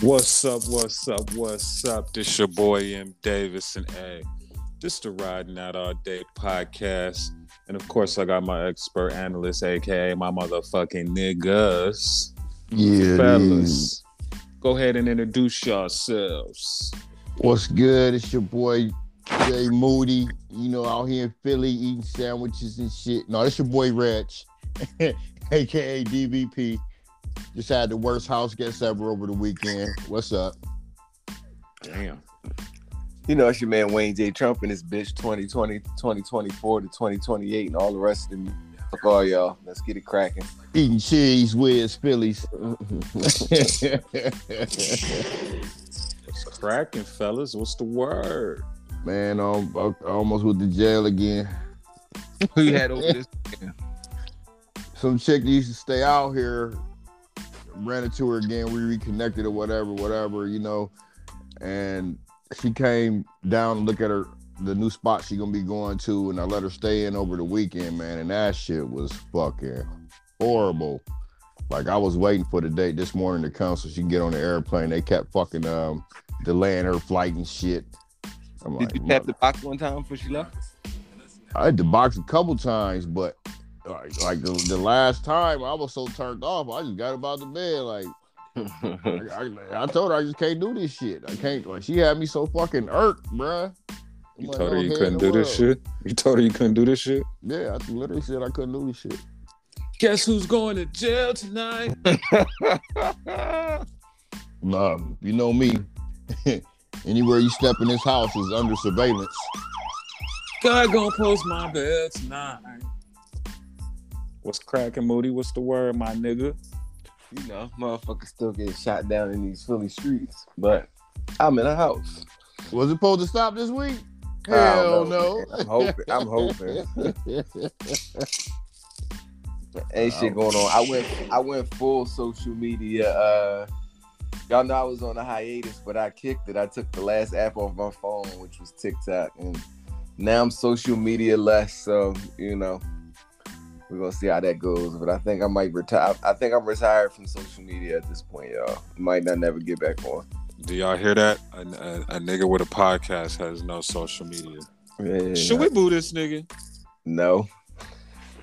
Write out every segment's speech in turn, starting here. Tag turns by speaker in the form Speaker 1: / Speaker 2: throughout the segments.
Speaker 1: What's up? What's up? What's up? This your boy M Davidson. Hey, this the Riding Out All Day podcast, and of course I got my expert analyst, aka my motherfucking niggas,
Speaker 2: Yeah, fellas.
Speaker 1: fellas. Go ahead and introduce yourselves.
Speaker 2: What's good? It's your boy Jay Moody. You know, out here in Philly eating sandwiches and shit. No, it's your boy Rich, aka DVP. Just had the worst house guest ever over the weekend. What's up?
Speaker 1: Damn.
Speaker 3: You know, it's your man Wayne J. Trump and his bitch 2020, 2024 to 2028 and all the rest of them. Fuck all y'all. Let's get it cracking.
Speaker 2: Eating cheese with Phillies.
Speaker 1: What's cracking, fellas? What's the word?
Speaker 2: Man, I'm, I'm almost with the jail again.
Speaker 3: Who you had over this?
Speaker 2: some chick that used to stay out here, ran into her again. We reconnected or whatever, whatever, you know. And she came down to look at her the new spot she gonna be going to, and I let her stay in over the weekend, man. And that shit was fucking horrible. Like I was waiting for the date this morning to come so she can get on the airplane. They kept fucking um delaying her flight and shit. I'm
Speaker 3: Did you tap the box one time before she left?
Speaker 2: I had to box a couple times, but like, like the, the last time I was so turned off, I just got about the bed. Like I, I, I told her, I just can't do this shit. I can't. Like she had me so fucking irked, bruh. I'm
Speaker 1: You
Speaker 2: like,
Speaker 1: told her
Speaker 2: no
Speaker 1: you
Speaker 2: head in
Speaker 1: couldn't do
Speaker 2: the
Speaker 1: this
Speaker 2: world.
Speaker 1: shit. You told her you couldn't do this shit.
Speaker 2: Yeah, I literally said I couldn't do this shit.
Speaker 1: Guess who's going to jail tonight?
Speaker 2: Nah, you know me. Anywhere you step in this house is under surveillance.
Speaker 1: God gonna post my bill tonight. What's cracking, Moody? What's the word, my nigga?
Speaker 3: You know, motherfuckers still getting shot down in these Philly streets, but I'm in a house.
Speaker 2: Was it supposed to stop this week?
Speaker 3: I don't
Speaker 2: Hell no.
Speaker 3: know, man. I'm hoping. I'm hoping. ain't shit going on. I went I went full social media. Uh y'all know I was on a hiatus, but I kicked it. I took the last app off my phone, which was TikTok, and now I'm social media less, so you know. We're gonna see how that goes. But I think I might retire I think I'm retired from social media at this point, y'all. Might not never get back on.
Speaker 1: Do y'all hear that? A, a, a nigga with a podcast has no social media. Should
Speaker 3: Yeah.
Speaker 1: we boo this nigga?
Speaker 3: No.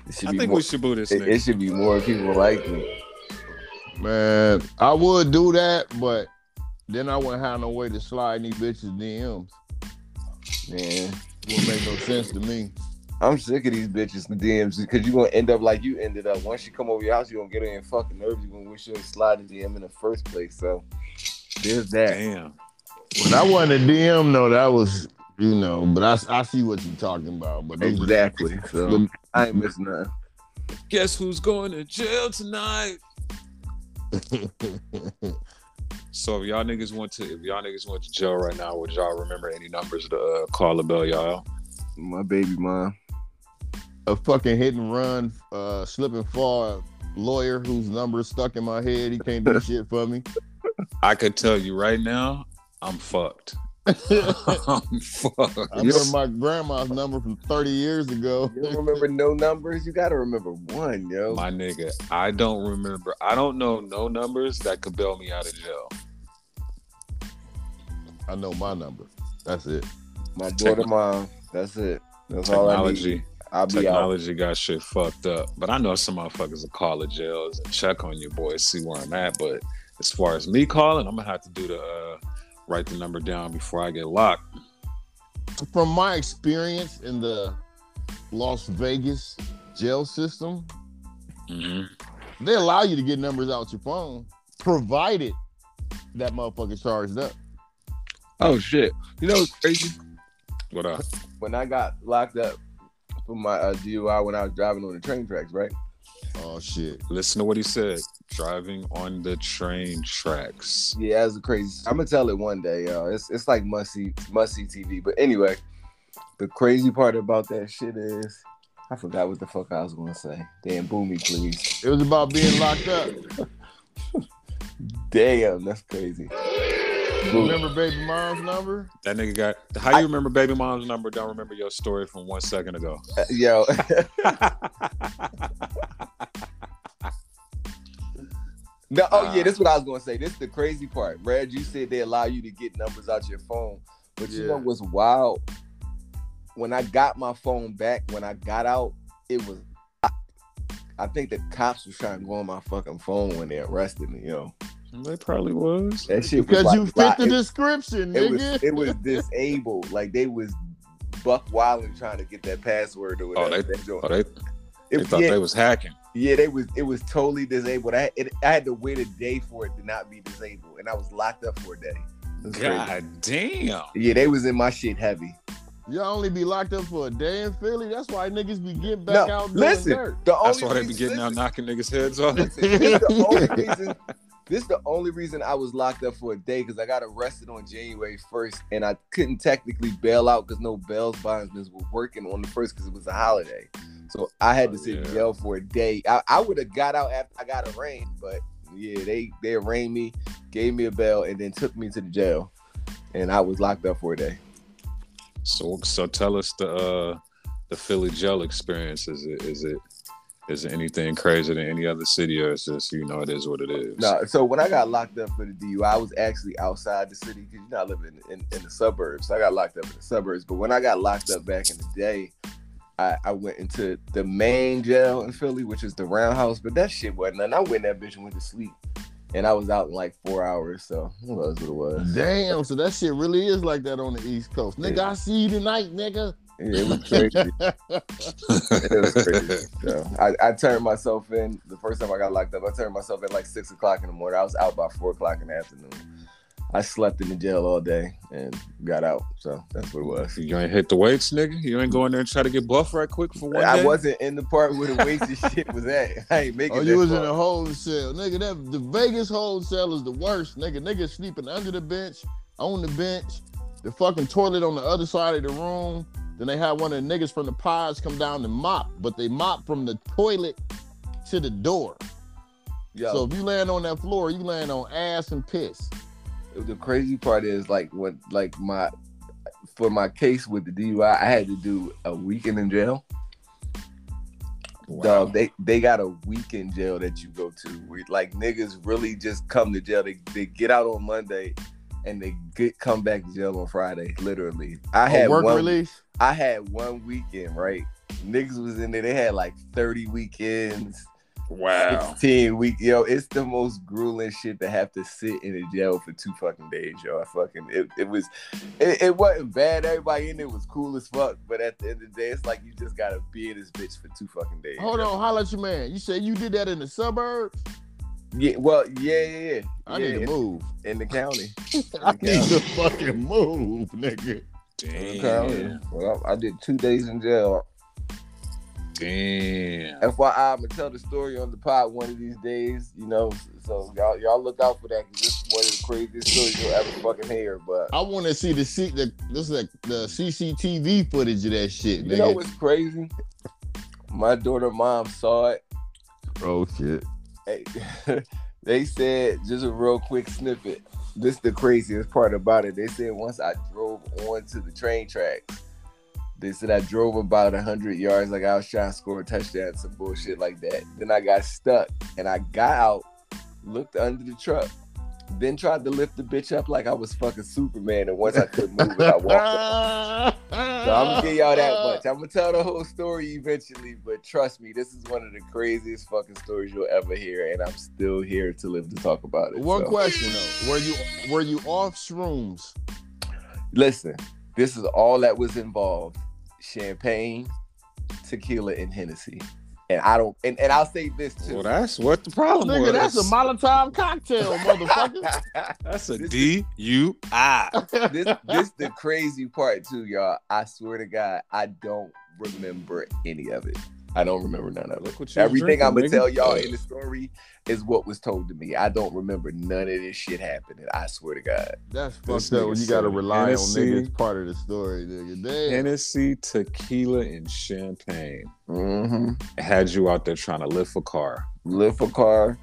Speaker 3: It
Speaker 1: I
Speaker 3: should be
Speaker 1: think
Speaker 3: more,
Speaker 1: we should boo this
Speaker 3: it, it
Speaker 1: nigga.
Speaker 3: should be more people like me.
Speaker 2: Man, I would do that, but then I wouldn't have no way to slide any bitches DMs.
Speaker 3: Man.
Speaker 2: Wouldn't make no sense to me.
Speaker 3: I'm sick of these bitches and DMs because you're gonna end up like you ended up. Once you come over your house, you're gonna get on your fucking nerves. You're gonna wish you had slid the DM in the first place. So there's that.
Speaker 1: Damn.
Speaker 2: But I wasn't a DM, no, that was you know. But I, I see what you're talking about. But those-
Speaker 3: Exactly. So
Speaker 2: But-
Speaker 3: I ain't missing nothing.
Speaker 1: Guess who's going to jail tonight? So if y'all niggas want to, if y'all niggas went to jail right now, would y'all remember any numbers to uh, call the bell, y'all?
Speaker 3: My baby mom.
Speaker 2: a fucking hit and run, uh, slip and fall lawyer whose number is stuck in my head. He can't do shit for me.
Speaker 1: I could tell you right now, I'm fucked. I'm fucked.
Speaker 2: I remember my grandma's number from 30 years ago.
Speaker 3: You don't remember no numbers? You gotta remember one, yo.
Speaker 1: My nigga, I don't remember. I don't know no numbers that could bail me out of jail.
Speaker 2: I know my number. That's it.
Speaker 3: My daughter mom. That's it. That's all I need.
Speaker 1: Technology,
Speaker 3: I'll be out.
Speaker 1: technology got shit fucked up. But I know some motherfuckers will call the jails and check on you, boy, see where I'm at. But as far as me calling, I'm gonna have to do the uh, write the number down before I get locked.
Speaker 2: From my experience in the Las Vegas jail system,
Speaker 1: hmm
Speaker 2: they allow you to get numbers out your phone, provided that motherfucker charged up.
Speaker 3: Oh shit. You know what's crazy?
Speaker 1: What up?
Speaker 3: When I got locked up for my uh, DUI when I was driving on the train tracks, right?
Speaker 2: Oh shit.
Speaker 1: Listen to what he said. Driving on the train tracks.
Speaker 3: Yeah, that's a crazy. I'm gonna tell it one day, y'all. It's it's like must see must see TV. But anyway, the crazy part about that shit is, I forgot what the fuck I was gonna say. Damn, boo me, please.
Speaker 2: It was about being locked up.
Speaker 3: Damn, that's crazy. Boo.
Speaker 2: Remember baby mom's number?
Speaker 1: That nigga got. How you remember baby mom's number? Don't remember your story from one second ago.
Speaker 3: Yo, No, oh yeah, this is what I was gonna say. This is the crazy part, Brad. You said they allow you to get numbers out your phone, but you
Speaker 2: Yeah.
Speaker 3: know what's wild? When I got my phone back, when I got out, it was. I think the cops was trying to go on my fucking phone when they arrested me. Yo,
Speaker 1: They probably was.
Speaker 3: that shit was
Speaker 2: Because
Speaker 3: like
Speaker 2: you fit
Speaker 3: locked-
Speaker 2: the
Speaker 3: it-
Speaker 2: description,
Speaker 3: It
Speaker 2: nigga.
Speaker 3: was it was disabled. Like they was buck wilding trying to get that password or
Speaker 1: Oh,
Speaker 3: whatever. that joint.
Speaker 1: Oh, they, they
Speaker 3: It-
Speaker 1: thought
Speaker 3: yeah,
Speaker 1: they was hacking.
Speaker 3: yeah, they was it was totally disabled. I it, I had to wait a day for it to not be disabled, and I was locked up for a day. It was crazy.
Speaker 1: God damn.
Speaker 3: Yeah, they was in my shit heavy.
Speaker 2: Y'all only be locked up for a day in Philly. That's why niggas be getting back
Speaker 3: No,
Speaker 2: out. doing
Speaker 3: listen,
Speaker 2: dirt.
Speaker 3: the only
Speaker 1: That's why they be getting out
Speaker 3: reason,
Speaker 1: knocking niggas' heads off.
Speaker 3: listen, listen, this the only reason. This the only reason I was locked up for a day because I got arrested on January first, and I couldn't technically bail out because no bails bondsmen were working on the first because it was a holiday. So I had to
Speaker 1: Oh,
Speaker 3: sit in
Speaker 1: yeah.
Speaker 3: jail for a day. I, I would have got out after I got arraigned, but yeah, they they arraigned me, gave me a bail, and then took me to the jail, and I was locked up for a day.
Speaker 1: So, so tell us the uh, the Philly jail experience. Is it is it is it anything crazier than any other city, or is just you know it is what it is?
Speaker 3: No, so when I got locked up for the DUI, I was actually outside the city because you know I live in, in in the suburbs. I got locked up in the suburbs, but when I got locked up back in the day, I, I went into the main jail in Philly, which is the Roundhouse. But that shit wasn't nothing. I went in that bitch and went to sleep, and I was out in like four hours. So it was what it was.
Speaker 2: Damn, so that shit really is like that on the East Coast. Nigga,
Speaker 3: Yeah.
Speaker 2: I see you tonight, nigga.
Speaker 3: Yeah, it was crazy. it was crazy. So I, I turned myself in the first time I got locked up. I turned myself in like six o'clock in the morning. I was out by four o'clock in the afternoon. I slept in the jail all day and got out. So that's what it was.
Speaker 1: you ain't hit the weights, nigga. You ain't going there and try to get buff right quick for one
Speaker 3: I
Speaker 1: day?
Speaker 3: wasn't in the part where the wasted shit was at. I ain't making
Speaker 2: Oh,
Speaker 3: that
Speaker 2: you was in
Speaker 3: part.
Speaker 2: a hold cell, nigga. That the Vegas hold cell is the worst, nigga. Niggas sleeping under the bench, on the bench, the fucking toilet on the other side of the room. Then they have one of the niggas from the pods come down and mop, but they mop from the toilet to the door.
Speaker 3: Yo,
Speaker 2: So if you land on that floor, you land on ass and piss.
Speaker 3: the crazy part is like what like my for my case with the DUI, I had to do a weekend in jail. Dog, they they got a week in jail that you go to. Where, like niggas really just come to jail. They, they get out on Monday, and they get come back to jail on Friday. Literally, I
Speaker 2: A
Speaker 3: had
Speaker 2: work
Speaker 3: one.
Speaker 2: release.
Speaker 3: I had one weekend right. Niggas was in there. They had like thirty weekends,
Speaker 1: Wow.
Speaker 3: sixteen week. Yo, it's the most grueling shit to have to sit in a jail for two fucking days. Yo, I fucking it. It was, it, it wasn't bad. Everybody in there was cool as fuck. But at the end of the day, it's like you just gotta be in this bitch for two fucking days.
Speaker 2: Hold
Speaker 3: yo.
Speaker 2: on, holla at your man. You said you did that in the suburbs.
Speaker 3: Yeah, well, yeah, yeah, yeah.
Speaker 2: I
Speaker 3: yeah,
Speaker 2: need to
Speaker 3: in,
Speaker 2: move.
Speaker 3: in the county.
Speaker 2: I need to fucking move, nigga.
Speaker 3: In the
Speaker 1: Damn.
Speaker 3: county. Well, I, I did two days in jail.
Speaker 1: Damn.
Speaker 3: FYI, I'm gonna tell the story on the pod one of these days. You know, so y'all y'all look out for that because this is one of the craziest stories you'll ever fucking hear. But
Speaker 2: I want to see the C, the this is like the CCTV footage of that shit,
Speaker 3: you
Speaker 2: nigga.
Speaker 3: know what's crazy? My daughter mom saw it.
Speaker 2: oh shit!
Speaker 3: Hey, they said just a real quick snippet. This is the craziest part about it. They said once I drove onto the train tracks, they said I drove about hundred yards, like I was trying to score a touchdown, some bullshit like that. Then I got stuck, and I got out, looked under the truck, then tried to lift the bitch up like I was fucking Superman. And once I couldn't move it, I walked. Up. So I'm gonna give y'all that much. I'm gonna tell the whole story eventually, but trust me, this is one of the craziest fucking stories you'll ever hear, and I'm still here to live to talk about it.
Speaker 2: One
Speaker 3: so.
Speaker 2: question though: Were you were you off shrooms?
Speaker 3: Listen, this is all that was involved: champagne, tequila, and Hennessy. And I don't, and, and I'll say this too.
Speaker 1: Well, that's what the problem was.
Speaker 2: Nigga, that's a Molotov cocktail, motherfucker.
Speaker 1: That's a
Speaker 3: This-
Speaker 1: D U I.
Speaker 3: this this the crazy part too, y'all. I swear to God, I don't remember any of it. I don't remember none of it.
Speaker 1: Look what you was
Speaker 3: Everything I'm gonna
Speaker 1: drinking,
Speaker 3: tell
Speaker 1: nigga.
Speaker 3: y'all in the story is what was told to me. I don't remember none of this shit happening. I swear to God.
Speaker 2: That's
Speaker 1: This
Speaker 2: fucked up. When
Speaker 1: nigga
Speaker 2: you gotta
Speaker 1: said
Speaker 2: rely on
Speaker 1: Hennessy.
Speaker 2: niggas part of the story, nigga. Damn.
Speaker 1: Hennessy, tequila, and champagne
Speaker 3: Mm-hmm.
Speaker 1: had you out there trying to lift a car.
Speaker 3: Live for car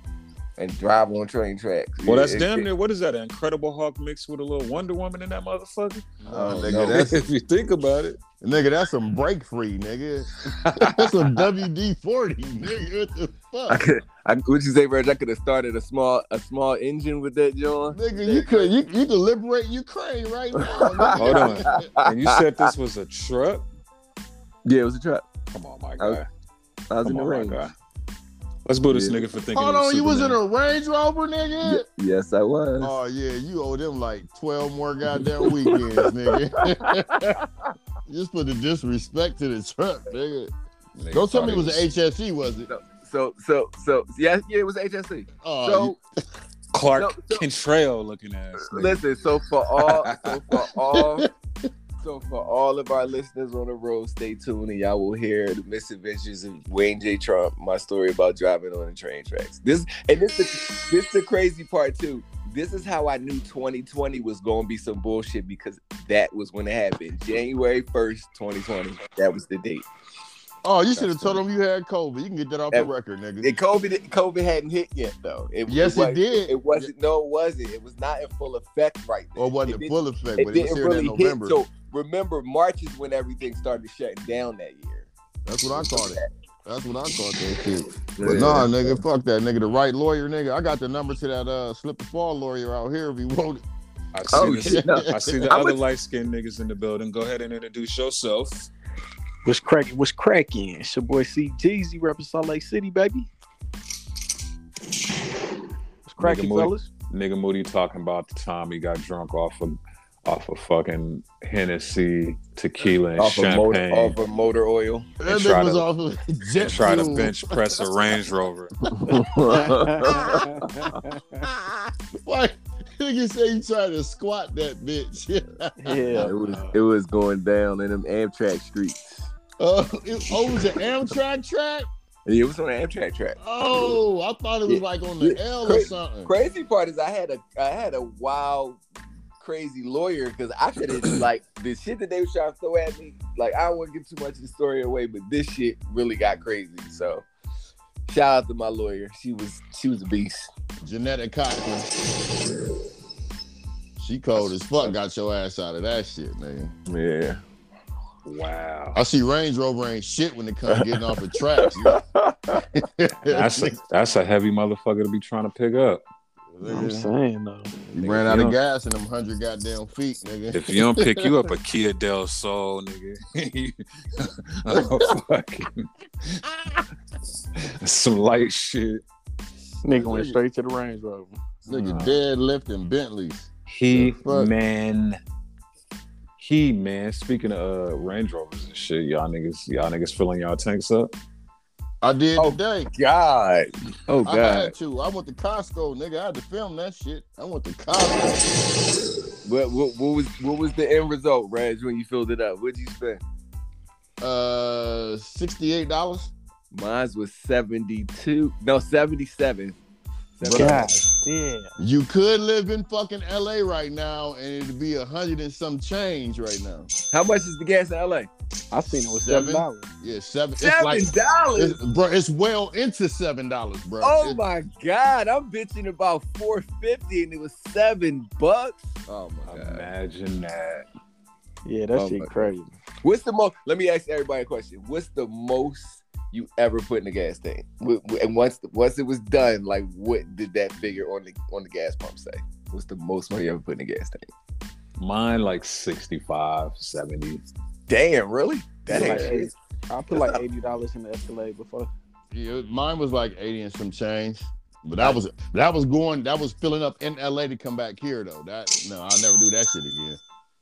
Speaker 3: and drive on train tracks.
Speaker 1: Well, that's
Speaker 3: It-
Speaker 1: damn
Speaker 3: it-
Speaker 1: near. What is that? An Incredible Hulk mixed with a little Wonder Woman in that motherfucker?
Speaker 2: Nah,
Speaker 3: Oh,
Speaker 2: nigga,
Speaker 3: no.
Speaker 2: that's
Speaker 1: if you think about it,
Speaker 2: Nigga, that's some break free, nigga. that's some WD forty, nigga. What the
Speaker 3: I
Speaker 2: fuck,
Speaker 3: could, I, what you say, Reg? I could have started a small, a small engine with that, John.
Speaker 2: nigga? You could you you deliberate Ukraine right now. nigga.
Speaker 1: Hold on. And you said this was a truck?
Speaker 3: Yeah, it was a trap.
Speaker 1: Come on, my
Speaker 3: I was
Speaker 1: guy.
Speaker 3: I was
Speaker 1: Come
Speaker 3: in the
Speaker 1: on, my
Speaker 3: range.
Speaker 1: guy. Let's boo this
Speaker 3: Yeah.
Speaker 1: nigga for thinking.
Speaker 2: Hold
Speaker 1: he
Speaker 2: on, you was in
Speaker 1: Superman.
Speaker 2: a Range Rover, nigga.
Speaker 3: Y- yes, I was.
Speaker 2: Oh yeah, you owe them like twelve more goddamn weekends, nigga. Just for the disrespect to the truck, nigga.
Speaker 1: Uh, Nigga
Speaker 2: Don't tell
Speaker 1: thought
Speaker 2: me it
Speaker 1: he
Speaker 2: was an HSE, was it?
Speaker 3: So, so, so, yeah, yeah, it was HSC.
Speaker 1: Uh,
Speaker 2: Oh,
Speaker 3: so,
Speaker 1: Clark
Speaker 3: No, so-
Speaker 1: Cantrell looking ass. nigga.
Speaker 3: listen. So for all, so for all, so for all of our listeners on the road, stay tuned, and y'all will hear the misadventures of Wayne J. Trump. My story about driving on the train tracks. This and this, the, this the crazy part too. This is how I knew 2020 was going to be some bullshit because that was when it happened. January 1st, 2020. That was the date.
Speaker 2: oh, you should have
Speaker 1: That's
Speaker 2: told them you had COVID. You can get that off
Speaker 3: That-
Speaker 2: the record, nigga.
Speaker 3: And COVID, COVID hadn't hit yet though. It,
Speaker 2: Yes, it
Speaker 3: was-
Speaker 2: did.
Speaker 3: It wasn't. No, it wasn't. It was not in full effect right then.
Speaker 2: or wasn't
Speaker 3: it
Speaker 2: it full effect,
Speaker 3: didn't-
Speaker 2: but
Speaker 3: It
Speaker 2: it was
Speaker 3: didn't
Speaker 2: here in
Speaker 3: really hit.
Speaker 2: November.
Speaker 3: So remember, March is when everything started shutting down that year.
Speaker 2: That's what I called it. That's what I called that shit. But
Speaker 3: Yeah.
Speaker 2: nah, nigga, fuck that, nigga. The right lawyer, nigga. I got the number to that uh slip and fall lawyer out here if you want it.
Speaker 1: I see,
Speaker 3: Oh,
Speaker 1: this-
Speaker 3: shit, no.
Speaker 1: I see the
Speaker 3: I
Speaker 1: other
Speaker 3: would-
Speaker 1: light skinned niggas in the building. Go ahead and introduce yourself.
Speaker 4: What's cracking? What's cracking? It's your boy C Jeezy repping Salt Lake City, baby. What's cracking,
Speaker 1: Moody.
Speaker 4: fellas?
Speaker 1: Nigga Moody talking about the time he got drunk off of off of fucking Hennessy, tequila, and
Speaker 3: Off of, motor,
Speaker 1: champagne.
Speaker 3: off of motor oil.
Speaker 2: That
Speaker 1: try
Speaker 2: nigga was
Speaker 1: to-
Speaker 2: off of jet
Speaker 1: and try to
Speaker 2: fuel.
Speaker 1: bench press a Range Rover.
Speaker 2: Why? Nigga say you tried to squat that bitch.
Speaker 4: yeah.
Speaker 3: it was it was going down in them Amtrak streets.
Speaker 2: Uh, it, oh, it was an Amtrak track?
Speaker 3: It was on the Amtrak track.
Speaker 2: Oh, I thought it was
Speaker 3: Yeah.
Speaker 2: like on the
Speaker 3: Yeah.
Speaker 2: L or
Speaker 3: Cra-
Speaker 2: something.
Speaker 3: Crazy part is I had a I had a wild, crazy lawyer because I could have like the shit that they was trying to throw at me. Like I don't want to give too much of the story away, but this shit really got crazy. So shout out to my lawyer. She was she was a beast.
Speaker 2: Janetta Cochran. She cold as fuck. Got your ass out of that shit, nigga.
Speaker 3: Yeah.
Speaker 1: Wow.
Speaker 2: I see Range Rover ain't shit when it comes to getting off of tracks. nigga.
Speaker 1: That's a, that's a heavy motherfucker to be trying to pick up.
Speaker 4: I'm
Speaker 2: Nigga,
Speaker 4: saying though.
Speaker 2: You ran out
Speaker 1: Yeah.
Speaker 2: of gas in them hundred goddamn feet, nigga.
Speaker 1: If you don't pick you up a Kia Del Sol, nigga, you- oh, fucking, some light shit.
Speaker 4: Nigga went straight to the Range Rover.
Speaker 2: nigga deadlifting Bentleys.
Speaker 1: He
Speaker 2: fuck?
Speaker 1: man. He man. Speaking of uh, Range Rovers and shit, y'all niggas, y'all niggas filling y'all tanks up.
Speaker 2: I did
Speaker 3: Oh,
Speaker 2: today.
Speaker 3: God. Oh
Speaker 2: I had to. I went to Costco, nigga. I had to film that shit. I went to Costco.
Speaker 3: What, what what was what was the end result, Reg, when you filled it up? What'd you spend?
Speaker 2: Uh, sixty-eight dollars.
Speaker 3: Mine was 72. No, 77.
Speaker 4: God damn.
Speaker 2: You could live in fucking LA right now, and it'd be a hundred and some change right now.
Speaker 3: How much is the gas in LA?
Speaker 4: I seen it was
Speaker 2: Seven?
Speaker 4: seven dollars.
Speaker 2: Yeah, seven. It's
Speaker 3: Seven
Speaker 2: like,
Speaker 3: dollars.
Speaker 2: it's, bro, it's well into seven dollars, bro.
Speaker 3: Oh
Speaker 2: It-
Speaker 3: my god, I'm bitching about 450 and it was seven bucks. Oh my god.
Speaker 1: Imagine that.
Speaker 4: Yeah, that
Speaker 3: Oh my
Speaker 4: shit
Speaker 3: God.
Speaker 4: crazy.
Speaker 3: What's the most let me ask everybody a question. What's the most you ever put in the gas tank? Wh- wh- And once once it was done, like what did that figure on the on the gas pump say? What's the most money you ever put in the gas tank?
Speaker 1: Mine like 65, 70.
Speaker 3: Damn, really? That
Speaker 4: Yeah.
Speaker 3: ain't shit.
Speaker 4: I put like eighty dollars in the Escalade before.
Speaker 2: Yeah, mine was like eighty and some change, but that was that was going that was filling up in LA to come back here though. That no, I'll never do that shit again.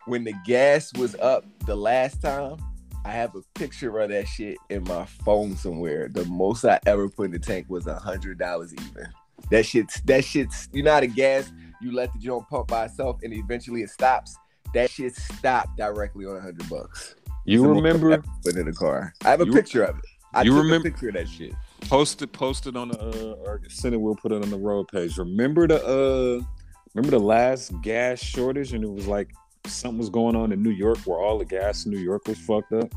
Speaker 3: when the gas was up the last time, I have a picture of that shit in my phone somewhere. The most I ever put in the tank was a hundred dollars even. That shit's that shit's you know how the gas you let the joint pump by itself and eventually it stops. That shit stopped directly on a hundred bucks.
Speaker 1: You
Speaker 3: Some
Speaker 1: remember
Speaker 3: more put in the car. I have a
Speaker 1: You-
Speaker 3: picture of it. I
Speaker 1: you
Speaker 3: took
Speaker 1: remember-
Speaker 3: a picture of that shit.
Speaker 1: posted posted on the uh, or send it. We'll put it on the road page. Remember the uh, remember the last gas shortage, and it was like something was going on in New York where all the gas in New York was fucked up.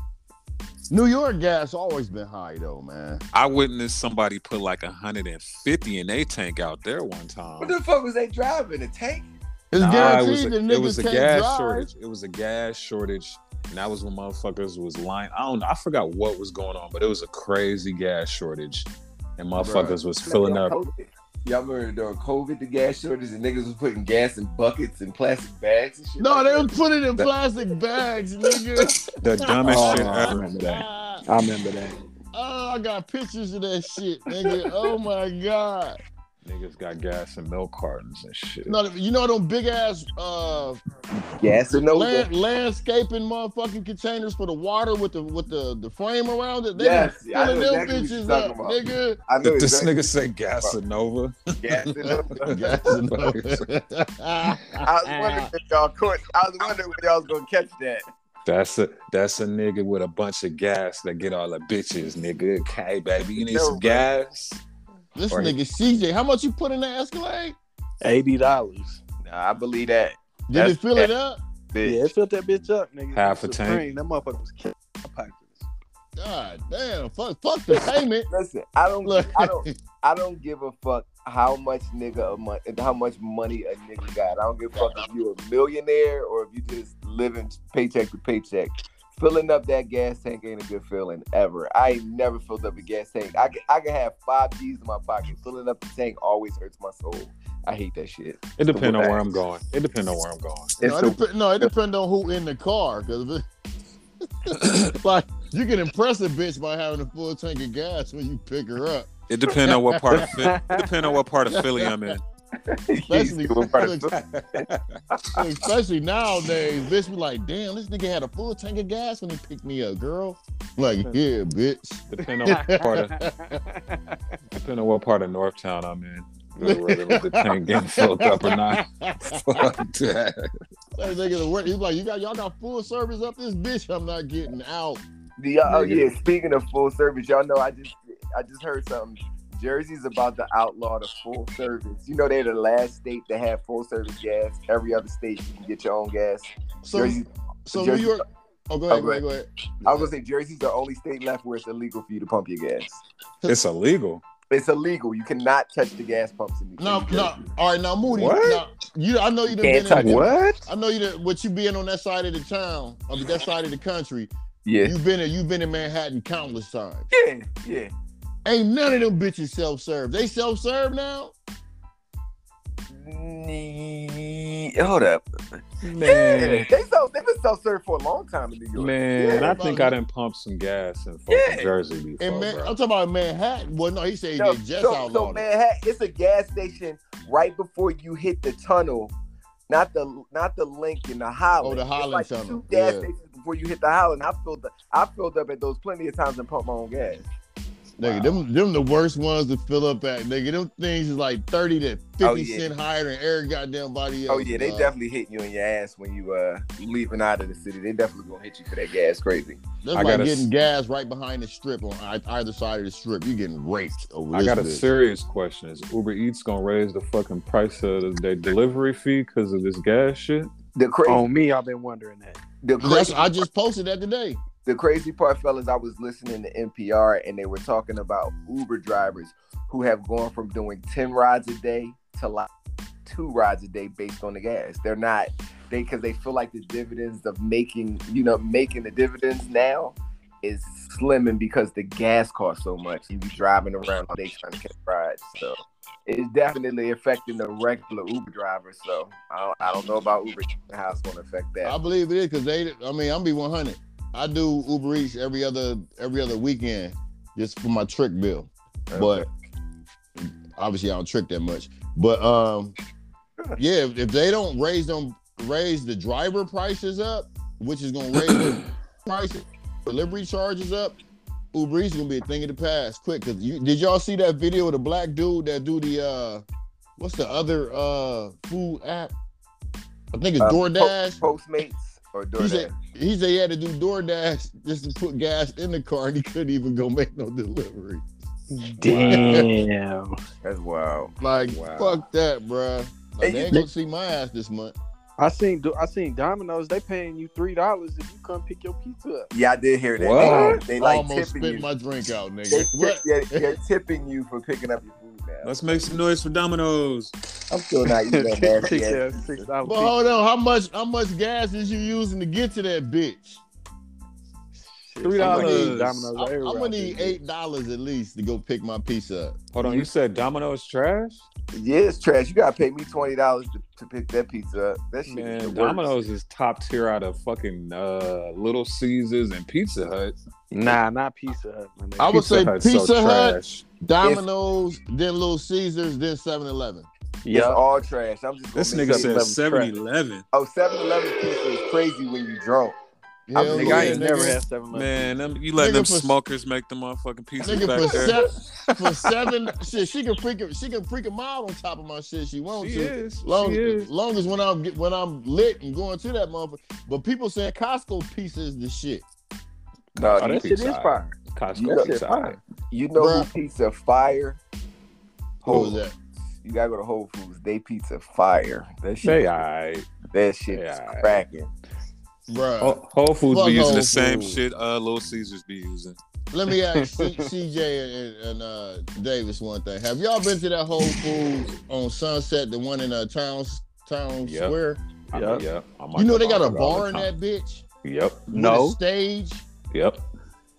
Speaker 2: New York gas always been high though, man.
Speaker 1: I witnessed somebody put like 150 in a tank out there one time.
Speaker 3: What the fuck was they driving? A tank?
Speaker 2: It's
Speaker 1: Nah, it
Speaker 2: guaranteed
Speaker 1: was a,
Speaker 2: the
Speaker 1: it was
Speaker 2: niggas
Speaker 1: a
Speaker 2: can't
Speaker 1: gas
Speaker 2: drive.
Speaker 1: shortage. It was a gas shortage And that was when motherfuckers was lying. I don't know. I forgot what was going on, but it was a crazy gas shortage. And motherfuckers was filling up.
Speaker 3: COVID. Y'all remember during COVID, the gas shortage, and niggas was putting gas in buckets and plastic bags and shit.
Speaker 2: No,
Speaker 3: like
Speaker 2: they
Speaker 3: that.
Speaker 2: was putting it in plastic bags, nigga.
Speaker 1: The dumbest
Speaker 4: Oh,
Speaker 1: shit
Speaker 4: no, I
Speaker 1: ever.
Speaker 4: remember that.
Speaker 2: Ah,
Speaker 4: I remember that.
Speaker 2: oh, I got pictures of that shit, nigga. Oh my god.
Speaker 1: Niggas got gas and milk cartons and shit.
Speaker 2: No, you know them big ass uh
Speaker 3: gas and no.
Speaker 2: land, landscaping motherfucking containers for the water with the with the, the frame around it. They
Speaker 3: Yes,
Speaker 2: was
Speaker 3: I know
Speaker 2: filling them
Speaker 3: exactly
Speaker 2: bitches
Speaker 3: what you're talking
Speaker 2: up,
Speaker 3: about.
Speaker 2: nigga.
Speaker 3: I know
Speaker 1: Did this
Speaker 3: exactly.
Speaker 1: nigga say Gasanova?
Speaker 3: gas and no.
Speaker 2: Gas-
Speaker 3: I was wondering if y'all caught. I was wondering when y'all was gonna catch that.
Speaker 1: That's a that's a nigga with a bunch of gas that get all the bitches, nigga. Okay, baby, you need
Speaker 3: No,
Speaker 1: some
Speaker 3: bro.
Speaker 1: gas.
Speaker 2: this
Speaker 1: Or-
Speaker 2: nigga CJ, how much you put in that Escalade?
Speaker 4: Eighty dollars.
Speaker 3: Nah, I believe that.
Speaker 2: Did
Speaker 3: That's-
Speaker 2: it fill it up?
Speaker 3: Bitch.
Speaker 4: Yeah, it filled that bitch up, nigga.
Speaker 1: Half a tank.
Speaker 4: Supreme, That motherfucker was killing my pockets.
Speaker 2: God damn, fuck, fuck the payment.
Speaker 3: Listen, I don't.
Speaker 2: Look,
Speaker 3: I don't. I don't give a fuck how much nigga a month, how much money a nigga got. I don't give a fuck if you a millionaire or if you just living paycheck to paycheck. Filling up that gas tank ain't a good feeling ever. I ain't never filled up a gas tank. I can, I can have five G's in my pocket. Filling up the tank always hurts my soul. I hate that shit.
Speaker 1: It depends on where I'm going. It depends on where I'm going.
Speaker 2: No,
Speaker 3: It's
Speaker 2: it
Speaker 3: the,
Speaker 2: depend, no, it depends on who in the car. Cause if it, like you can impress a bitch by having a full tank of gas when you pick her up.
Speaker 1: It depends on what part of Phil- it depends on what part of Philly I'm in.
Speaker 2: Especially,
Speaker 3: Basically,
Speaker 2: especially nowadays, bitch be like, damn, this nigga had a full tank of gas when he picked me up, girl. Like, yeah, bitch.
Speaker 1: Depend on what part of depend on what part of Northtown I'm in. Whether the tank getting filled up or not. Fuck that.
Speaker 2: That nigga the worst. He's like, you got y'all got full service up this bitch. I'm not getting out.
Speaker 3: The, oh yeah, speaking of full service, y'all know I just I just heard something. Jersey's about to outlaw the full service. You know they're the last state to have full service gas. Every other state you can get your own gas.
Speaker 2: So,
Speaker 3: Jersey,
Speaker 2: so
Speaker 3: Jersey-
Speaker 2: New York. Oh, go ahead,
Speaker 3: Oh,
Speaker 2: go
Speaker 3: go
Speaker 2: ahead, go ahead.
Speaker 3: I was gonna say Jersey's the only state left where it's illegal for you to pump your gas.
Speaker 1: It's illegal.
Speaker 3: It's illegal. You cannot touch the gas pumps in New
Speaker 2: No,
Speaker 3: in Jersey.
Speaker 2: no. All right, now Moody.
Speaker 1: What?
Speaker 2: Now, you, I know you done been in
Speaker 4: Can't touch it.
Speaker 1: What?
Speaker 2: I know you done, with you being on that side of the town, I mean that side of the country.
Speaker 3: Yeah,
Speaker 2: You've been in, you've been in Manhattan countless times.
Speaker 3: yeah, yeah.
Speaker 2: Ain't none of them bitches self serve. They self serve now.
Speaker 3: Nee- Hold up. Yeah,
Speaker 1: Man.
Speaker 3: they so they've been self served for a long time in New York.
Speaker 1: Man,
Speaker 2: Yeah,
Speaker 1: I think
Speaker 2: bro.
Speaker 1: I didn't pump some gas in fucking
Speaker 3: Yeah.
Speaker 1: Jersey before,
Speaker 2: And man,
Speaker 1: bro.
Speaker 2: I'm talking about Manhattan. Well, no, he said
Speaker 3: No,
Speaker 2: they just
Speaker 3: so, so
Speaker 2: outlawed it.
Speaker 3: Manhattan, it's a gas station right before you hit the tunnel, not the not the Lincoln, the Holland.
Speaker 2: Oh, the
Speaker 3: It's
Speaker 2: Holland
Speaker 3: like
Speaker 2: tunnel.
Speaker 3: Two gas
Speaker 2: Yeah.
Speaker 3: stations before you hit the Holland. I filled up, I filled up at those plenty of times and pumped my own gas.
Speaker 2: Nigga, them them the worst ones to fill up at. Nigga, them things is like thirty to fifty cent
Speaker 3: Oh, yeah.
Speaker 2: higher than every goddamn body else.
Speaker 3: Oh yeah, they
Speaker 2: dog.
Speaker 3: definitely hitting you in your ass when you uh leaving out of the city. They definitely gonna hit you for that gas. Crazy.
Speaker 2: That's
Speaker 1: I
Speaker 2: like
Speaker 1: gotta s-
Speaker 2: getting gas right behind the strip on ei- either side of the strip. You're getting raped over
Speaker 1: I
Speaker 2: this
Speaker 1: got a
Speaker 2: bitch.
Speaker 1: serious question. Is Uber Eats gonna raise the fucking price of their delivery fee because of this gas shit?
Speaker 3: The crazy,
Speaker 4: On me, I've been wondering that.
Speaker 3: the
Speaker 2: That's-
Speaker 3: crazy,
Speaker 2: I just posted that today.
Speaker 3: the crazy part, fellas. I was listening to NPR and they were talking about Uber drivers who have gone from doing ten rides a day to like two rides a day based on the gas. They're not they because they feel like the dividends of making you know making the dividends now is slimming because the gas costs so much and you driving around all day trying to catch rides. So it's definitely affecting the regular Uber driver. So I don't, I don't know about Uber how it's going to affect that.
Speaker 2: I believe it is because they. I mean, I'm be 100. I do Uber Eats every other every other weekend just for my trick bill, but obviously I don't trick that much. But um, yeah, if, if they don't raise them raise the driver prices up, which is gonna raise the prices, delivery charges up. Uber Eats is gonna be a thing of the past, quick. Cause you did y'all see that video of the black dude that do the uh, what's the other uh food app? I think it's
Speaker 3: Uh,
Speaker 2: DoorDash.
Speaker 3: Postmates or
Speaker 2: He
Speaker 3: DoorDash.
Speaker 2: said, he said he had to do DoorDash just to put gas in the car and he couldn't even go make no delivery.
Speaker 4: Damn.
Speaker 3: That's wild.
Speaker 2: Like,
Speaker 1: Wow.
Speaker 2: fuck that, bruh. Like,
Speaker 3: And
Speaker 2: they
Speaker 3: you-
Speaker 2: ain't gonna see my ass this month.
Speaker 4: I seen do I seen Domino's. They paying you three dollars if you come pick your pizza up.
Speaker 3: Yeah, I did hear that.
Speaker 1: What?
Speaker 3: They, they
Speaker 2: I
Speaker 3: like
Speaker 2: almost
Speaker 3: tipping
Speaker 2: spit
Speaker 3: you.
Speaker 2: my drink out,
Speaker 3: they
Speaker 2: nigga.
Speaker 3: tip,
Speaker 2: What?
Speaker 3: they're, they're tipping you for picking up your food now.
Speaker 1: Let's make some noise for Domino's.
Speaker 3: I'm still not eating that nasty ass
Speaker 4: Yeah,
Speaker 3: pizza.
Speaker 4: six dollar
Speaker 2: But
Speaker 4: pizza.
Speaker 2: hold on, how much how much gas is you using to get to that bitch?
Speaker 1: Three
Speaker 2: I'm gonna
Speaker 1: dollars.
Speaker 2: need-
Speaker 4: Domino's.
Speaker 2: I'm, I'm gonna
Speaker 4: Everybody.
Speaker 2: need eight dollars at least to go pick my pizza up.
Speaker 1: Hold on, you said Domino is trash?
Speaker 3: Yeah, it's trash. You gotta pay me twenty dollars to, to pick that pizza up. That shit is the
Speaker 1: Man,
Speaker 3: worst.
Speaker 1: Domino's is top tier out of fucking uh, Little Caesars and Pizza Hut.
Speaker 4: Nah, not Pizza Hut. my nigga.
Speaker 2: I would say
Speaker 1: Hut's so
Speaker 2: Pizza Hut.
Speaker 1: trash.
Speaker 2: Domino's, then Little Caesars, then 7-Eleven.
Speaker 3: It's
Speaker 4: yeah.
Speaker 3: all trash. I'm just
Speaker 1: This
Speaker 3: gonna
Speaker 1: nigga
Speaker 3: make it-
Speaker 1: said 7
Speaker 4: 7-Eleven
Speaker 1: Eleven.
Speaker 3: Oh, 7-Eleven pizza is crazy when you drunk.
Speaker 2: Hell
Speaker 4: Nigga,
Speaker 2: yeah,
Speaker 4: I ain't never
Speaker 2: nigga.
Speaker 4: had Seven Eleven.
Speaker 1: Man, them, you letting them
Speaker 2: Nigga, for-
Speaker 1: smokers make the motherfucking pizza
Speaker 2: Nigga
Speaker 1: back
Speaker 2: for,
Speaker 1: there.
Speaker 2: se- for seven, shit, she can freak, she can freak a mile on top of my shit. She wants
Speaker 1: She
Speaker 2: to.
Speaker 1: is.
Speaker 2: Long,
Speaker 1: she is.
Speaker 2: long as when I'm get- when I'm lit and going to that motherfucker. But people saying Costco pizza is the shit.
Speaker 3: No,
Speaker 1: Oh, that
Speaker 3: you,
Speaker 4: Shit
Speaker 1: shit
Speaker 4: is
Speaker 1: is
Speaker 4: fire.
Speaker 3: You
Speaker 1: Costco
Speaker 3: got-
Speaker 1: pizza. alright.
Speaker 3: you know
Speaker 2: Bruh.
Speaker 3: who pizza fire?
Speaker 2: What
Speaker 3: Whole
Speaker 1: Oh.
Speaker 2: was that?
Speaker 3: You gotta go to Whole Foods. They pizza fire. That shit.
Speaker 1: They alright.
Speaker 3: That shit
Speaker 1: They
Speaker 3: is
Speaker 1: alright.
Speaker 3: cracking.
Speaker 2: Bruh.
Speaker 1: Whole Oh, Whole Foods
Speaker 2: Fuck
Speaker 1: be using
Speaker 2: Whole
Speaker 1: the same
Speaker 2: Foods.
Speaker 1: shit uh, Little Caesars be using.
Speaker 2: Let me ask C- CJ and, and uh, Davis one thing. Have y'all been to that Whole Foods on Sunset, the one in uh, town town
Speaker 1: Yep.
Speaker 2: square?
Speaker 1: I
Speaker 4: Yep.
Speaker 1: mean, yep. I'm
Speaker 2: you
Speaker 1: like,
Speaker 2: know they
Speaker 1: I'm
Speaker 2: got a
Speaker 1: like, all
Speaker 2: bar
Speaker 1: the
Speaker 2: in
Speaker 1: time.
Speaker 2: that bitch.
Speaker 1: Yep.
Speaker 2: with a
Speaker 4: No,
Speaker 2: stage,
Speaker 1: Yep.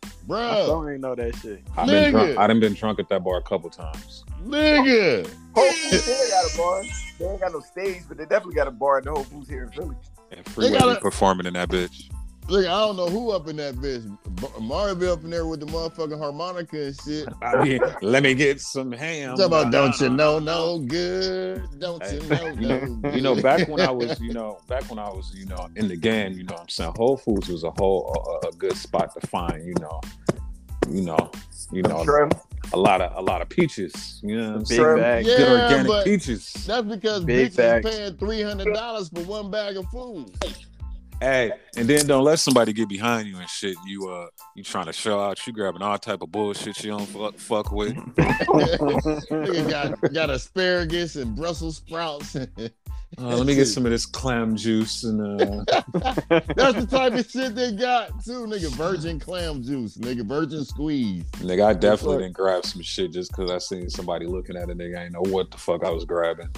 Speaker 4: I
Speaker 2: bruh.
Speaker 4: don't even know that shit.
Speaker 1: I've been drunk.
Speaker 2: Nigga.
Speaker 1: I done been drunk at that bar a couple times.
Speaker 2: Nigga,
Speaker 3: Whole Foods they got a bar. They ain't got no stage, but they definitely got a bar at the Whole Foods here in Philly.
Speaker 1: And freeway
Speaker 2: gotta-
Speaker 1: be performing in that bitch.
Speaker 2: look, I don't know who up in that bitch. B- Mario be up in there with the motherfucking harmonica and shit.
Speaker 1: I mean, let me get some ham. uh,
Speaker 2: Talk about don't you know no good? Don't you know
Speaker 1: You
Speaker 2: no
Speaker 1: know,
Speaker 2: good?
Speaker 1: you know, back when I was, you know, back when I was, you know, in the game, you know, what I'm saying Whole Foods was a whole a, a good spot to find, you know, you know, you know,
Speaker 3: Sure.
Speaker 1: a lot of a lot of peaches, you know, what I'm
Speaker 4: Big
Speaker 1: saying?
Speaker 4: bag.
Speaker 2: Yeah,
Speaker 1: good organic
Speaker 2: but
Speaker 1: peaches.
Speaker 2: that's because
Speaker 4: Big
Speaker 2: bitches
Speaker 4: facts.
Speaker 2: paying three hundred dollars for one bag of food.
Speaker 1: Hey, and then don't let somebody get behind you and shit. You uh, you trying to show out? You grabbing all type of bullshit you don't fuck, fuck with.
Speaker 2: Nigga got got asparagus and Brussels sprouts. that's
Speaker 1: Uh, let me get some of this clam juice and uh,
Speaker 2: the type of shit they got too, nigga. Virgin clam juice, nigga. Virgin squeeze.
Speaker 1: nigga. I definitely
Speaker 2: Fuck.
Speaker 1: didn't grab some shit just because I seen somebody looking at it. Nigga, I ain't know what the fuck I was grabbing.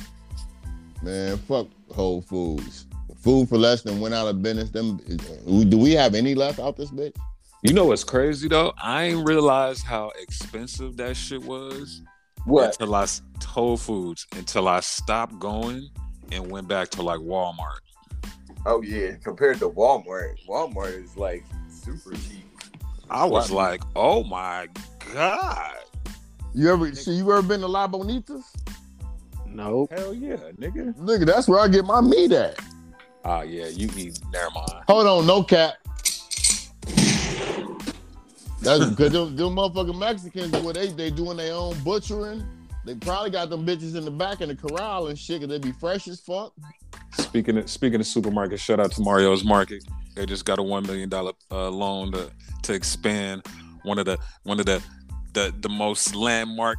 Speaker 2: Man, fuck Whole Foods. Food for less than went out of business. Them, uh, do we have any left out this bitch?
Speaker 1: You know what's crazy though? I ain't realized how expensive that shit was
Speaker 3: What?
Speaker 1: until I s- Whole Foods until I stopped going and went back to like Walmart.
Speaker 3: Oh yeah. Compared to Walmart, Walmart is like super cheap.
Speaker 1: I was like, oh my god,
Speaker 2: You ever see? You ever been to La Bonita's?
Speaker 4: nope.
Speaker 1: hell yeah, nigga.
Speaker 2: Nigga, that's where I get my meat at.
Speaker 1: Ah yeah, you eat. Never mind.
Speaker 2: Hold on, no cap. That's because them, them motherfucking Mexicans, what they they doing their own butchering. They probably got them bitches in the back in the corral and shit, cause they be fresh as fuck.
Speaker 1: Speaking of speaking of supermarket, shout out to Mario's Market. They just got a one million dollar uh, loan to to expand one of the one of the the the most landmark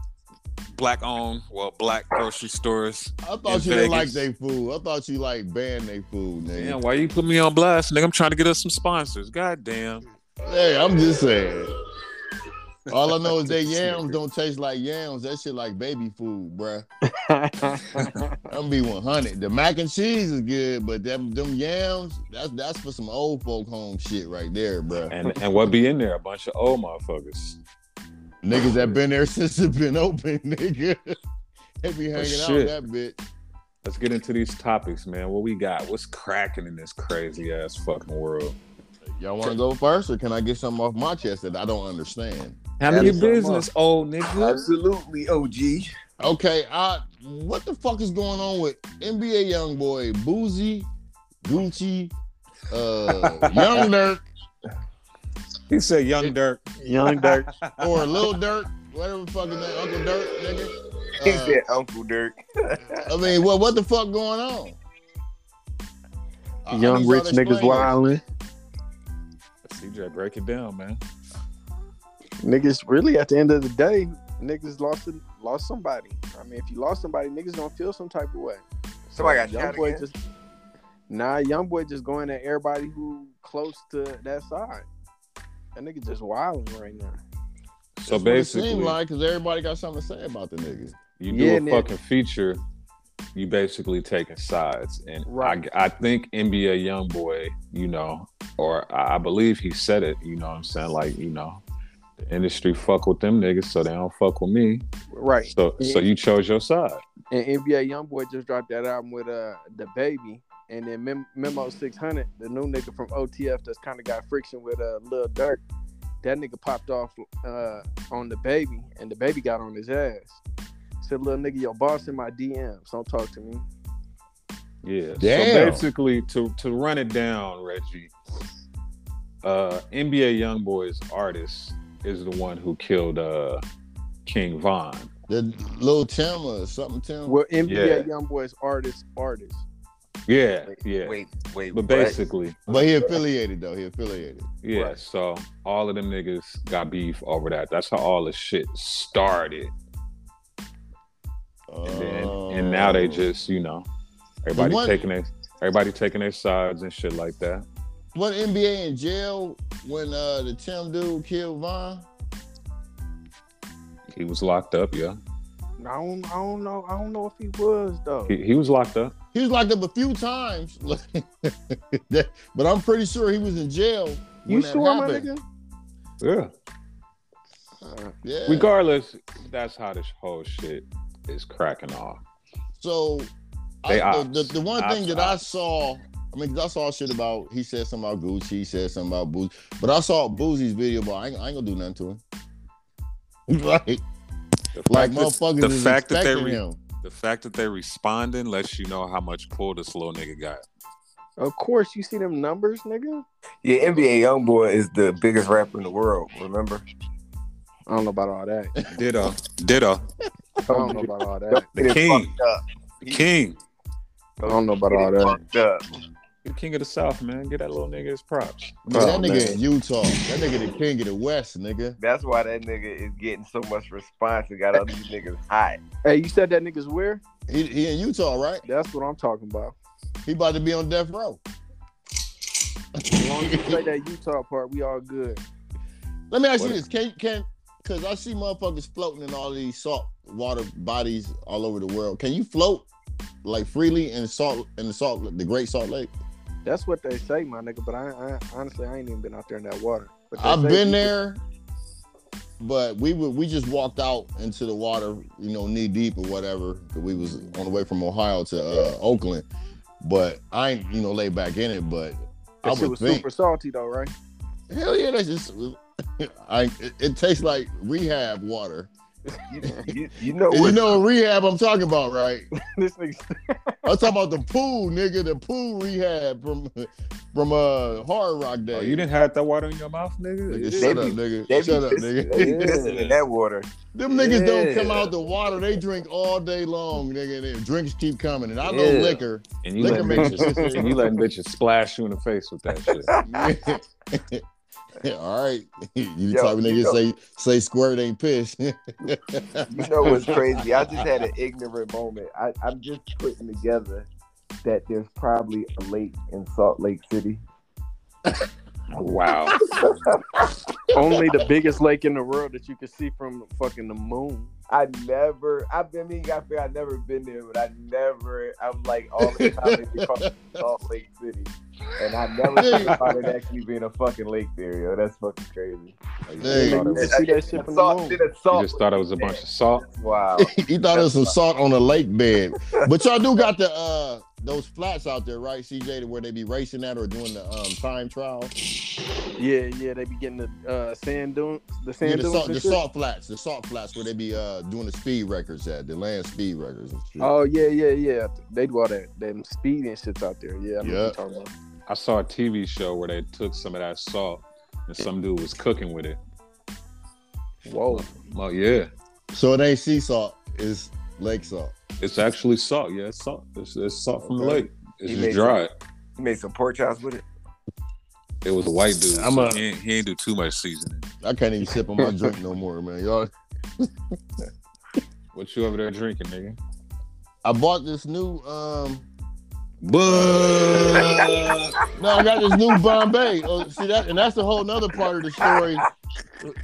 Speaker 1: black owned well black grocery stores.
Speaker 2: I thought
Speaker 1: In
Speaker 2: you didn't like
Speaker 1: Vegas.
Speaker 2: they food. I thought you like ban they food, nigga.
Speaker 1: Damn, why you put me on blast, nigga? I'm trying to get us some sponsors. God damn.
Speaker 2: Hey, I'm just saying. All I know is they yams don't taste like yams. That shit like baby food, bruh. I'm be 100. The mac and cheese is good, but them them yams, that's that's for some old folk home shit right there, bruh.
Speaker 1: And and what be in there? A bunch of old motherfuckers.
Speaker 2: Niggas that been there since it been open, nigga. They
Speaker 4: Oh,
Speaker 2: be hanging out
Speaker 1: shit.
Speaker 2: with that bitch.
Speaker 1: Let's get into these topics, man. What we got? What's cracking in this crazy ass fucking world?
Speaker 2: Y'all want to go first, or can I get something off my chest that I don't understand?
Speaker 1: Handle your
Speaker 3: Add some
Speaker 1: business, old nigga.
Speaker 3: Absolutely, OG.
Speaker 2: Okay, I what the fuck is going on with NBA YoungBoy, Boozy, Gucci, uh, Young Dirk,
Speaker 1: He said, "Young Dirk."
Speaker 4: Young Dirk.
Speaker 2: or Lil Dirk, whatever the fuck his name, Uncle Dirk, nigga.
Speaker 3: He
Speaker 2: Uh,
Speaker 3: said Uncle Dirk.
Speaker 2: I mean, what what the fuck going on? I- I
Speaker 4: Young
Speaker 2: need y'all
Speaker 4: rich
Speaker 2: to
Speaker 4: niggas
Speaker 2: explain
Speaker 4: wildin'.
Speaker 1: CJ, break it down, man.
Speaker 4: Niggas really at the end of the day, niggas lost it- lost somebody. I mean, if you lost somebody, niggas don't feel some type of way.
Speaker 3: Somebody got
Speaker 4: young
Speaker 3: shot
Speaker 4: boy
Speaker 3: again?
Speaker 4: just nah, young boy just going at everybody who close to that side. That nigga just wilding right now.
Speaker 1: So
Speaker 2: what it
Speaker 1: basically,
Speaker 2: seemed like because everybody got something to say about the niggas.
Speaker 1: You do
Speaker 4: Yeah,
Speaker 1: a
Speaker 4: nigga.
Speaker 1: fucking feature. you basically taking sides. And
Speaker 4: Right.
Speaker 1: I, I think NBA YoungBoy, you know, or I I believe he said it. You know what I'm saying? Like you know, the industry fuck with them niggas, so they don't fuck with me.
Speaker 4: Right.
Speaker 1: So so you chose your side.
Speaker 4: And NBA YoungBoy just dropped that album with uh the baby, and then Mem- Memo Six Hundred, the new nigga from OTF that's kind of got friction with uh Lil Durk. That nigga popped off uh on the baby, and the baby got on his ass. Said, "Little nigga, your boss in my DMs. Don't talk to me."
Speaker 1: Yeah. So
Speaker 2: Damn.
Speaker 1: basically, to to run it down, Reggie, uh, NBA YoungBoy's artist is the one who killed uh, King Von.
Speaker 2: The little Tim or something Tim.
Speaker 4: Well, NBA
Speaker 1: Yeah.
Speaker 4: YoungBoy's artist, artist.
Speaker 1: Yeah,
Speaker 3: Wait,
Speaker 1: yeah.
Speaker 3: Wait, wait.
Speaker 1: But
Speaker 3: what?
Speaker 1: basically,
Speaker 2: But he affiliated though. He affiliated.
Speaker 1: yeah.
Speaker 3: Right.
Speaker 1: So all of them niggas got beef over that. That's how all the shit started, and then and now they
Speaker 2: Oh.
Speaker 1: just you know everybody
Speaker 2: one-
Speaker 1: taking their everybody taking their sides and shit like that.
Speaker 2: What NBA in jail when uh the Tim dude killed Von?
Speaker 1: He was locked up, yeah.
Speaker 4: I don't, I don't know, I don't know if he was though.
Speaker 1: He, he was locked up.
Speaker 2: He was locked up a few times, That- but I'm pretty sure he was in jail. When
Speaker 4: you
Speaker 2: that
Speaker 4: sure, my
Speaker 2: happened.
Speaker 4: nigga?
Speaker 1: Yeah.
Speaker 4: Uh,
Speaker 2: Yeah.
Speaker 1: Regardless, that's how this whole shit is cracking off.
Speaker 2: So,
Speaker 1: They
Speaker 2: I,
Speaker 1: ops.
Speaker 2: the, the, the one
Speaker 1: Ops,
Speaker 2: thing that I
Speaker 1: ops.
Speaker 2: saw, I mean, 'cause I saw shit about, he said something about Gucci, he said something about Boozy, but I saw Boozy's video, but I ain't, I ain't gonna do nothing to him. Like,
Speaker 1: The
Speaker 2: like
Speaker 1: fact that-
Speaker 2: motherfuckers
Speaker 1: the
Speaker 2: is
Speaker 1: fact that they
Speaker 2: expecting
Speaker 1: re- Oh,
Speaker 2: him.
Speaker 1: the fact that they responding lets you know how much pull this little nigga got.
Speaker 4: Uh, of course, you see them numbers, nigga.
Speaker 3: Yeah, NBA YoungBoy is the biggest rapper in the world. Remember?
Speaker 4: I don't know about all that.
Speaker 1: Ditto, ditto.
Speaker 4: I don't know about all that.
Speaker 3: Don't
Speaker 1: The
Speaker 3: get it
Speaker 1: king.
Speaker 3: fucked up.
Speaker 1: The king,
Speaker 4: I don't know about
Speaker 3: Get
Speaker 4: all
Speaker 3: it
Speaker 4: that.
Speaker 3: fucked up.
Speaker 1: the king of the south, man. Get that little nigga his props.
Speaker 2: Man, that
Speaker 4: Oh,
Speaker 2: nigga
Speaker 4: man.
Speaker 2: in Utah. That nigga the king of the West, nigga.
Speaker 3: That's why that nigga is getting so much response and got all these niggas hot.
Speaker 4: Hey, you said that nigga's weird?
Speaker 2: He, he in Utah, right?
Speaker 4: That's what I'm talking about.
Speaker 2: He about to be on death row.
Speaker 4: As long as you say that Utah part, we all good.
Speaker 2: Let me ask you
Speaker 1: What-
Speaker 2: this: Can can because I see motherfuckers floating in all these salt water bodies all over the world. Can you float like freely in salt in the salt the Great Salt Lake?
Speaker 4: That's what they say, my nigga. But I, I honestly, I ain't even been out there in that water. But they
Speaker 2: I've
Speaker 4: say
Speaker 2: been
Speaker 4: you-
Speaker 2: there, but we would we just walked out into the water, you know, knee deep or whatever. 'cause we was on the way from Ohio to uh, Oakland, but I ain't you know laid back in it. But
Speaker 4: That
Speaker 2: I
Speaker 4: shit
Speaker 2: would
Speaker 4: was
Speaker 2: think,
Speaker 4: super salty though, right?
Speaker 2: hell yeah, that's just. I it, it tastes like rehab water.
Speaker 3: You, you, you know
Speaker 2: And you
Speaker 3: what?
Speaker 2: know what rehab I'm talking about, right?
Speaker 4: this nigga.
Speaker 2: I'm talking about the pool, nigga. The pool rehab from from uh Hard Rock Day.
Speaker 1: Oh, you didn't have that water in your mouth, nigga.
Speaker 2: Nigga,
Speaker 3: They
Speaker 2: shut
Speaker 3: be-
Speaker 2: up, nigga.
Speaker 3: They be
Speaker 2: Shut up,
Speaker 3: pissing,
Speaker 2: nigga.
Speaker 3: they be pissing in that water.
Speaker 2: Them niggas don't come
Speaker 3: Yeah.
Speaker 2: out the water. They drink all day long, nigga. And their drinks keep coming. And I know
Speaker 3: Yeah.
Speaker 2: liquor.
Speaker 1: And you
Speaker 2: liquor
Speaker 1: letting
Speaker 2: makes
Speaker 1: bitches,
Speaker 2: you sick.
Speaker 1: and you letting bitches splash you in the face with that shit.
Speaker 2: Yeah, all right. You the
Speaker 3: Yo,
Speaker 2: type of
Speaker 3: you
Speaker 2: nigga
Speaker 3: know-
Speaker 2: say say squirt ain't pissed.
Speaker 3: You know what's crazy? I just had an ignorant moment. I, I'm just putting together that there's probably a lake in Salt Lake City.
Speaker 1: Wow.
Speaker 4: Only the biggest lake in the world that you can see from fucking the moon.
Speaker 3: I never, I've been, I mean, I feel I've never been there, but I never, I'm like all the time they call it Salt Lake City. And I never think about it actually being a fucking lake there, yo. That's fucking crazy.
Speaker 1: You
Speaker 2: Hey.
Speaker 1: just thought it
Speaker 4: You
Speaker 1: was-
Speaker 4: see that shit from the
Speaker 3: Salt-
Speaker 4: moon.
Speaker 3: did a
Speaker 1: you
Speaker 3: salt
Speaker 1: just thought it was a bunch of salt.
Speaker 3: Wow.
Speaker 2: he thought it was some salt on a lake bed. But y'all do got the uh those flats out there, right, CJ, to where they be racing at or doing the um time trial.
Speaker 4: Yeah, yeah, they be getting the uh, sand dunes,
Speaker 2: Yeah,
Speaker 4: the sand
Speaker 2: the
Speaker 4: dunes.
Speaker 2: salt,
Speaker 4: and
Speaker 2: the
Speaker 4: shit.
Speaker 2: salt flats, the salt flats where they be uh doing the speed records at, the land speed records and shit.
Speaker 4: Oh yeah, yeah, yeah. They do all that, them speed and shits out there. Yeah, I know what
Speaker 2: Yeah.
Speaker 4: you're talking about.
Speaker 1: I saw a TV show where they took some of that salt and some dude was cooking with it.
Speaker 4: Whoa,
Speaker 1: Well, yeah,
Speaker 2: So it ain't sea salt, it's lake salt.
Speaker 1: it's actually salt. Yeah, it's salt. It's, it's salt from the
Speaker 3: Okay.
Speaker 1: lake. It's
Speaker 3: He
Speaker 1: just
Speaker 3: made
Speaker 1: dried.
Speaker 3: You made some pork chops with it.
Speaker 1: It was a white dude.
Speaker 2: I'm
Speaker 1: so
Speaker 2: a-
Speaker 1: he, ain't, he ain't do too much seasoning.
Speaker 2: I can't even sip on my drink no more, man. Y'all
Speaker 1: What you over there drinking, nigga?
Speaker 2: I bought this new um
Speaker 1: But
Speaker 2: no, I got this new Bombay. Oh, see that and that's a whole nother part of the story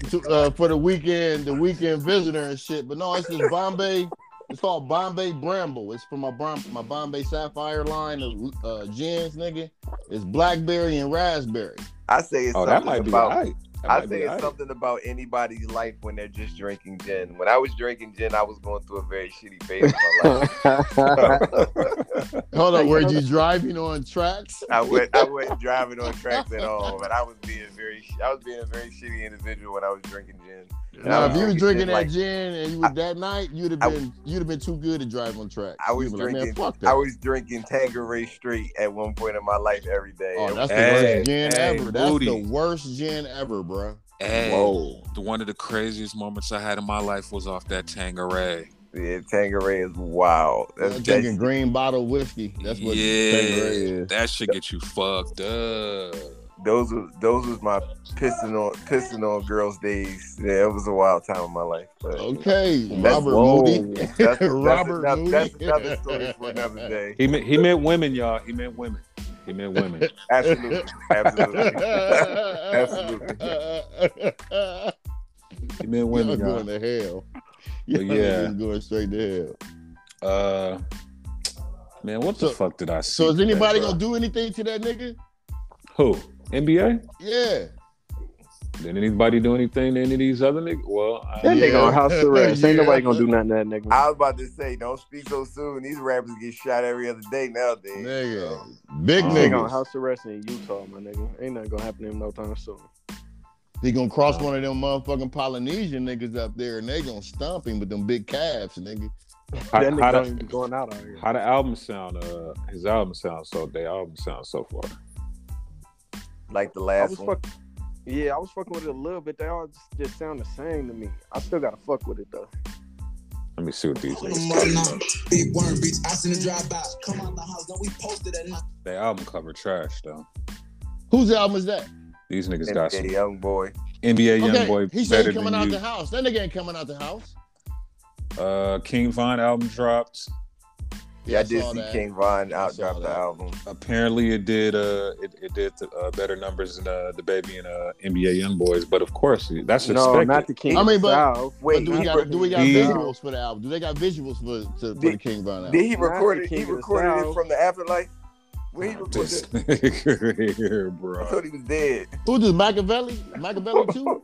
Speaker 2: to, uh, for the weekend, the weekend visitor and shit. But no, it's this Bombay It's called Bombay Bramble. It's from my Brom- my Bombay Sapphire line of uh, gins, nigga. It's blackberry and raspberry.
Speaker 3: I say it's
Speaker 1: Oh, that
Speaker 3: something
Speaker 1: might be
Speaker 3: about.
Speaker 1: all right. That
Speaker 3: I
Speaker 1: might
Speaker 3: say
Speaker 1: be
Speaker 3: it's
Speaker 1: all right.
Speaker 3: something about anybody's life when they're just drinking gin. When I was drinking gin, I was going through a very shitty phase of my life.
Speaker 2: Hold on, were you driving on tracks?
Speaker 3: I went, I wasn't driving on tracks at all, but I was being very, sh- I was being a very shitty individual when I was drinking gin.
Speaker 2: Now, if you
Speaker 3: was
Speaker 2: was drinking that
Speaker 3: like-
Speaker 2: gin and you was that night, you'd have
Speaker 3: I-
Speaker 2: been you'd have been too good to drive on tracks.
Speaker 3: I was
Speaker 2: You'd be like,
Speaker 3: drinking-
Speaker 2: Man, fuck that.
Speaker 3: I was drinking Tangeray Straight at one point in my life every day.
Speaker 2: oh, that's the
Speaker 1: Hey,
Speaker 2: worst gin
Speaker 1: hey,
Speaker 2: ever. That's
Speaker 1: Moody.
Speaker 2: the worst gin ever, bro.
Speaker 1: Hey,
Speaker 3: Whoa.
Speaker 1: the- one of the craziest moments I had in my life was off that Tangeray.
Speaker 3: Yeah, Tangeray is wild. That's,
Speaker 2: I'm
Speaker 3: that's,
Speaker 2: drinking green bottle whiskey. That's what
Speaker 1: Yeah.
Speaker 2: Tanqueray is.
Speaker 1: That should get you fucked up.
Speaker 3: those was those was my pissing on pissing on girls days. Yeah, it was a wild time in my life. But
Speaker 2: Okay,
Speaker 3: that's-
Speaker 2: Robert
Speaker 3: whoa.
Speaker 2: Moody.
Speaker 3: That's, that's,
Speaker 2: Robert
Speaker 3: another,
Speaker 2: Moody.
Speaker 3: that's another story for another day.
Speaker 1: He meant he meant women, y'all. He meant women. He meant women.
Speaker 3: Absolutely, absolutely.
Speaker 2: Absolutely.
Speaker 1: he meant
Speaker 2: Y'all
Speaker 1: women,
Speaker 2: going
Speaker 1: y'all.
Speaker 2: to hell.
Speaker 1: But
Speaker 2: Y'all
Speaker 1: yeah.
Speaker 2: niggas going straight to hell.
Speaker 1: Uh, man, what the
Speaker 2: So-
Speaker 1: fuck did I see?
Speaker 2: So is
Speaker 1: today,
Speaker 2: anybody
Speaker 1: bro?
Speaker 2: gonna do anything to that nigga?
Speaker 1: who NBA?
Speaker 2: Yeah.
Speaker 1: Did anybody do anything to any of these other niggas? Well, I,
Speaker 4: That
Speaker 2: Yeah.
Speaker 4: nigga on house arrest. Ain't
Speaker 2: Yeah.
Speaker 4: nobody gonna do nothing to that nigga.
Speaker 3: I was about to say, don't speak so soon. These rappers get shot every other day nowadays.
Speaker 2: Nigga. Big
Speaker 1: Oh.
Speaker 4: Nigga on
Speaker 2: nigga.
Speaker 4: house arrest in Utah, my nigga. Ain't nothing gonna happen to him no time soon.
Speaker 2: He gonna cross one of them motherfucking Polynesian niggas up there and they gonna stomp him with them big calves, nigga.
Speaker 1: how,
Speaker 4: that
Speaker 1: how
Speaker 4: nigga don't
Speaker 1: the,
Speaker 4: even be going out out here.
Speaker 1: how the album sound? Uh, his album sounds so. Their album sounds so far.
Speaker 3: Like the
Speaker 4: I
Speaker 3: last
Speaker 4: was
Speaker 3: one.
Speaker 4: fuck- yeah, I was fucking with it a little bit. They all just, just sound the same to me. I still gotta fuck with it though.
Speaker 1: Let me see what these
Speaker 5: Put 'em
Speaker 1: niggas
Speaker 5: on
Speaker 1: talking
Speaker 5: now.
Speaker 1: about.
Speaker 5: Big worm, bitch. I seen the drive by. Come out the house. Now we posted at night.
Speaker 1: Their album cover trash though.
Speaker 2: Whose album is that?
Speaker 1: These niggas
Speaker 3: And
Speaker 1: got
Speaker 3: a
Speaker 1: some
Speaker 3: young boy.
Speaker 1: NBA young boy
Speaker 2: he said
Speaker 1: better
Speaker 2: he coming out
Speaker 1: than
Speaker 2: the
Speaker 1: you.
Speaker 2: house. That nigga ain't coming out the house.
Speaker 1: Uh, King Von album dropped.
Speaker 3: Yeah, I did
Speaker 2: saw
Speaker 3: see
Speaker 2: that.
Speaker 3: King Von
Speaker 2: I
Speaker 3: out
Speaker 2: saw
Speaker 3: drop the
Speaker 2: that.
Speaker 3: album.
Speaker 1: Apparently, it did. Uh, it, it did uh, better numbers than uh, the baby and uh, NBA young boys. But of course, that's
Speaker 4: no,
Speaker 1: expected.
Speaker 4: not the king.
Speaker 2: I mean,
Speaker 4: of
Speaker 2: but-
Speaker 4: South.
Speaker 2: But
Speaker 3: Wait,
Speaker 2: do we
Speaker 3: he,
Speaker 4: not
Speaker 2: got
Speaker 3: re-
Speaker 2: do we got
Speaker 1: he-
Speaker 2: visuals for the album? Do they got visuals for to, for the
Speaker 3: Did-
Speaker 2: King Von
Speaker 3: did
Speaker 2: album?
Speaker 3: he
Speaker 4: Not the
Speaker 3: record it?
Speaker 4: King
Speaker 3: He
Speaker 4: of the
Speaker 3: recorded it
Speaker 4: South.
Speaker 3: from the afterlife. Where he recorded
Speaker 1: This
Speaker 3: it?
Speaker 1: nigga here, bro.
Speaker 3: I thought he was dead.
Speaker 2: Who does Machiavelli? Machiavelli too?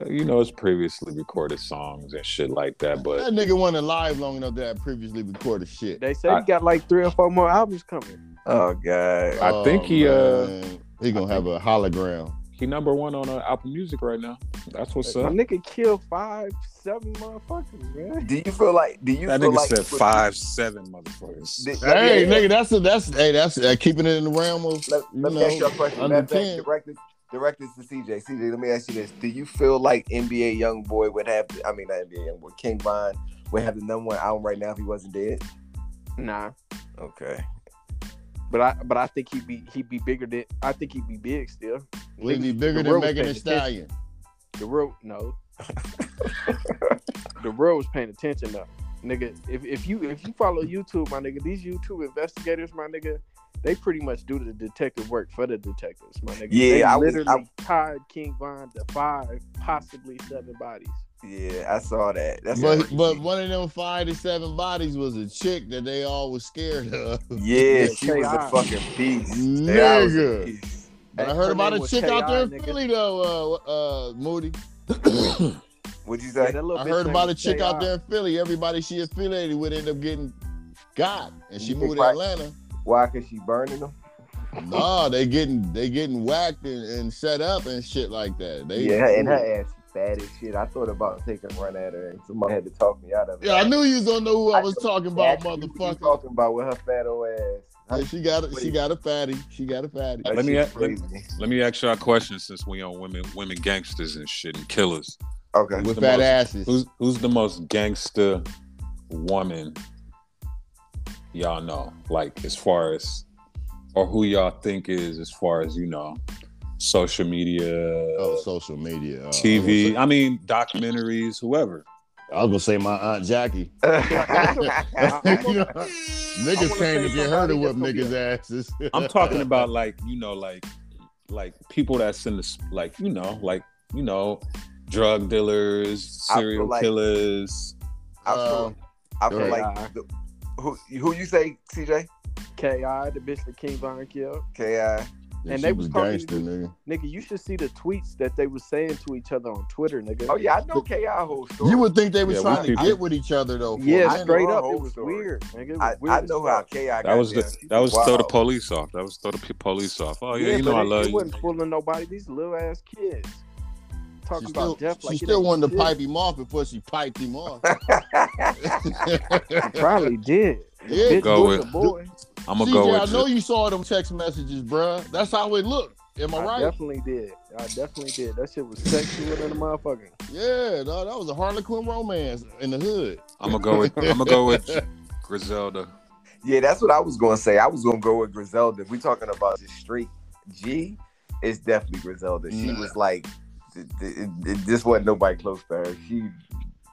Speaker 1: Uh, You know, it's previously recorded songs and shit like that, but
Speaker 2: that nigga wasn't alive long enough to have previously recorded shit.
Speaker 4: They say
Speaker 1: I-
Speaker 4: he got like three or four more albums coming.
Speaker 3: Oh god.
Speaker 1: I think he, uh,
Speaker 2: man. he gonna have a hologram.
Speaker 1: he number one on uh, Apple Music right now. That's what's
Speaker 4: My
Speaker 1: up.
Speaker 4: nigga killed five, seven motherfuckers, man.
Speaker 3: Do you feel like? Do you
Speaker 1: That
Speaker 3: feel
Speaker 1: nigga
Speaker 3: like
Speaker 1: said five seven motherfuckers.
Speaker 3: Did-
Speaker 2: Hey,
Speaker 3: let me-
Speaker 2: nigga, that's a, that's hey, that's uh, keeping it in the realm of
Speaker 3: Let, let
Speaker 2: you
Speaker 3: me
Speaker 2: know,
Speaker 3: ask you a question.
Speaker 2: under
Speaker 3: Matter of fact,
Speaker 2: 10.
Speaker 3: direct this, direct this to CJ. CJ, let me ask you this: Do you feel like NBA YoungBoy would have? I mean, not NBA YoungBoy, King Von would have the number one album right now if he wasn't dead?
Speaker 4: Nah,
Speaker 3: Okay.
Speaker 4: but I but I think he'd be he'd be bigger than I think he'd be big still.
Speaker 2: would it be
Speaker 4: Niggas-
Speaker 2: bigger
Speaker 4: the
Speaker 2: than
Speaker 4: world was
Speaker 2: Megan Thee
Speaker 4: paying
Speaker 2: Stallion.
Speaker 4: attention. The world, no. the world was paying attention though, nigga. If, if you if you follow YouTube, my nigga, these YouTube investigators, my nigga, they pretty much do the detective work for the detectives, my nigga.
Speaker 3: Yeah,
Speaker 4: they
Speaker 3: I was-
Speaker 4: literally tied King Von to five, possibly seven bodies.
Speaker 3: Yeah, I saw that. That's
Speaker 2: But
Speaker 3: crazy.
Speaker 2: but one of them five to seven bodies was a chick that they all was scared of.
Speaker 3: yeah, she
Speaker 4: Yeah,
Speaker 3: was a
Speaker 4: K.I.
Speaker 3: fucking beast.
Speaker 2: Nigga.
Speaker 3: Yeah, I was a beast.
Speaker 2: But I
Speaker 4: Her
Speaker 2: heard about
Speaker 4: name
Speaker 2: a
Speaker 4: was
Speaker 2: chick out there in
Speaker 4: KI, nigga.
Speaker 2: Philly though, uh, uh, Moody.
Speaker 3: What'd you
Speaker 4: Yeah,
Speaker 3: say?
Speaker 4: that little
Speaker 2: I
Speaker 4: bitch
Speaker 2: heard
Speaker 4: name
Speaker 2: about a
Speaker 4: was
Speaker 2: chick out
Speaker 4: K.I.
Speaker 2: there in Philly. Everybody she affiliated with ended up getting got, and she
Speaker 3: You
Speaker 2: moved
Speaker 3: think
Speaker 2: to
Speaker 3: right-
Speaker 2: Atlanta.
Speaker 3: Why? Cause she burning them.
Speaker 2: No, they getting they getting whacked and, and set up and shit like that. They,
Speaker 3: yeah, and her ass is bad as shit. I thought about taking a run at her, and somebody had to talk me out of it.
Speaker 2: Yeah, I knew you was gonna know who I
Speaker 3: I
Speaker 2: was
Speaker 3: know
Speaker 2: talking about,
Speaker 3: That's what you- you
Speaker 2: motherfucker.
Speaker 3: Talking about with her fat old ass.
Speaker 2: Yeah, she got a, she got a fatty. She got a fatty.
Speaker 3: That
Speaker 1: Let me
Speaker 3: shit's
Speaker 1: a- let me-
Speaker 3: crazy.
Speaker 1: Let me ask y'all a question since we on women women gangsters and shit and killers.
Speaker 3: Okay.
Speaker 2: With
Speaker 1: the
Speaker 2: fat
Speaker 1: most-
Speaker 2: asses.
Speaker 1: Who's who's the most gangster woman y'all know? Like as far as or who y'all think is as far as you know social media
Speaker 2: Oh, social media. Uh,
Speaker 1: TV.
Speaker 2: I was,
Speaker 1: I mean, documentaries, whoever.
Speaker 2: gonna say, I was gonna say my aunt Jackie. You know, niggas came to get her to whip niggas' asses.
Speaker 1: I'm talking about like you know, like like people that's in the s- like you know, like you know, drug dealers,
Speaker 3: I feel
Speaker 1: serial
Speaker 3: like-
Speaker 1: killers.
Speaker 3: I feel,
Speaker 2: Um,
Speaker 3: I feel
Speaker 2: Right.
Speaker 3: like the, who who you say CJ
Speaker 4: Ki, the bitch that King Von killed.
Speaker 3: Ki.
Speaker 2: Yeah,
Speaker 4: And
Speaker 2: she
Speaker 4: they
Speaker 2: was
Speaker 4: was probably-
Speaker 2: gangster, nigga.
Speaker 4: Nigga, you should see the tweets that they were saying to each other on Twitter, nigga.
Speaker 3: Oh yeah, I know Ki whole story.
Speaker 2: You would think they was
Speaker 1: Yeah, we
Speaker 2: trying to
Speaker 1: could-
Speaker 2: get with each other though. for a
Speaker 4: yeah,
Speaker 2: minute.
Speaker 4: straight
Speaker 3: Her
Speaker 4: up,
Speaker 3: whole
Speaker 4: it was
Speaker 3: story.
Speaker 4: weird, nigga. It was
Speaker 3: I,
Speaker 4: weird
Speaker 3: I
Speaker 4: as
Speaker 3: know how
Speaker 4: fuck.
Speaker 3: Ki got
Speaker 1: That was
Speaker 3: there.
Speaker 1: the, that was throw
Speaker 3: Wow.
Speaker 1: the police off. That was throw the p- police off. Oh yeah, you know
Speaker 4: but
Speaker 1: I
Speaker 4: it,
Speaker 1: love
Speaker 4: it
Speaker 1: you.
Speaker 4: wasn't fooling nobody. These little ass kids
Speaker 2: She
Speaker 4: talking
Speaker 2: still,
Speaker 4: about death
Speaker 2: she
Speaker 4: like it
Speaker 2: still
Speaker 4: ain't
Speaker 2: wanted to
Speaker 4: shit.
Speaker 2: pipe him off before she piped him off.
Speaker 4: Probably did.
Speaker 2: yeah,
Speaker 4: Bitch
Speaker 1: Go
Speaker 4: was
Speaker 1: with-
Speaker 4: a boy.
Speaker 1: I'm gonna
Speaker 2: CJ,
Speaker 1: go
Speaker 2: I
Speaker 1: with
Speaker 2: know
Speaker 1: you.
Speaker 2: you saw them text messages, bruh. That's how it looked. Am I,
Speaker 4: I
Speaker 2: right?
Speaker 4: definitely did. I definitely did. That shit was sexual than a motherfucker.
Speaker 2: Yeah, no, that was a Harlequin romance in the hood.
Speaker 1: I'm gonna go with I'm gonna go with Griselda.
Speaker 3: yeah, that's what I was gonna say. I was gonna go with Griselda. If we talking about the straight G, it's definitely Griselda. She
Speaker 2: Nah.
Speaker 3: was like, th- th- it- it- this wasn't nobody close to her. She,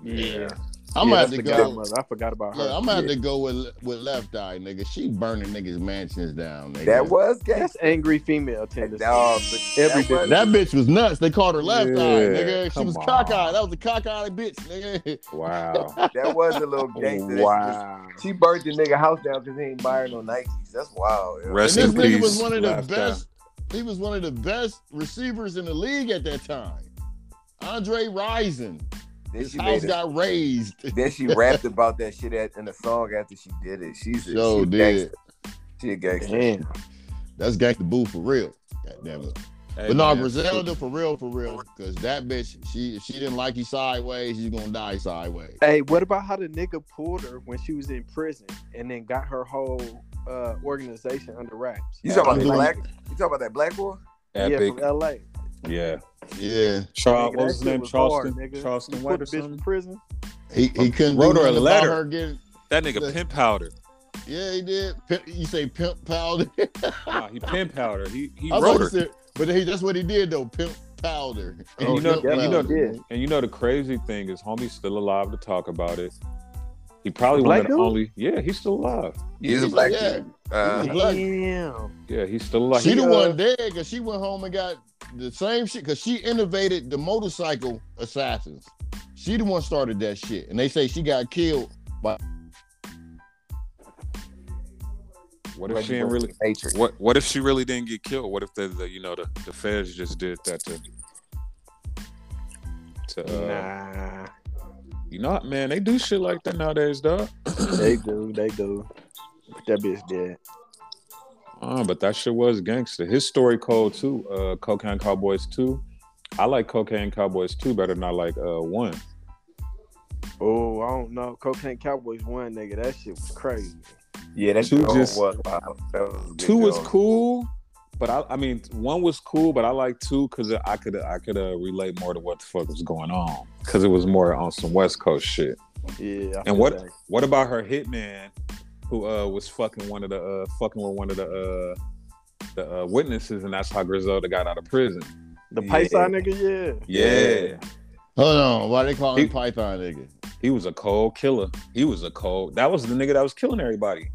Speaker 4: Yeah.
Speaker 2: I'm
Speaker 4: yeah,
Speaker 2: gonna have to
Speaker 4: that's the
Speaker 2: go.
Speaker 4: godmother. I forgot about her.
Speaker 2: Look, I'm gonna have to go with with left eye, nigga. She burning niggas mansions down, nigga.
Speaker 3: that was gay.
Speaker 4: That's angry female
Speaker 3: And,
Speaker 4: tendency.
Speaker 3: uh,
Speaker 4: Every
Speaker 3: that was-
Speaker 2: that bitch was nuts. They called her left eye,
Speaker 1: Yeah,
Speaker 2: nigga. She
Speaker 1: come
Speaker 2: was
Speaker 1: on.
Speaker 2: cockeyed. That was a cockeyed bitch, nigga.
Speaker 1: Wow.
Speaker 3: that was a little gangster.
Speaker 4: Wow.
Speaker 3: She burned the nigga house down because he ain't buying no Nikes. That's wild. yo.
Speaker 1: Rest
Speaker 2: and this
Speaker 1: in
Speaker 2: nigga
Speaker 1: peace,
Speaker 2: was one of the
Speaker 1: Left Eye.
Speaker 2: best. He was one of the best receivers in the league at that time. Andre Rison.
Speaker 3: Then
Speaker 2: His
Speaker 3: she
Speaker 2: house
Speaker 3: made a,
Speaker 2: got raised.
Speaker 3: then she rapped about that shit at, in a song after she did it. She's a,
Speaker 2: So
Speaker 3: she a
Speaker 2: did.
Speaker 3: gangster. She a gangster.
Speaker 4: Damn.
Speaker 2: That's gangsta boo for real. God damn it.
Speaker 1: Hey,
Speaker 2: But no,
Speaker 1: man.
Speaker 2: Griselda for real, for real. Cause that bitch, she if she didn't like you sideways, she's gonna die sideways.
Speaker 4: Hey, what about how the nigga pulled her when she was in prison and then got her whole uh, organization under wraps?
Speaker 3: You talking about
Speaker 2: I'm
Speaker 3: that
Speaker 2: doing-
Speaker 3: black? You talking about that black boy?
Speaker 1: Epic.
Speaker 4: Yeah, from LA.
Speaker 1: Yeah.
Speaker 2: Yeah.
Speaker 1: Charles, what
Speaker 4: Nigga, that
Speaker 1: was his
Speaker 4: shit
Speaker 1: name?
Speaker 4: was
Speaker 1: Charleston.
Speaker 4: hard, nigga.
Speaker 1: Charleston
Speaker 4: You
Speaker 1: White
Speaker 4: put
Speaker 1: or
Speaker 4: a bitch in
Speaker 1: something.
Speaker 4: prison.
Speaker 2: He he couldn't
Speaker 1: Wrote her a
Speaker 2: do nothing about
Speaker 1: letter.
Speaker 2: her getting
Speaker 1: That nigga
Speaker 2: Look.
Speaker 1: pimp powder.
Speaker 2: Yeah, he did. Pimp, you say pimp powder.
Speaker 1: Nah, he pimp powder. He he
Speaker 2: I was
Speaker 1: wrote
Speaker 2: gonna
Speaker 1: her.
Speaker 2: say- oh, but he, that's what he did though, pimp powder.
Speaker 1: And you know-
Speaker 2: Pimp
Speaker 1: and you know-
Speaker 2: powder.
Speaker 1: And you know the crazy thing is, homie's still alive to talk about it. He probably one
Speaker 4: Black
Speaker 1: of the
Speaker 4: dude?
Speaker 1: only. Yeah, he's still alive.
Speaker 3: He's a black
Speaker 2: Yeah.
Speaker 3: dude. Uh,
Speaker 2: He's black.
Speaker 4: Damn.
Speaker 1: Yeah, he's still alive.
Speaker 2: she
Speaker 1: He-
Speaker 2: the
Speaker 4: uh,
Speaker 2: one dead because she went home and got the same shit because she innovated the motorcycle assassins. She the one started that shit, and they say she got killed.
Speaker 1: what if she ain't really?
Speaker 3: Matrix.
Speaker 1: What What if she really didn't get killed? What if the, the you know the, the feds just did that to? To uh,
Speaker 4: Nah.
Speaker 1: you know, man, they do shit like that nowadays, dog.
Speaker 4: They do. They do. But that bitch dead.
Speaker 1: Uh, but that shit was gangster. His story cold too. Uh, Cocaine Cowboys two. I like Cocaine Cowboys two better than I like uh one.
Speaker 4: Oh, I don't know. Cocaine Cowboys one, nigga. That shit was crazy.
Speaker 3: Yeah, that's
Speaker 1: Two
Speaker 3: two
Speaker 1: just-
Speaker 3: just was, wow. That was a good
Speaker 1: Two was
Speaker 3: job.
Speaker 1: cool, but I, I mean one was cool, but I like two because I could I could uh, relate more to what the fuck was going on because it was more on some West Coast shit.
Speaker 4: Yeah. I
Speaker 1: And
Speaker 4: feel
Speaker 1: what
Speaker 4: that.
Speaker 1: what about her hitman who uh was fucking one of the uh fucking with one of the uh the uh, witnesses and that's how Griselda got out of prison.
Speaker 4: The
Speaker 3: Yeah.
Speaker 4: Paisa nigga, yeah.
Speaker 1: Yeah.
Speaker 2: Hold on, why they call him
Speaker 1: He-
Speaker 2: Python nigga?
Speaker 1: He was a cold killer. He was a cold. That was the nigga that was killing everybody.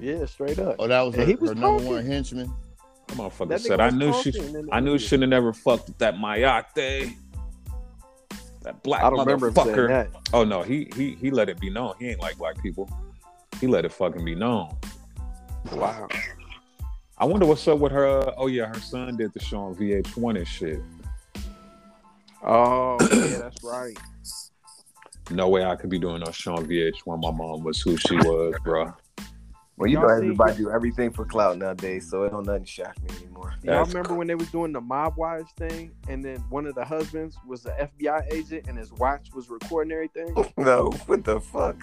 Speaker 4: Yeah, straight up.
Speaker 2: Oh, that was
Speaker 4: And
Speaker 2: her,
Speaker 4: he was
Speaker 2: her number
Speaker 4: talking.
Speaker 2: one henchman.
Speaker 1: That motherfucker
Speaker 4: That nigga
Speaker 1: said, "I
Speaker 4: was
Speaker 1: knew she,
Speaker 4: talking in the
Speaker 1: I knew
Speaker 4: interview.
Speaker 1: she should have never fucked with that Mayate, that black
Speaker 4: I don't remember him saying
Speaker 1: motherfucker."
Speaker 4: that.
Speaker 1: Oh no, he he he let it be known. He ain't like black people. He let it fucking be known.
Speaker 4: Wow.
Speaker 1: I wonder what's up with her. Oh yeah, her son did the show on VH1 and shit.
Speaker 4: Oh, yeah, that's right.
Speaker 1: No way I could be doing no show on VH1. My mom was who she was, bro.
Speaker 3: Well, you
Speaker 4: Y'all
Speaker 3: know
Speaker 4: see-
Speaker 3: everybody do everything for clout nowadays, so it don't nothing shock me anymore.
Speaker 4: Y'all
Speaker 1: That's
Speaker 4: remember when they was doing the mob wives thing, and then one of the husbands was an FBI agent, and his watch was recording everything.
Speaker 3: No, what the fuck?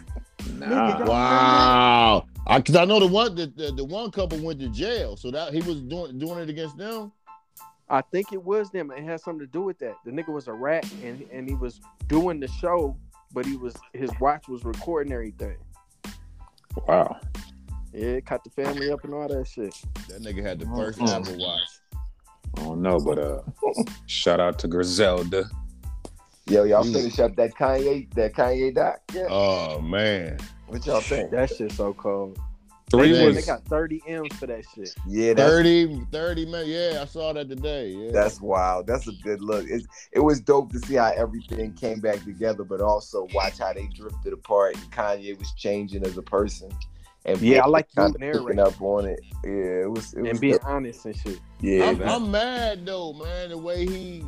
Speaker 1: Nah.
Speaker 2: Wow, because I, know the one the, the, the one couple went to jail, so that he was doing doing it against them.
Speaker 4: I think it was them. It had something to do with that. The nigga was a rat, and and he was doing the show, but he was his watch was recording everything.
Speaker 1: Wow.
Speaker 4: Yeah, it caught the family up and all that shit.
Speaker 2: That nigga had the
Speaker 3: Oh,
Speaker 2: 1st
Speaker 1: Mhm.
Speaker 2: Apple Watch.
Speaker 1: I don't know, but uh, shout out to Griselda.
Speaker 3: Yo, y'all
Speaker 2: Mm.
Speaker 3: finish up that Kanye, that Kanye doc. Yeah.
Speaker 2: Oh man,
Speaker 3: what y'all think?
Speaker 4: That shit so cold.
Speaker 1: Three
Speaker 2: They-
Speaker 4: They,
Speaker 1: was
Speaker 4: got 30 M's for that shit.
Speaker 3: Yeah, that's
Speaker 2: 30, 30 minutes. Yeah, I saw that today. Yeah.
Speaker 3: That's wild. That's a good look. It, it was dope to see how everything came back together, but also watch how they drifted apart. And Kanye was changing as a person. And
Speaker 4: Yeah, I like you
Speaker 3: kind of picking
Speaker 4: narrating.
Speaker 3: up on it. Yeah, it was. It was
Speaker 4: And being
Speaker 3: dope.
Speaker 4: honest and shit.
Speaker 3: yeah,
Speaker 2: I'm,
Speaker 3: man.
Speaker 2: I'm mad though, man. The way he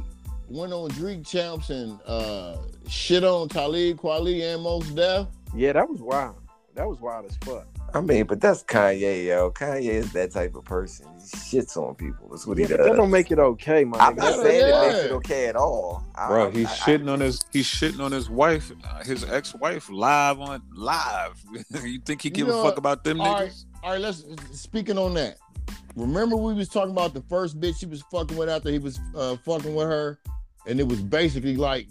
Speaker 2: went on Drake Champs and uh, shit on Talib Kweli and Most Def.
Speaker 4: Yeah, that was wild. That was wild as fuck.
Speaker 3: I mean, but that's Kanye, yo. Kanye is that type of person. He shits on people. That's what
Speaker 4: Yeah,
Speaker 3: he
Speaker 4: but that
Speaker 3: does.
Speaker 4: don't make it okay, my
Speaker 3: I'm
Speaker 4: nigga.
Speaker 3: not
Speaker 2: Yeah.
Speaker 3: saying it makes it okay at all. I-
Speaker 1: bro. He's
Speaker 3: I- I-
Speaker 1: shitting on his he's shitting on his wife, uh, his ex wife, live on live. you think he
Speaker 2: You
Speaker 1: give
Speaker 2: know,
Speaker 1: a fuck about them
Speaker 2: all right.
Speaker 1: niggas?
Speaker 2: All right, let's speaking on that. Remember we was talking about the first bitch she was fucking with after he was uh, fucking with her, and it was basically like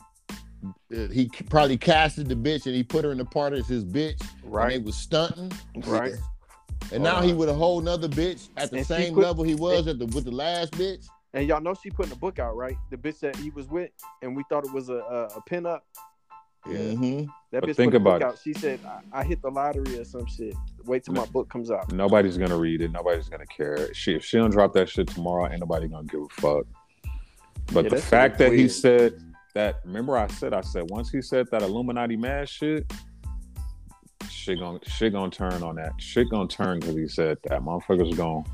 Speaker 2: uh, he c- probably casted the bitch and he put her in the part as his bitch,
Speaker 4: Right,
Speaker 2: And they was stunting,
Speaker 4: right.
Speaker 1: Oh,
Speaker 2: and now he with a whole nother bitch at the
Speaker 4: And she
Speaker 2: same
Speaker 4: quit-
Speaker 2: level he was at the with the last bitch.
Speaker 4: And y'all know she putting a book out, right? The bitch that he was with, and we thought it was a a, a pin up. Yeah.
Speaker 2: Mhm.
Speaker 4: That
Speaker 1: But
Speaker 4: bitch
Speaker 1: think
Speaker 4: put a
Speaker 1: about
Speaker 4: book
Speaker 1: it.
Speaker 4: out. She said, I, "I hit the lottery or some shit. Wait till my book comes out."
Speaker 1: Nobody's gonna read it. Nobody's gonna care. She if she don't drop that shit tomorrow, ain't nobody gonna give a fuck. But
Speaker 4: Yeah,
Speaker 1: the
Speaker 4: that's
Speaker 1: fact that he
Speaker 4: weird.
Speaker 1: said that, remember I said I said once he said that Illuminati mad shit, shit gonna shit gonna turn on that. Shit gonna turn because he said that. Motherfuckers gonna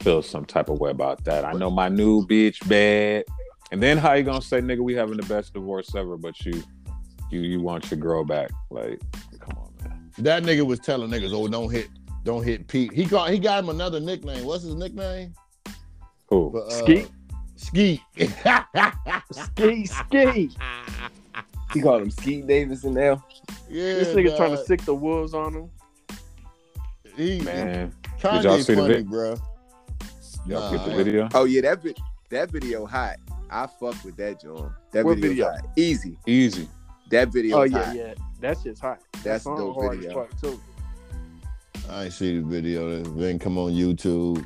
Speaker 1: feel some type of way about that. I know my new bitch bad. And then how you gonna say, nigga, we having the best divorce ever, but you you you want your girl back. Like, come on, man.
Speaker 2: That nigga was telling niggas, "Oh, don't hit, don't hit Pete." He got he got him another nickname. What's his nickname?
Speaker 1: Who?
Speaker 2: But, uh,
Speaker 4: Skeet?
Speaker 2: Skeet.
Speaker 4: Ski, ski.
Speaker 3: He called him Skeet Davidson now.
Speaker 2: yeah,
Speaker 4: This nigga
Speaker 2: dog.
Speaker 4: trying to sick the wolves on him.
Speaker 2: He,
Speaker 1: Man.
Speaker 2: Kanye
Speaker 1: Did y'all see the
Speaker 2: funny,
Speaker 1: vid-
Speaker 2: bro.
Speaker 1: Y'all
Speaker 2: Nah,
Speaker 1: get the
Speaker 2: I-
Speaker 1: video?
Speaker 3: Oh yeah, that vi- that video hot. I fuck with that, John. That
Speaker 4: What
Speaker 3: video's
Speaker 4: video?
Speaker 3: hot. Easy.
Speaker 1: Easy.
Speaker 3: That video.
Speaker 4: Oh
Speaker 3: hot.
Speaker 4: yeah, yeah. That shit's hot.
Speaker 3: That's
Speaker 4: That song
Speaker 3: dope
Speaker 4: hard
Speaker 3: video.
Speaker 4: as fuck too.
Speaker 2: I ain't see the video. It didn't come on YouTube.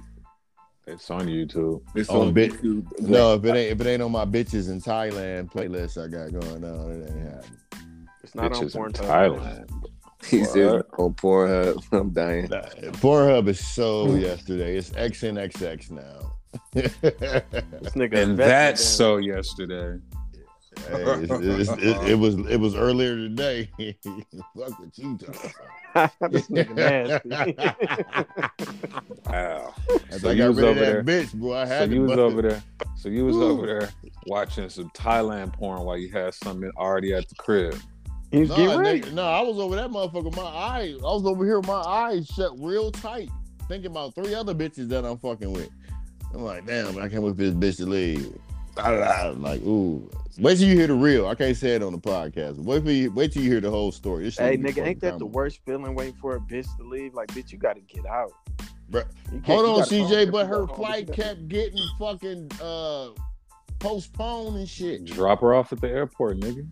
Speaker 1: It's on YouTube.
Speaker 3: It's
Speaker 2: Oh,
Speaker 3: on
Speaker 2: bit-
Speaker 3: YouTube.
Speaker 2: No, if it ain't if it ain't on my bitches in Thailand playlist I got going on, it ain't happening.
Speaker 4: It's not on
Speaker 1: Bitches
Speaker 4: porn.
Speaker 1: in Thailand.
Speaker 3: He said
Speaker 1: What?
Speaker 3: on Pornhub. I'm dying.
Speaker 2: Nah, Pornhub is so yesterday. It's XNXX now. hey,
Speaker 4: This nigga
Speaker 1: And
Speaker 4: invested
Speaker 1: that's
Speaker 4: in-
Speaker 1: so yesterday.
Speaker 2: it's- it's- it, it was it was earlier today. Fuck what you talking
Speaker 4: this nigga nasty.
Speaker 2: about.
Speaker 1: Wow.
Speaker 2: As
Speaker 1: So
Speaker 2: I
Speaker 1: you
Speaker 2: got
Speaker 1: was
Speaker 2: rid of
Speaker 1: over
Speaker 2: that
Speaker 1: there.
Speaker 2: bitch, boy. I had
Speaker 1: So
Speaker 2: to
Speaker 1: you was
Speaker 2: bust
Speaker 1: over
Speaker 2: it.
Speaker 1: there. So you was
Speaker 2: Woo.
Speaker 1: over there watching some Thailand porn while you had something already at the crib.
Speaker 4: He's
Speaker 2: No,
Speaker 4: getting ready.
Speaker 2: nigga, no, I was over that motherfucker. My eyes, I was over here, with my eyes shut real tight, thinking about three other bitches that I'm fucking with. I'm like, damn, I can't wait for this bitch to leave. I'm like, ooh, wait till you hear the real. I can't say it on the podcast. Wait for you, wait till you hear the whole story. This shit
Speaker 4: Hey
Speaker 2: be
Speaker 4: nigga, ain't
Speaker 2: fucking
Speaker 4: that the
Speaker 2: comical.
Speaker 4: worst feeling? Waiting for a bitch to leave. Like bitch, you gotta get out.
Speaker 2: Bruh,
Speaker 4: You can't- you
Speaker 2: Hold on,
Speaker 4: gotta-
Speaker 2: CJ, but her
Speaker 4: Hold on.
Speaker 2: flight kept getting fucking uh postponed and shit.
Speaker 1: Drop her off at the airport, nigga.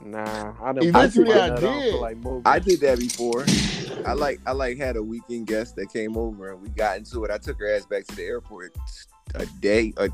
Speaker 4: Nah, I done.
Speaker 2: Eventually I
Speaker 4: don't feel
Speaker 2: did.
Speaker 4: like moving.
Speaker 3: I did that before. I like I like had a weekend guest that came over and we got into it. I took her ass back to the airport a day. A,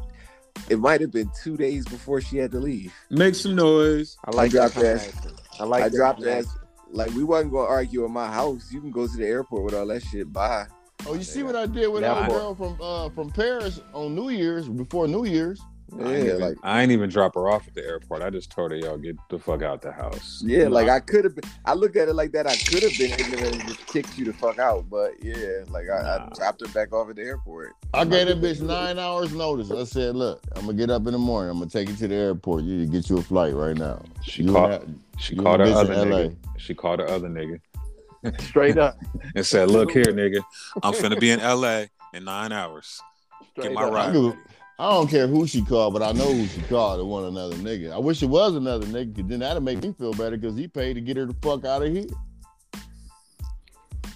Speaker 3: it might have been two days before she had to leave.
Speaker 1: Make some noise.
Speaker 4: I like
Speaker 3: I dropped
Speaker 4: that kind of
Speaker 3: ass.
Speaker 4: action. I like
Speaker 3: I
Speaker 4: that
Speaker 3: dropped
Speaker 4: kind
Speaker 3: her
Speaker 4: of
Speaker 3: ass. Like we wasn't gonna argue in my house. You can go to the airport with all that shit. Bye.
Speaker 2: Oh, you see what I did with
Speaker 4: Now
Speaker 2: that
Speaker 4: I-
Speaker 2: girl from uh from Paris on New Year's before New Year's.
Speaker 1: I, ain't
Speaker 3: Yeah,
Speaker 1: even,
Speaker 3: like
Speaker 1: I ain't even drop her off at the airport. I just told her, y'all get the fuck out the house.
Speaker 3: yeah, like I could have been. I looked at it like that. I could have been ignorant and just kicked you the fuck out. But yeah, like I,
Speaker 1: Nah.
Speaker 3: I dropped her back off at the airport.
Speaker 2: I gave that bitch nine hours notice. I said, look, I'm gonna get up in the morning. I'm gonna take you to the airport. You need to get you a flight right now.
Speaker 1: She
Speaker 2: You
Speaker 1: called.
Speaker 2: and I-
Speaker 1: she
Speaker 2: you
Speaker 1: called her
Speaker 2: and a bitch
Speaker 1: other
Speaker 2: in
Speaker 1: nigga. She called her other nigga
Speaker 4: Straight up.
Speaker 1: and said, "Look here, nigga, I'm finna be in L.A. in nine hours.
Speaker 4: Straight
Speaker 1: my
Speaker 4: up.
Speaker 1: ride.
Speaker 2: I, knew- I don't care who she called, but I know who she called. It wasn't another nigga. I wish it was another nigga, cause then that'd make me feel better because he paid to get her the fuck out of here.
Speaker 1: I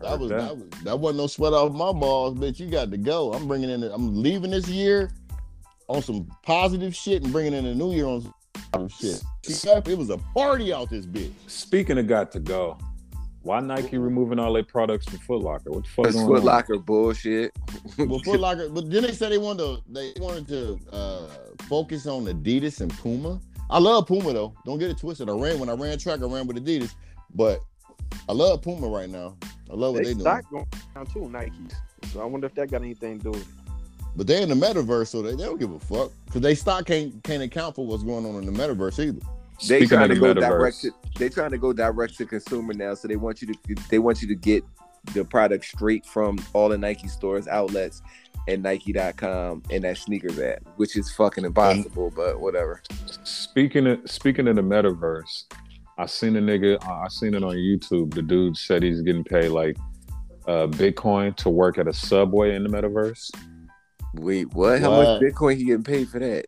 Speaker 2: That
Speaker 1: heard
Speaker 2: was,
Speaker 1: that.
Speaker 2: that was that wasn't no sweat off my balls, bitch. You got to go. I'm bringing in. I'm leaving this year on some positive shit and bringing in a new year on some positive shit. She left, It was a party out this bitch.
Speaker 1: Speaking of got to go, why Nike removing all their products from Foot Locker? What the fuck
Speaker 3: This
Speaker 1: going
Speaker 3: Foot
Speaker 1: on?
Speaker 3: Locker bullshit.
Speaker 2: Well, Foot Locker, but then they said they wanted to they wanted to uh, focus on Adidas and Puma. I love Puma though. Don't get it twisted. I ran when I ran track, I ran with Adidas, but I love Puma right now. I love what
Speaker 4: they
Speaker 2: they, doing.
Speaker 4: stock going down too, Nikes. So I wonder if that got anything to do with it.
Speaker 2: But they're in the metaverse, so they, they don't give a fuck because they stock can't can't account for what's going on in the metaverse either.
Speaker 3: They
Speaker 1: Speaking
Speaker 3: trying to
Speaker 1: of the
Speaker 3: go
Speaker 1: metaverse.
Speaker 3: direct. To, they trying to go direct to consumer now, so they want you to they want you to get the product straight from all the Nike stores, outlets, and Nike.com and that sneakers app, which is fucking impossible. But whatever.
Speaker 1: Speaking of speaking of the metaverse, I seen a nigga. I I seen it on YouTube. The dude said he's getting paid like uh, Bitcoin to work at a subway in the metaverse.
Speaker 3: Wait, what? How much
Speaker 2: What?
Speaker 3: Bitcoin he getting paid for that?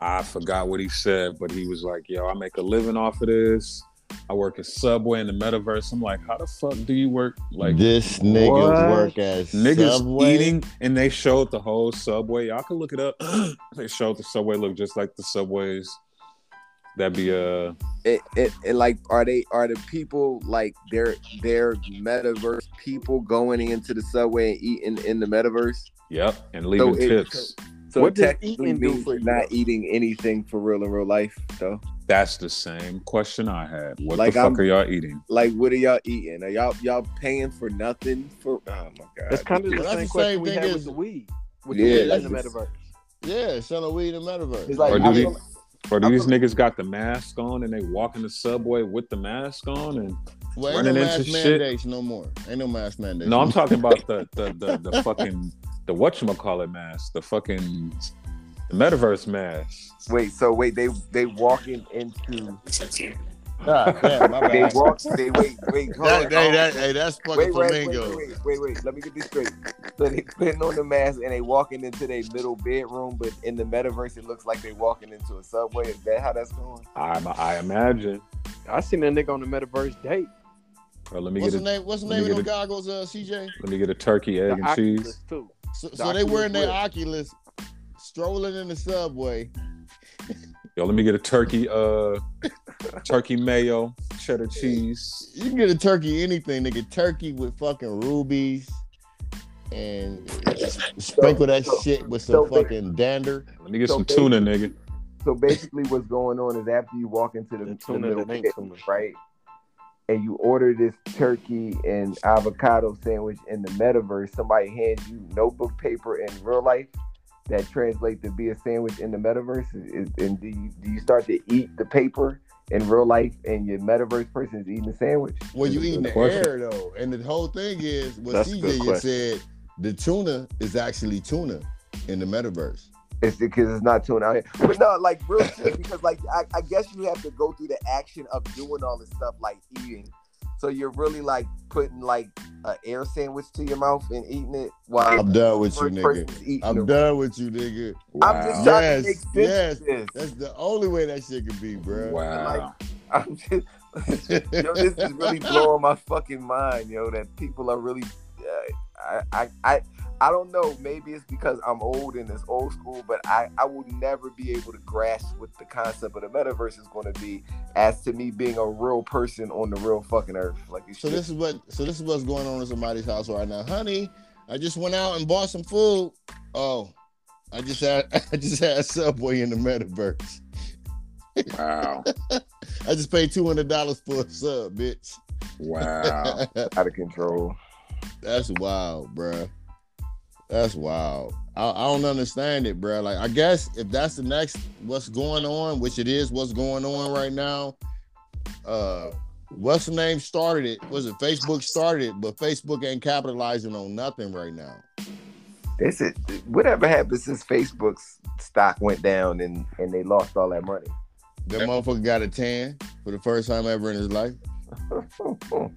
Speaker 1: I forgot what he said, but he was like, "Yo, I make a living off of this. I work at Subway in the metaverse." I'm like, "How the fuck do you work like
Speaker 2: this
Speaker 1: what?
Speaker 2: niggas work as
Speaker 1: niggas
Speaker 2: Subway.
Speaker 1: eating?" And they showed the whole Subway. Y'all can look it up. they showed the Subway look just like the Subways. That'd be uh
Speaker 3: It, it, it like are they are the people like they're they're metaverse people going into the subway and eating in the metaverse?
Speaker 1: yep, and leaving
Speaker 3: it-
Speaker 1: tips.
Speaker 3: So
Speaker 4: What
Speaker 3: what
Speaker 4: does
Speaker 3: technically
Speaker 4: eating do
Speaker 3: means
Speaker 4: for
Speaker 3: you're
Speaker 4: you,
Speaker 3: not
Speaker 4: though?
Speaker 3: eating anything for real in real life though.
Speaker 1: That's the same question I had. What
Speaker 3: Like,
Speaker 1: the fuck
Speaker 3: I'm-
Speaker 1: are y'all eating?
Speaker 3: Like what are y'all eating? Are y'all y'all paying for nothing for oh my god.
Speaker 4: That's kind of the
Speaker 2: That's
Speaker 4: same
Speaker 2: the
Speaker 4: question
Speaker 2: same
Speaker 4: we
Speaker 2: thing
Speaker 4: had
Speaker 2: as-
Speaker 4: with the weed. With
Speaker 3: Yeah,
Speaker 4: the weed in the
Speaker 3: that's-
Speaker 4: metaverse.
Speaker 2: Yeah, selling weed in the metaverse.
Speaker 3: It's like-
Speaker 1: Or do
Speaker 3: I
Speaker 1: they-
Speaker 3: feel-
Speaker 1: Or do
Speaker 3: I
Speaker 1: these
Speaker 3: feel-
Speaker 1: niggas got the mask on and they walk in the subway with the mask on and
Speaker 2: well, ain't no
Speaker 1: running
Speaker 2: mask
Speaker 1: into shit.
Speaker 2: mandates no more. Ain't no mask mandates.
Speaker 1: No, I'm talking about the the the, the fucking the whatchamacallit mask, the fucking the metaverse mask.
Speaker 3: Wait, so wait, they they walking into
Speaker 2: God damn, my
Speaker 3: they
Speaker 2: bad.
Speaker 3: walk they wait wait hold on,
Speaker 2: That, hey,
Speaker 3: hold on.
Speaker 2: that, hey, that's fucking
Speaker 3: wait, wait, wait,
Speaker 2: flamingo.
Speaker 3: wait, wait, wait, wait. Let me get this straight. So they putting on the mask and they walking into their little bedroom, but in the metaverse, it looks like they walking into a subway. Is that how that's going?
Speaker 1: I I imagine.
Speaker 4: I seen a nigga on the metaverse date.
Speaker 1: Or let me
Speaker 2: What's the
Speaker 1: get a
Speaker 2: name? What's the
Speaker 1: let me
Speaker 2: name of
Speaker 1: get
Speaker 2: them
Speaker 1: a-
Speaker 2: goggles, uh, CJ?
Speaker 1: let me get a turkey, egg,
Speaker 4: The
Speaker 1: and
Speaker 4: Oculus
Speaker 1: cheese.
Speaker 4: too.
Speaker 2: So,
Speaker 4: The
Speaker 2: so they wearing their
Speaker 4: Oculus
Speaker 2: Oculus, strolling in the subway.
Speaker 1: Yo, let me get a turkey, uh, turkey mayo, cheddar cheese.
Speaker 2: You can get a turkey anything, nigga. Turkey with fucking rubies and sprinkle that
Speaker 3: so-
Speaker 2: shit with
Speaker 3: so
Speaker 2: some
Speaker 3: ba-
Speaker 2: fucking dander.
Speaker 1: Let me get
Speaker 3: So
Speaker 1: some tuna, nigga.
Speaker 3: So basically, what's going on is after you walk into the,
Speaker 4: The
Speaker 3: the
Speaker 4: tuna
Speaker 3: middle
Speaker 4: that ain't
Speaker 3: bed,
Speaker 4: tuna.
Speaker 3: right, and you order this turkey and avocado sandwich in the metaverse, somebody hands you notebook paper in real life that translates to be a sandwich in the metaverse. Is, and do you, do you start to eat the paper in real life, and your metaverse person is eating the sandwich?
Speaker 2: Well, you
Speaker 1: That's a
Speaker 2: eating
Speaker 1: good
Speaker 2: the
Speaker 1: question.
Speaker 2: air though, and the whole thing is what
Speaker 4: That's a good
Speaker 2: CJ just said. The tuna is actually tuna in the metaverse.
Speaker 3: It's because it's not tuned out here. But no, like real shit, because like I, I guess you have to go through the action of doing all this stuff, like eating. So you're really like putting like an air sandwich to your mouth and eating it while
Speaker 2: I'm done with you,
Speaker 3: first
Speaker 2: nigga.
Speaker 3: person's eating.
Speaker 2: I'm
Speaker 3: it.
Speaker 2: done with you, nigga.
Speaker 3: I'm just
Speaker 1: Wow.
Speaker 3: trying
Speaker 2: Yes,
Speaker 3: to make sense
Speaker 2: yes.
Speaker 3: of this.
Speaker 2: That's the only way that shit could be, bro.
Speaker 1: Wow.
Speaker 3: I'm just, yo, this is really blowing my fucking mind, yo. That people are really, uh, I, I, I, I don't know. Maybe it's because I'm old and it's old school, but I, I will never be able to grasp what the concept of the metaverse is going to be, as to me being a real person on the real fucking earth. Like, it's
Speaker 2: So
Speaker 3: just-
Speaker 2: this is what so this is what's going on in somebody's house right now. Honey, I just went out and bought some food. Oh, I just had I just had Subway in the metaverse.
Speaker 1: Wow.
Speaker 2: I just paid two hundred dollars for a sub, bitch.
Speaker 1: Wow.
Speaker 3: out of control.
Speaker 2: That's wild, bruh. That's wild. I, I don't understand it, bruh. Like, I guess if that's the next what's going on, which it is what's going on right now, uh, what's the name started it? Was it Facebook started it? But Facebook ain't capitalizing on nothing right now.
Speaker 3: This is whatever happened since Facebook's stock went down and and they lost all that money.
Speaker 2: That motherfucker got a tan for the first time ever in his life.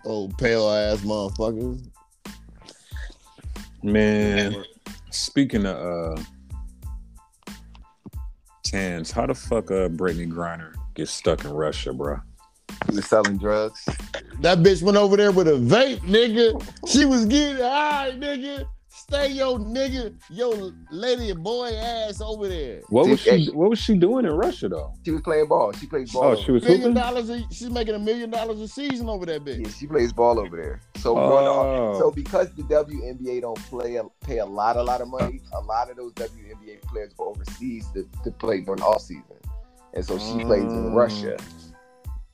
Speaker 2: Old pale ass motherfucker.
Speaker 1: Man, speaking of uh tans, how the fuck uh Brittany Griner gets stuck in Russia, bruh?
Speaker 3: He was selling drugs.
Speaker 2: That bitch went over there with a vape, nigga. She was getting high, nigga. Stay your nigga, your lady and boy ass over there.
Speaker 1: What was
Speaker 3: Dude,
Speaker 1: she what was she doing in Russia though?
Speaker 3: She was playing ball. She plays ball.
Speaker 1: Oh, she was
Speaker 2: Million
Speaker 1: hooping?
Speaker 2: dollars, a, she's making a million dollars a season over that bitch.
Speaker 3: Yeah, she plays ball over there. So growing up- so
Speaker 1: Oh,
Speaker 3: because the WNBA don't play a, pay a lot, a lot of money, a lot of those WNBA players go overseas to, to play during off season, and so she plays in
Speaker 1: Mm.
Speaker 3: Russia.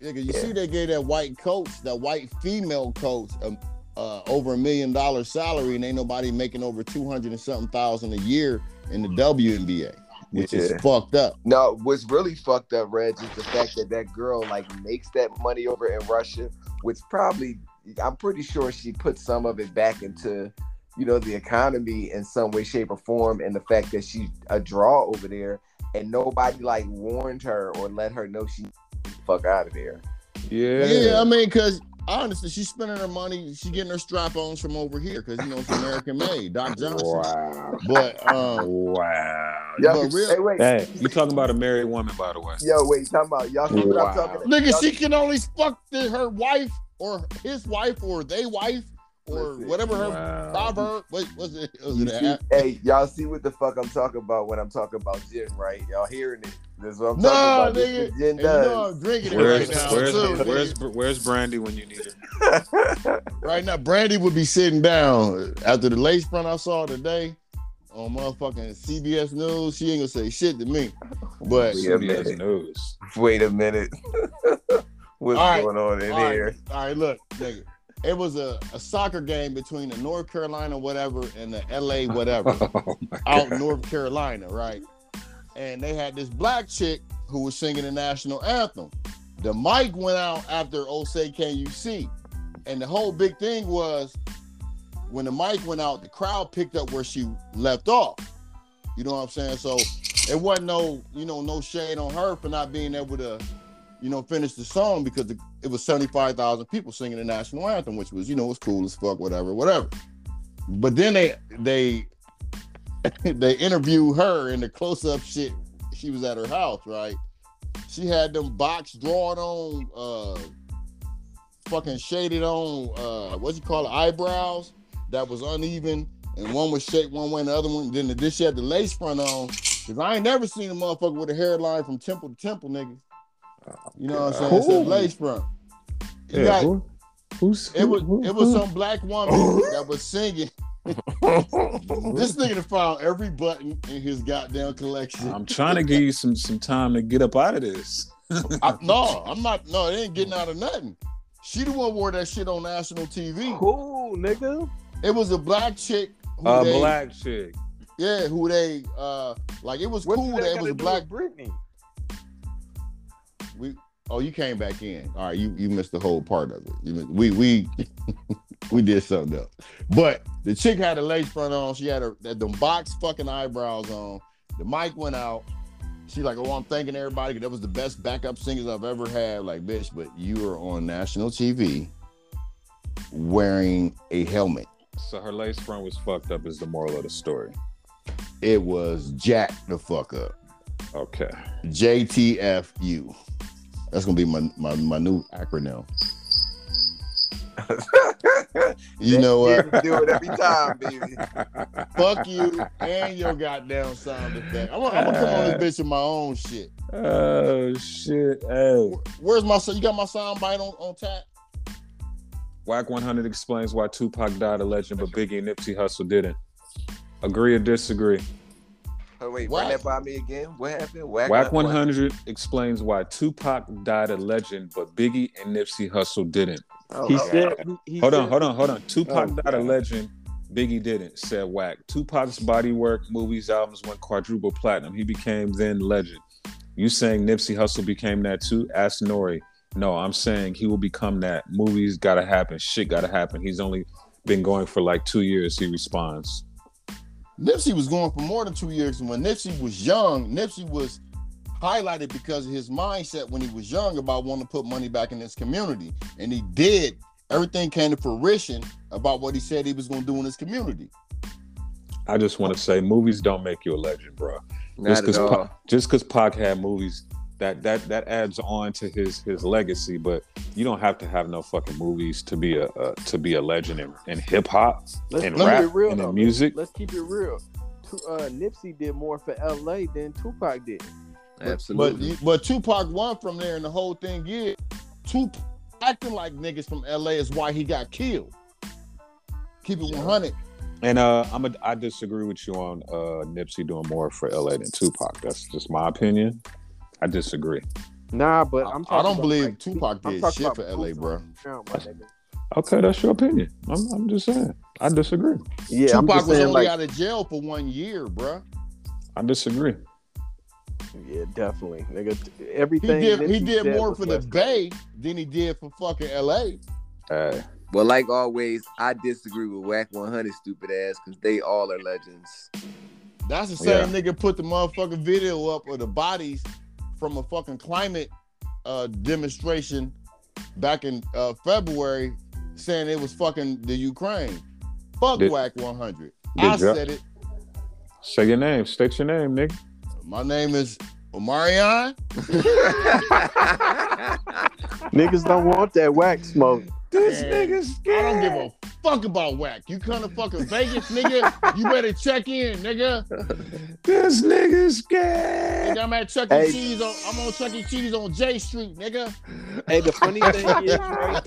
Speaker 2: Nigga, you see, they gave that white coach, that white female coach, a uh, over a million dollar salary, and ain't nobody making over two hundred and something thousand a year in the WNBA, which is
Speaker 3: Yeah.
Speaker 2: fucked up.
Speaker 3: No, what's really fucked up, Reg, is the fact that that girl like makes that money over in Russia, which probably I'm pretty sure she put some of it back into, you know, the economy in some way, shape, or form, and the fact that she's a draw over there, and nobody like warned her or let her know she the fuck out of there.
Speaker 1: Yeah.
Speaker 2: Yeah, I mean, because honestly, she's spending her money. She's getting her strap ons from over here because you know it's American made. Doc Johnson.
Speaker 1: Wow.
Speaker 2: But um,
Speaker 1: Wow.
Speaker 3: Yo,
Speaker 2: But real-
Speaker 3: hey, wait,
Speaker 1: Hey, you talking about a married woman, by the way.
Speaker 3: yo, wait, talking about y'all see what
Speaker 1: Wow.
Speaker 3: I'm talking about?
Speaker 2: nigga, she can only fuck the, her wife or his wife or they wife or
Speaker 3: Listen,
Speaker 2: whatever her
Speaker 1: Wow.
Speaker 2: proverb. Wait, was it? Was
Speaker 3: You
Speaker 2: it
Speaker 3: see,
Speaker 2: a-
Speaker 3: hey, y'all see what the fuck I'm talking about when I'm talking about gin, right? Y'all hearing it? That's what I'm
Speaker 2: Nah,
Speaker 3: talking about. This
Speaker 2: nigga.
Speaker 3: is Gin
Speaker 2: and you know
Speaker 3: does.
Speaker 2: I'm drinking it
Speaker 1: Where's
Speaker 2: right now
Speaker 1: where's,
Speaker 2: too.
Speaker 1: where's
Speaker 2: nigga.
Speaker 1: where's Brandy when you need her?
Speaker 2: right now, Brandy would be sitting down after the lace front I saw today on motherfucking CBS News. She ain't gonna say shit to me. But
Speaker 3: Yeah, man.
Speaker 1: CBS News.
Speaker 3: Wait a minute. What's
Speaker 2: All right.
Speaker 3: going on in
Speaker 2: All right,
Speaker 3: here?
Speaker 2: All right, look, nigga. It was a, a soccer game between the North Carolina whatever and the LA whatever
Speaker 1: Oh my
Speaker 2: out in North Carolina, right? And they had this black chick who was singing the national anthem. The mic went out after "Oh Say Can You See," and the whole big thing was when the mic went out, the crowd picked up where she left off. You know what I'm saying? So it wasn't no, you know, no shade on her for not being able to, you know, finish the song because the, it was 75,000 people singing the national anthem, which was, you know, was cool as fuck, whatever, whatever. But then they they they interviewed her in the close up shit. She was at her house, right? She had them box drawn on, uh, fucking shaded on, uh, what you call it, eyebrows that was uneven, and one was shaped one way and the other one. Then the dish she had the lace front on. Cause I ain't never seen a motherfucker with a hairline from temple to temple, nigga. You know what I'm saying? It's a
Speaker 1: Who?
Speaker 2: lace front. You
Speaker 1: Yeah,
Speaker 2: got-
Speaker 1: who, who's
Speaker 2: it was
Speaker 1: who-
Speaker 2: it was
Speaker 1: who-
Speaker 2: some black woman that was singing. this nigga done found every button in his goddamn collection.
Speaker 1: I'm trying to give you some some time to get up out of this.
Speaker 2: I- no, I'm not. No, it ain't getting out of nothing. She the one wore that shit on national TV.
Speaker 4: Cool, nigga.
Speaker 2: It was a black chick. Who
Speaker 1: A
Speaker 4: Uh,
Speaker 2: they,
Speaker 1: black chick.
Speaker 2: Yeah, who they uh like? It was
Speaker 4: What
Speaker 2: cool
Speaker 4: does
Speaker 2: that
Speaker 4: that
Speaker 2: it
Speaker 4: got
Speaker 2: was
Speaker 4: to
Speaker 2: a
Speaker 4: do
Speaker 2: black.
Speaker 4: with Britney?
Speaker 2: We oh, you came back in. All right, you you missed the whole part of it. You, missed- we we we did something else. But the chick had a lace front on. She had her had them box fucking eyebrows on. The mic went out. She like, oh, I'm thanking everybody. 'cause That was the best backup singers I've ever had. Like, bitch, but you were on national TV wearing a helmet.
Speaker 1: So her lace front was fucked up. Is the moral of the story?
Speaker 2: It was Jack the fuck up.
Speaker 1: Okay.
Speaker 2: JTFU. That's gonna be my my, my new acronym. You know what?
Speaker 3: do it every time, baby.
Speaker 2: Fuck you and your goddamn sound effect. I'm gonna, I'm gonna come on this bitch with my own shit.
Speaker 1: Oh shit! Hey,
Speaker 2: Where- Where's my son? You got my sound bite on, on tap?
Speaker 1: Whack 100 explains why Tupac died a legend, but Biggie and Nipsey Hussle didn't. Agree or disagree?
Speaker 3: Oh, wait,
Speaker 2: Whack.
Speaker 3: run that by me again. What happened?
Speaker 1: Whack 100 explains why Tupac died a legend, but Biggie and Nipsey Hussle didn't.
Speaker 3: Oh,
Speaker 4: He
Speaker 3: oh,
Speaker 4: said. He, he
Speaker 1: Hold on,
Speaker 4: said-
Speaker 1: hold on, hold on. Tupac
Speaker 4: Oh,
Speaker 1: died a
Speaker 4: God.
Speaker 1: legend. Biggie didn't, said Whack. Tupac's body work, movies, albums went quadruple platinum. He became then legend. You saying Nipsey Hussle became that too? Ask Nori. No, I'm saying he will become that. Movies gotta happen. Shit gotta happen. He's only been going for like two years. He responds.
Speaker 2: Nipsey was going for more than two years, and when Nipsey was young, Nipsey was highlighted because of his mindset when he was young about wanting to put money back in his community, and he did. Everything came to fruition about what he said he was gonna do in his community.
Speaker 1: I just want to say, movies don't make you a legend, bro.
Speaker 3: Not at all.
Speaker 1: Pac, just 'cause Pac had movies, that that that adds on to his his legacy. But you don't have to have no fucking movies to be a uh, to be a legend in, in hip hop
Speaker 4: Let's,
Speaker 1: and
Speaker 4: let's
Speaker 1: rap
Speaker 4: be real
Speaker 1: and
Speaker 4: though.
Speaker 1: in music.
Speaker 4: Let's keep it real. Tu- Uh, Nipsey did more for LA than Tupac did.
Speaker 2: But you- but Tupac won from there, and the whole thing is Tupac acting like niggas from LA is why he got killed. Keep it 100.
Speaker 1: And uh, I'm a, I disagree with you on uh, Nipsey doing more for LA than Tupac. That's just my opinion. I disagree.
Speaker 4: Nah, but
Speaker 2: I-
Speaker 4: I'm.
Speaker 2: I
Speaker 4: talking
Speaker 2: don't
Speaker 4: about,
Speaker 2: believe
Speaker 4: like,
Speaker 2: Tupac
Speaker 4: I'm
Speaker 2: did
Speaker 4: talking
Speaker 2: shit
Speaker 4: about
Speaker 2: for LA,
Speaker 4: boots
Speaker 2: bro.
Speaker 4: on the ground, my nigga.
Speaker 1: Okay, that's your opinion. I'm, I'm just saying. I disagree.
Speaker 4: Yeah, I'm
Speaker 2: Tupac
Speaker 4: just
Speaker 2: was
Speaker 4: saying,
Speaker 2: only
Speaker 4: like,
Speaker 2: out of jail for one year, bruh.
Speaker 1: I disagree.
Speaker 4: yeah, definitely, nigga. t-
Speaker 2: He
Speaker 4: Everything
Speaker 2: did
Speaker 4: that
Speaker 2: he did
Speaker 4: said
Speaker 2: more
Speaker 4: was
Speaker 2: for the
Speaker 4: left.
Speaker 2: Bay than he did for fucking LA.
Speaker 3: Uh, well, like always, I disagree with Whack 100 stupid ass because they all are legends.
Speaker 2: That's the same nigga put the motherfucking video up of the bodies from a fucking climate uh, demonstration back in uh, February saying it was fucking the Ukraine. Fuck
Speaker 1: Did-
Speaker 2: Whack 100.
Speaker 1: Did
Speaker 2: I
Speaker 1: y'all-
Speaker 2: said it.
Speaker 1: Say your name. State your name, nigga.
Speaker 2: My name is Omarion.
Speaker 4: Niggas don't want that whack smoke.
Speaker 1: This
Speaker 2: Yeah.
Speaker 1: nigga's
Speaker 2: I don't give a fuck about Whack. You come to fucking Vegas, nigga. You better check in, nigga.
Speaker 1: This nigga's
Speaker 2: Nigga,
Speaker 1: scared.
Speaker 2: I'm at Chuck E.
Speaker 4: Hey.
Speaker 2: Cheese. On, I'm on Chuck E. Cheese on J Street, nigga.
Speaker 4: Hey, the funny thing is, right?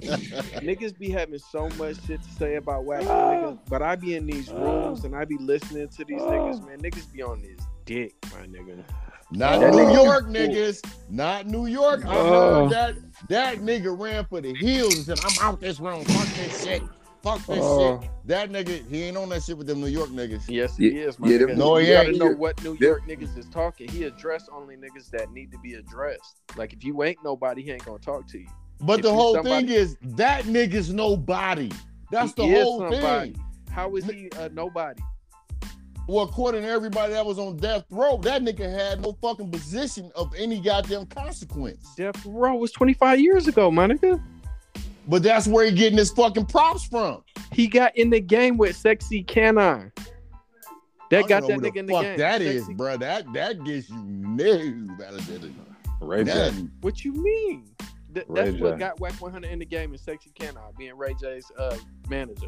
Speaker 4: niggas be having so much shit to say about whack niggas, but I be in these rooms and I be listening to these niggas, man. Niggas be on this dick, my nigga.
Speaker 2: Not
Speaker 1: That
Speaker 2: New
Speaker 1: nigga-
Speaker 2: York niggas. Not New York. I heard
Speaker 1: Oh.
Speaker 2: that that nigga ran for the hills and said, "I'm out this room. Fuck this shit. Fuck this
Speaker 1: Oh.
Speaker 2: shit." That nigga, he ain't on that shit with them New York niggas.
Speaker 4: Yes,
Speaker 3: Ye-
Speaker 4: he is, my
Speaker 3: yeah, them-
Speaker 4: nigga.
Speaker 2: No,
Speaker 4: you
Speaker 2: Oh, he
Speaker 4: gotta
Speaker 2: ain't.
Speaker 4: know what New
Speaker 3: Them-
Speaker 4: York niggas is talking. He address only niggas that need to be addressed. Like if you ain't nobody, he ain't gonna talk to you.
Speaker 2: But
Speaker 4: If
Speaker 2: the
Speaker 4: you
Speaker 2: whole
Speaker 4: somebody-
Speaker 2: thing is that nigga's nobody. That's
Speaker 4: He
Speaker 2: the
Speaker 4: is
Speaker 2: whole
Speaker 4: somebody.
Speaker 2: thing.
Speaker 4: How is he a nobody?
Speaker 2: Well, according to everybody that was on death row, that nigga had no fucking position of any goddamn consequence.
Speaker 4: Death Row was 25 years ago, my nigga.
Speaker 2: But that's where he getting his fucking props from.
Speaker 4: He got in the game with Sexy Canine. That
Speaker 2: I don't
Speaker 4: got that
Speaker 2: know who
Speaker 4: nigga in the
Speaker 2: fuck
Speaker 4: game.
Speaker 2: That is,
Speaker 4: Sexy-
Speaker 2: bro. That that gets you no validated.
Speaker 1: Ray J.
Speaker 2: None.
Speaker 4: What you mean? Th-
Speaker 1: Ray
Speaker 4: that's what
Speaker 1: J.
Speaker 4: got Whack 100 in the game and Sexy Canine being Ray J's uh, manager.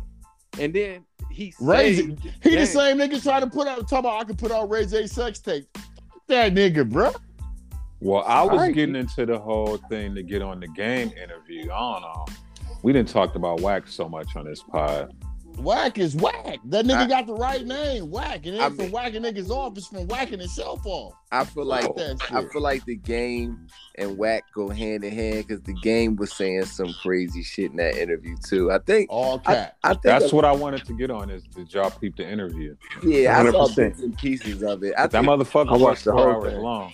Speaker 4: And then he
Speaker 2: Ray J-
Speaker 4: saved
Speaker 2: He
Speaker 4: Dang.
Speaker 2: the same nigga trying to put out talk about I could put out Ray J sex tape. Fuck That nigga, bro.
Speaker 1: Well, I was
Speaker 4: Alright.
Speaker 1: getting into the whole thing to get on the game interview. I don't know. We didn't talk about wax so much on this pod.
Speaker 2: Whack is whack. That nigga
Speaker 3: I-
Speaker 2: got the right name. Whack. It ain't
Speaker 3: I
Speaker 2: from
Speaker 3: mean-
Speaker 2: whacking niggas off. It's from whacking himself off.
Speaker 3: I feel like
Speaker 4: Oh,
Speaker 2: Fuck that
Speaker 3: I
Speaker 2: shit.
Speaker 3: feel like the game and Whack go hand in hand because the game was saying some crazy shit in that interview too. I think
Speaker 2: All cat.
Speaker 3: I think
Speaker 1: That's what I wanted to get on is did y'all peep the interview?
Speaker 3: yeah, I saw
Speaker 4: 100%.
Speaker 3: bits and pieces of it. I
Speaker 1: That
Speaker 3: think,
Speaker 1: motherfucker was
Speaker 4: watched the
Speaker 1: four
Speaker 4: whole
Speaker 1: hours
Speaker 4: thing.
Speaker 1: long.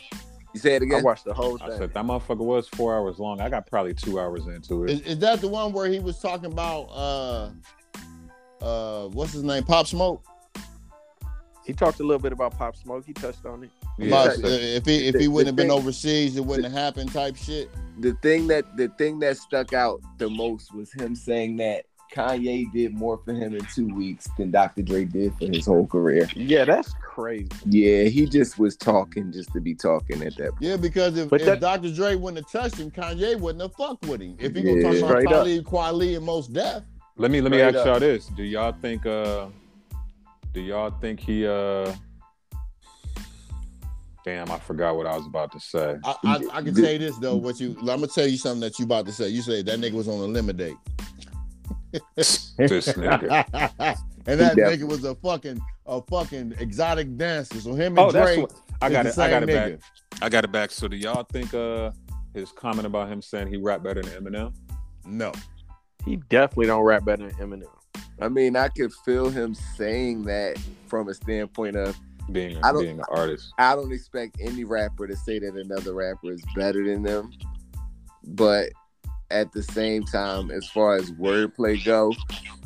Speaker 3: you say it
Speaker 4: I
Speaker 3: again.
Speaker 4: watched the whole
Speaker 1: I said
Speaker 4: thing.
Speaker 1: that motherfucker was four hours long. I got probably two hours into it.
Speaker 2: Is, is that the one where he was talking about uh uh what's his name? Pop Smoke?
Speaker 4: He talked a little bit about Pop Smoke. He touched on it.
Speaker 1: Yeah,
Speaker 2: about,
Speaker 1: so-
Speaker 2: uh, if he if
Speaker 3: the-
Speaker 2: he wouldn't
Speaker 3: the
Speaker 2: have been
Speaker 3: thing-
Speaker 2: overseas, it wouldn't have happened type shit.
Speaker 3: the thing that the thing that stuck out the most was him saying that Kanye did more for him in two weeks than Dr. Dre did for his whole career.
Speaker 4: Yeah, that's crazy.
Speaker 3: Yeah, he just was talking just to be talking at that.
Speaker 2: Yeah, because if,
Speaker 4: But
Speaker 2: if
Speaker 4: that-
Speaker 2: Dr. Dre wouldn't have touched him, Kanye wouldn't have fucked with him. If he gonna
Speaker 3: Yeah.
Speaker 2: talk about
Speaker 4: Straight up.
Speaker 2: Talib Kweli and Most Death,
Speaker 1: Let me let me
Speaker 4: Straight
Speaker 1: ask
Speaker 4: up.
Speaker 1: y'all this: Do y'all think uh, do y'all think he uh, damn, I forgot what I was about to say.
Speaker 2: I, I, I can tell you this though. What you I'm gonna tell you something that you about to say. You say that nigga was on a limit date,
Speaker 1: this nigga.
Speaker 2: and that
Speaker 3: He
Speaker 2: nigga was a fucking a fucking exotic dancer. So him and
Speaker 1: Oh, that's
Speaker 2: Dre,
Speaker 1: what I
Speaker 2: is
Speaker 1: got
Speaker 2: the
Speaker 1: it. I got it
Speaker 2: same
Speaker 1: back.
Speaker 2: nigga.
Speaker 1: I got it back. So do y'all think uh his comment about him saying he rap better than Eminem?
Speaker 2: No,
Speaker 4: He definitely don't rap better than Eminem.
Speaker 3: I mean, I could feel him saying that from a standpoint of
Speaker 1: Being
Speaker 3: I don't-
Speaker 1: being an artist.
Speaker 3: I don't expect any rapper to say that another rapper is better than them. But at the same time, as far as wordplay go,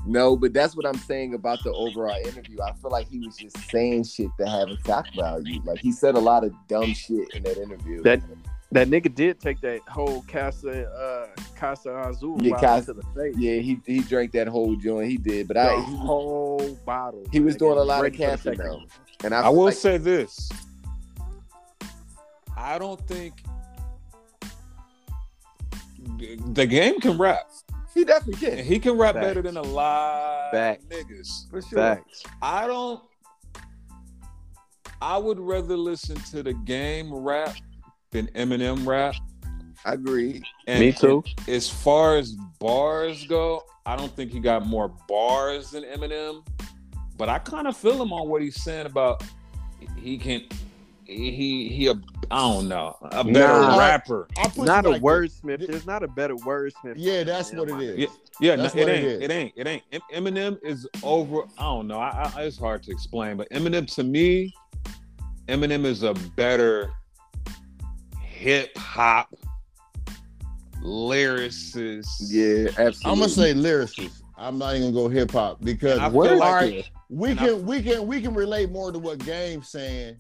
Speaker 3: no, but that's what I'm saying about the overall interview. I feel like he was just saying shit to have a shock value. Like he said a lot of dumb shit in that interview.
Speaker 4: That- That nigga did take that whole Casa uh Casa Azul
Speaker 3: Yeah,
Speaker 4: bottle
Speaker 3: Casa-
Speaker 4: to the face.
Speaker 3: yeah, he he drank that whole joint. He did, but I
Speaker 4: The whole bottle.
Speaker 3: he was
Speaker 4: nigga.
Speaker 3: doing a lot of
Speaker 4: Ready for the
Speaker 3: capping
Speaker 4: second.
Speaker 3: though. And I,
Speaker 1: I will
Speaker 3: like,
Speaker 1: say this. I don't think the game can rap.
Speaker 3: he definitely
Speaker 1: And
Speaker 3: can.
Speaker 1: he can rap
Speaker 4: Facts.
Speaker 1: better than a lot
Speaker 4: Facts.
Speaker 1: of niggas.
Speaker 3: For sure.
Speaker 4: Facts.
Speaker 1: I don't. I would rather listen to the game rap than Eminem rap.
Speaker 3: I agree.
Speaker 1: And as far as bars go, I don't think he got more bars than Eminem. But I kind of feel him on what he's saying about he can he he a I don't know a better
Speaker 4: Nah.
Speaker 1: rapper.
Speaker 2: I put
Speaker 4: Not
Speaker 2: you
Speaker 4: a
Speaker 2: like
Speaker 4: wordsmith.
Speaker 2: this.
Speaker 4: There's not a better wordsmith.
Speaker 2: Yeah, that's what it is.
Speaker 1: Yeah, yeah no,
Speaker 2: That's
Speaker 1: it
Speaker 2: what it
Speaker 1: ain't.
Speaker 2: is.
Speaker 1: It, ain't. It ain't. Em- Eminem is over. I don't know. I, I, it's hard to explain, but Eminem to me, Eminem is a better hip hop lyricist.
Speaker 3: Yeah, absolutely.
Speaker 2: I'm gonna say lyricist. I'm not even gonna go hip hop because
Speaker 1: I
Speaker 2: all
Speaker 1: feel like
Speaker 2: right, we
Speaker 1: And I-
Speaker 2: can we can we can relate more to what Game's saying,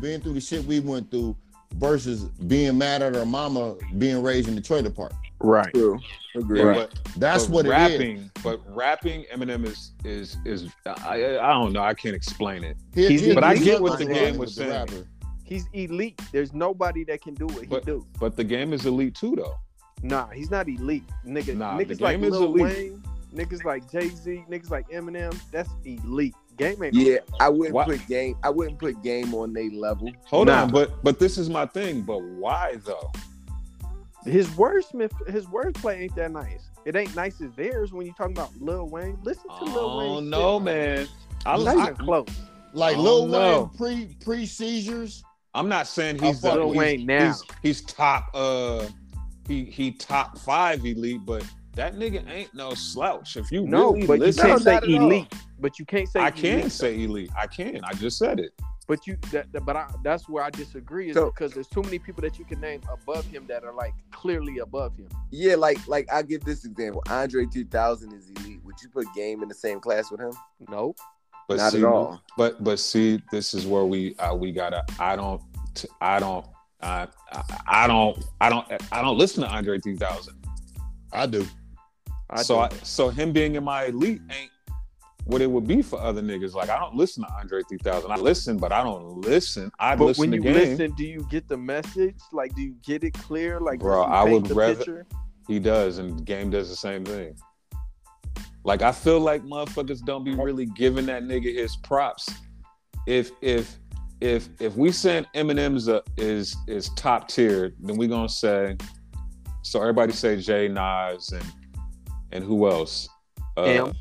Speaker 2: being through the shit we went through, versus being mad at our mama being raised in the trailer park.
Speaker 4: Right.
Speaker 3: True. Agree.
Speaker 1: yeah,
Speaker 4: Right.
Speaker 1: but
Speaker 2: That's
Speaker 1: but
Speaker 2: what it is.
Speaker 1: rapping, But rapping Eminem is is is I, I I don't know. I can't explain it.
Speaker 2: He'll-
Speaker 4: He's-
Speaker 2: he'll
Speaker 4: but I
Speaker 2: do
Speaker 1: get what
Speaker 2: something
Speaker 1: the
Speaker 2: wrong
Speaker 1: game
Speaker 2: with
Speaker 1: was
Speaker 2: the
Speaker 1: saying.
Speaker 2: rapper.
Speaker 4: He's elite. There's nobody that can do what he
Speaker 1: But-
Speaker 4: do.
Speaker 1: But the game is elite too, though.
Speaker 4: Nah, he's not elite. Nigga,
Speaker 1: Nah, the
Speaker 4: niggas like
Speaker 1: game is
Speaker 4: Lil
Speaker 1: elite.
Speaker 4: Wayne, niggas like Jay Z, niggas like Eminem. That's elite. Game ain't. no-
Speaker 3: Yeah, I wouldn't
Speaker 1: Why-
Speaker 3: put game. I wouldn't put game on their level.
Speaker 1: Hold
Speaker 4: Nah.
Speaker 1: on, but but this is my thing. But why though?
Speaker 4: His wordsmith, his wordplay ain't that nice. It ain't nice as theirs when you talking about Lil Wayne. Listen to Lil Wayne.
Speaker 1: Oh no, man. I,
Speaker 4: Not
Speaker 1: I,
Speaker 4: even close.
Speaker 2: Like
Speaker 1: I
Speaker 2: Lil
Speaker 1: don't
Speaker 2: Wayne
Speaker 1: know.
Speaker 2: pre pre seizures.
Speaker 1: I'm not saying
Speaker 2: I
Speaker 1: he's
Speaker 2: fuck
Speaker 1: the,
Speaker 4: Lil
Speaker 1: he's,
Speaker 4: Wayne now.
Speaker 1: he's he's top uh he he top five elite, but that nigga ain't no slouch. If you
Speaker 4: No,
Speaker 1: really
Speaker 4: but you
Speaker 1: listen,
Speaker 4: can't say
Speaker 3: not at all.
Speaker 4: elite. But you can't say
Speaker 1: I can
Speaker 4: elite.
Speaker 1: say elite. I can. I just said it.
Speaker 4: But you that, that- but I, that's where I disagree is
Speaker 3: So-
Speaker 4: because there's too many people that you can name above him that are like clearly above him.
Speaker 3: Yeah, like like I give this example. Andre 2000 is elite. Would you put game in the same class with him?
Speaker 4: Nope.
Speaker 1: But
Speaker 3: Not
Speaker 1: see,
Speaker 3: at all.
Speaker 1: But but see, this is where we uh, we gotta. I don't. T- I don't. I, I I don't. I don't. I don't listen to Andre 3000.
Speaker 2: I do.
Speaker 4: I
Speaker 1: so I,
Speaker 4: do.
Speaker 1: so him being in my elite ain't what it would be for other niggas. Like I don't listen to Andre 3000. I listen, but I don't listen. I
Speaker 4: but
Speaker 1: listen
Speaker 4: when
Speaker 1: to
Speaker 4: you
Speaker 1: game.
Speaker 4: listen, do you get the message? Like, do you get it clear? Like, does
Speaker 1: Bro,
Speaker 4: he
Speaker 1: I
Speaker 4: paint
Speaker 1: would
Speaker 4: the
Speaker 1: rather-
Speaker 4: Picture?
Speaker 1: He does, and game does the same thing. Like I feel like motherfuckers don't be really giving that nigga his props. If if if if we saying Eminem's a, is is top tier, then we gonna say. So everybody say Jay Nas and and who else? Uh,
Speaker 4: Em.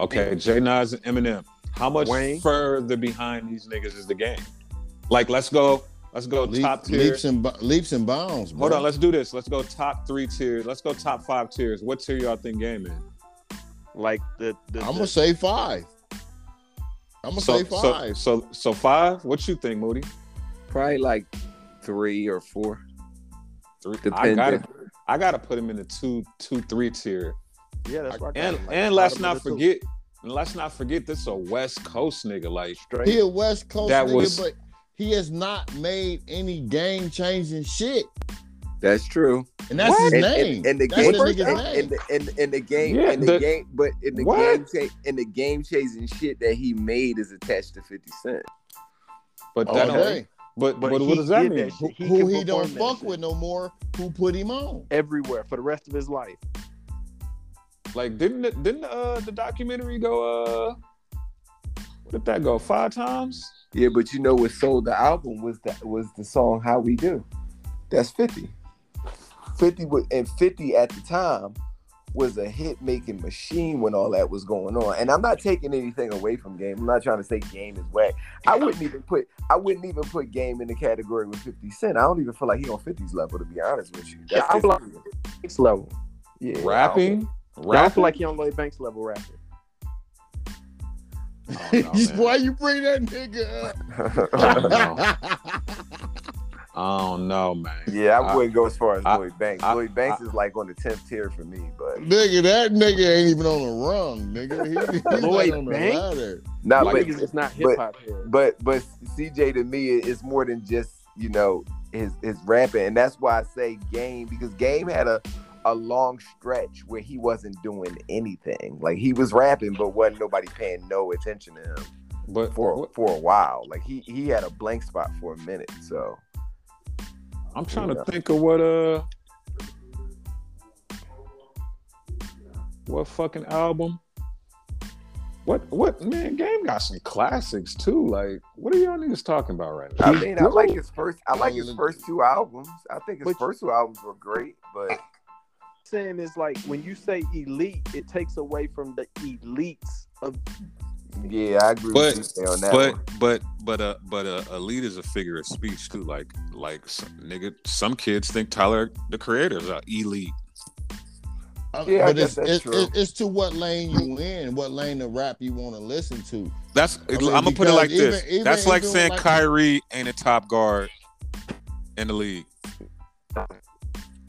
Speaker 1: Okay, Jay Nas and Eminem. How much
Speaker 4: Wayne.
Speaker 1: further behind these niggas is the game? Like let's go, let's go
Speaker 2: Le-
Speaker 1: top tier.
Speaker 2: leaps and bo- leaps and bounds. Bro.
Speaker 1: Hold on, let's do this. Let's go top three tiers. Let's go top five tiers. What tier y'all think game in?
Speaker 4: Like the the,
Speaker 2: I'm
Speaker 4: the-
Speaker 2: gonna say five. I'm gonna
Speaker 1: so,
Speaker 2: say
Speaker 1: so,
Speaker 2: five.
Speaker 1: so so five. What you think, Moody?
Speaker 3: Probably like three or four.
Speaker 1: Three. I
Speaker 3: Depending.
Speaker 1: gotta I gotta put him in the two two three tier.
Speaker 4: yeah. That's why. I got
Speaker 1: And
Speaker 4: him, like,
Speaker 1: and let's
Speaker 4: bottom
Speaker 1: not
Speaker 4: of the two.
Speaker 1: forget. And let's not forget this a West Coast nigga. Like
Speaker 4: straight.
Speaker 2: he a West Coast
Speaker 1: That
Speaker 2: nigga,
Speaker 1: was-
Speaker 2: but he has not made any game changing shit,
Speaker 3: That's true.
Speaker 2: and that's his
Speaker 3: And,
Speaker 2: name.
Speaker 3: and, and the
Speaker 2: that's
Speaker 3: game,
Speaker 2: the nigga's
Speaker 3: and,
Speaker 2: name.
Speaker 3: and the, and, and the game,
Speaker 1: Yeah,
Speaker 3: and the,
Speaker 1: the-
Speaker 3: game, but in the
Speaker 1: What?
Speaker 3: game, cha- and the game chasing shit that he made is attached to Fifty Cent.
Speaker 1: but
Speaker 2: All
Speaker 1: that don't-
Speaker 2: day.
Speaker 1: but but,
Speaker 4: But he
Speaker 1: what does that
Speaker 4: did
Speaker 1: mean?
Speaker 4: that shit. He
Speaker 2: who
Speaker 4: can
Speaker 2: he don't
Speaker 4: perform that
Speaker 2: fuck
Speaker 4: shit.
Speaker 2: with no more. Who put him on?
Speaker 4: everywhere for the rest of his life.
Speaker 1: Like didn't it- didn't uh the documentary go uh what did that go five times?
Speaker 3: Yeah, but you know what sold the album was the was the song "How We Do." That's Fifty. Fifty was and Fifty at the time was a hit making machine when all that was going on. And I'm not taking anything away from Game. I'm not trying to say Game is whack. I wouldn't even put I wouldn't even put Game in the category with Fifty Cent. I don't even feel like he on 50's level to be honest with you.
Speaker 4: Yeah, I'm
Speaker 3: 50.
Speaker 4: like- Next level.
Speaker 3: yeah,
Speaker 1: Rapping,
Speaker 4: I don't
Speaker 1: rapping.
Speaker 4: feel like he on Lloyd Banks level rapping.
Speaker 1: I don't know, Oh, man.
Speaker 2: Why you bring that nigga up?
Speaker 1: I don't know.
Speaker 2: I
Speaker 1: I don't know, man.
Speaker 3: yeah,
Speaker 1: I-
Speaker 3: I wouldn't go as far as
Speaker 1: I-
Speaker 3: Lloyd Banks.
Speaker 1: I-
Speaker 3: Lloyd Banks is like on the tenth tier for me, but
Speaker 2: nigga, that nigga ain't even on the rung, nigga. He, he's not
Speaker 4: Lloyd
Speaker 2: on the
Speaker 4: Banks?
Speaker 2: ladder.
Speaker 3: not
Speaker 4: Like,
Speaker 3: but
Speaker 4: niggas is not hip hop here.
Speaker 3: but but CJ to me is more than just you know his his rapping, and that's why I say Game because Game had a a long stretch where he wasn't doing anything. Like he was rapping, but wasn't nobody paying no attention to him
Speaker 1: But
Speaker 3: for for a while. Like he he had a blank spot for a minute. So
Speaker 1: I'm trying
Speaker 3: Yeah.
Speaker 1: to think of what uh what fucking album. What what man? Game got some classics too. Like what are y'all niggas talking about right now?
Speaker 3: I mean, I like his first. I like his
Speaker 2: Hallelujah.
Speaker 3: first two albums. I think his
Speaker 4: But-
Speaker 3: first two albums were great, but
Speaker 4: saying is like when you say elite, it takes away from the elites of
Speaker 3: Yeah, I agree
Speaker 1: But-
Speaker 3: with you on that.
Speaker 1: but
Speaker 3: one.
Speaker 1: but but uh but uh, a lead is a figure of speech too. Like like some, nigga, some kids think Tyler the Creator is a elite.
Speaker 3: Yeah, I
Speaker 2: but
Speaker 3: guess
Speaker 2: it's,
Speaker 3: that's
Speaker 2: it's,
Speaker 3: true.
Speaker 2: it's, it's to what lane you in, what lane of rap you want to listen to.
Speaker 1: That's I
Speaker 2: mean,
Speaker 1: am gonna put it
Speaker 2: because
Speaker 1: like this.
Speaker 2: even- even-
Speaker 1: That's like
Speaker 2: even
Speaker 1: saying
Speaker 2: like-
Speaker 1: Kyrie ain't a top guard in the league.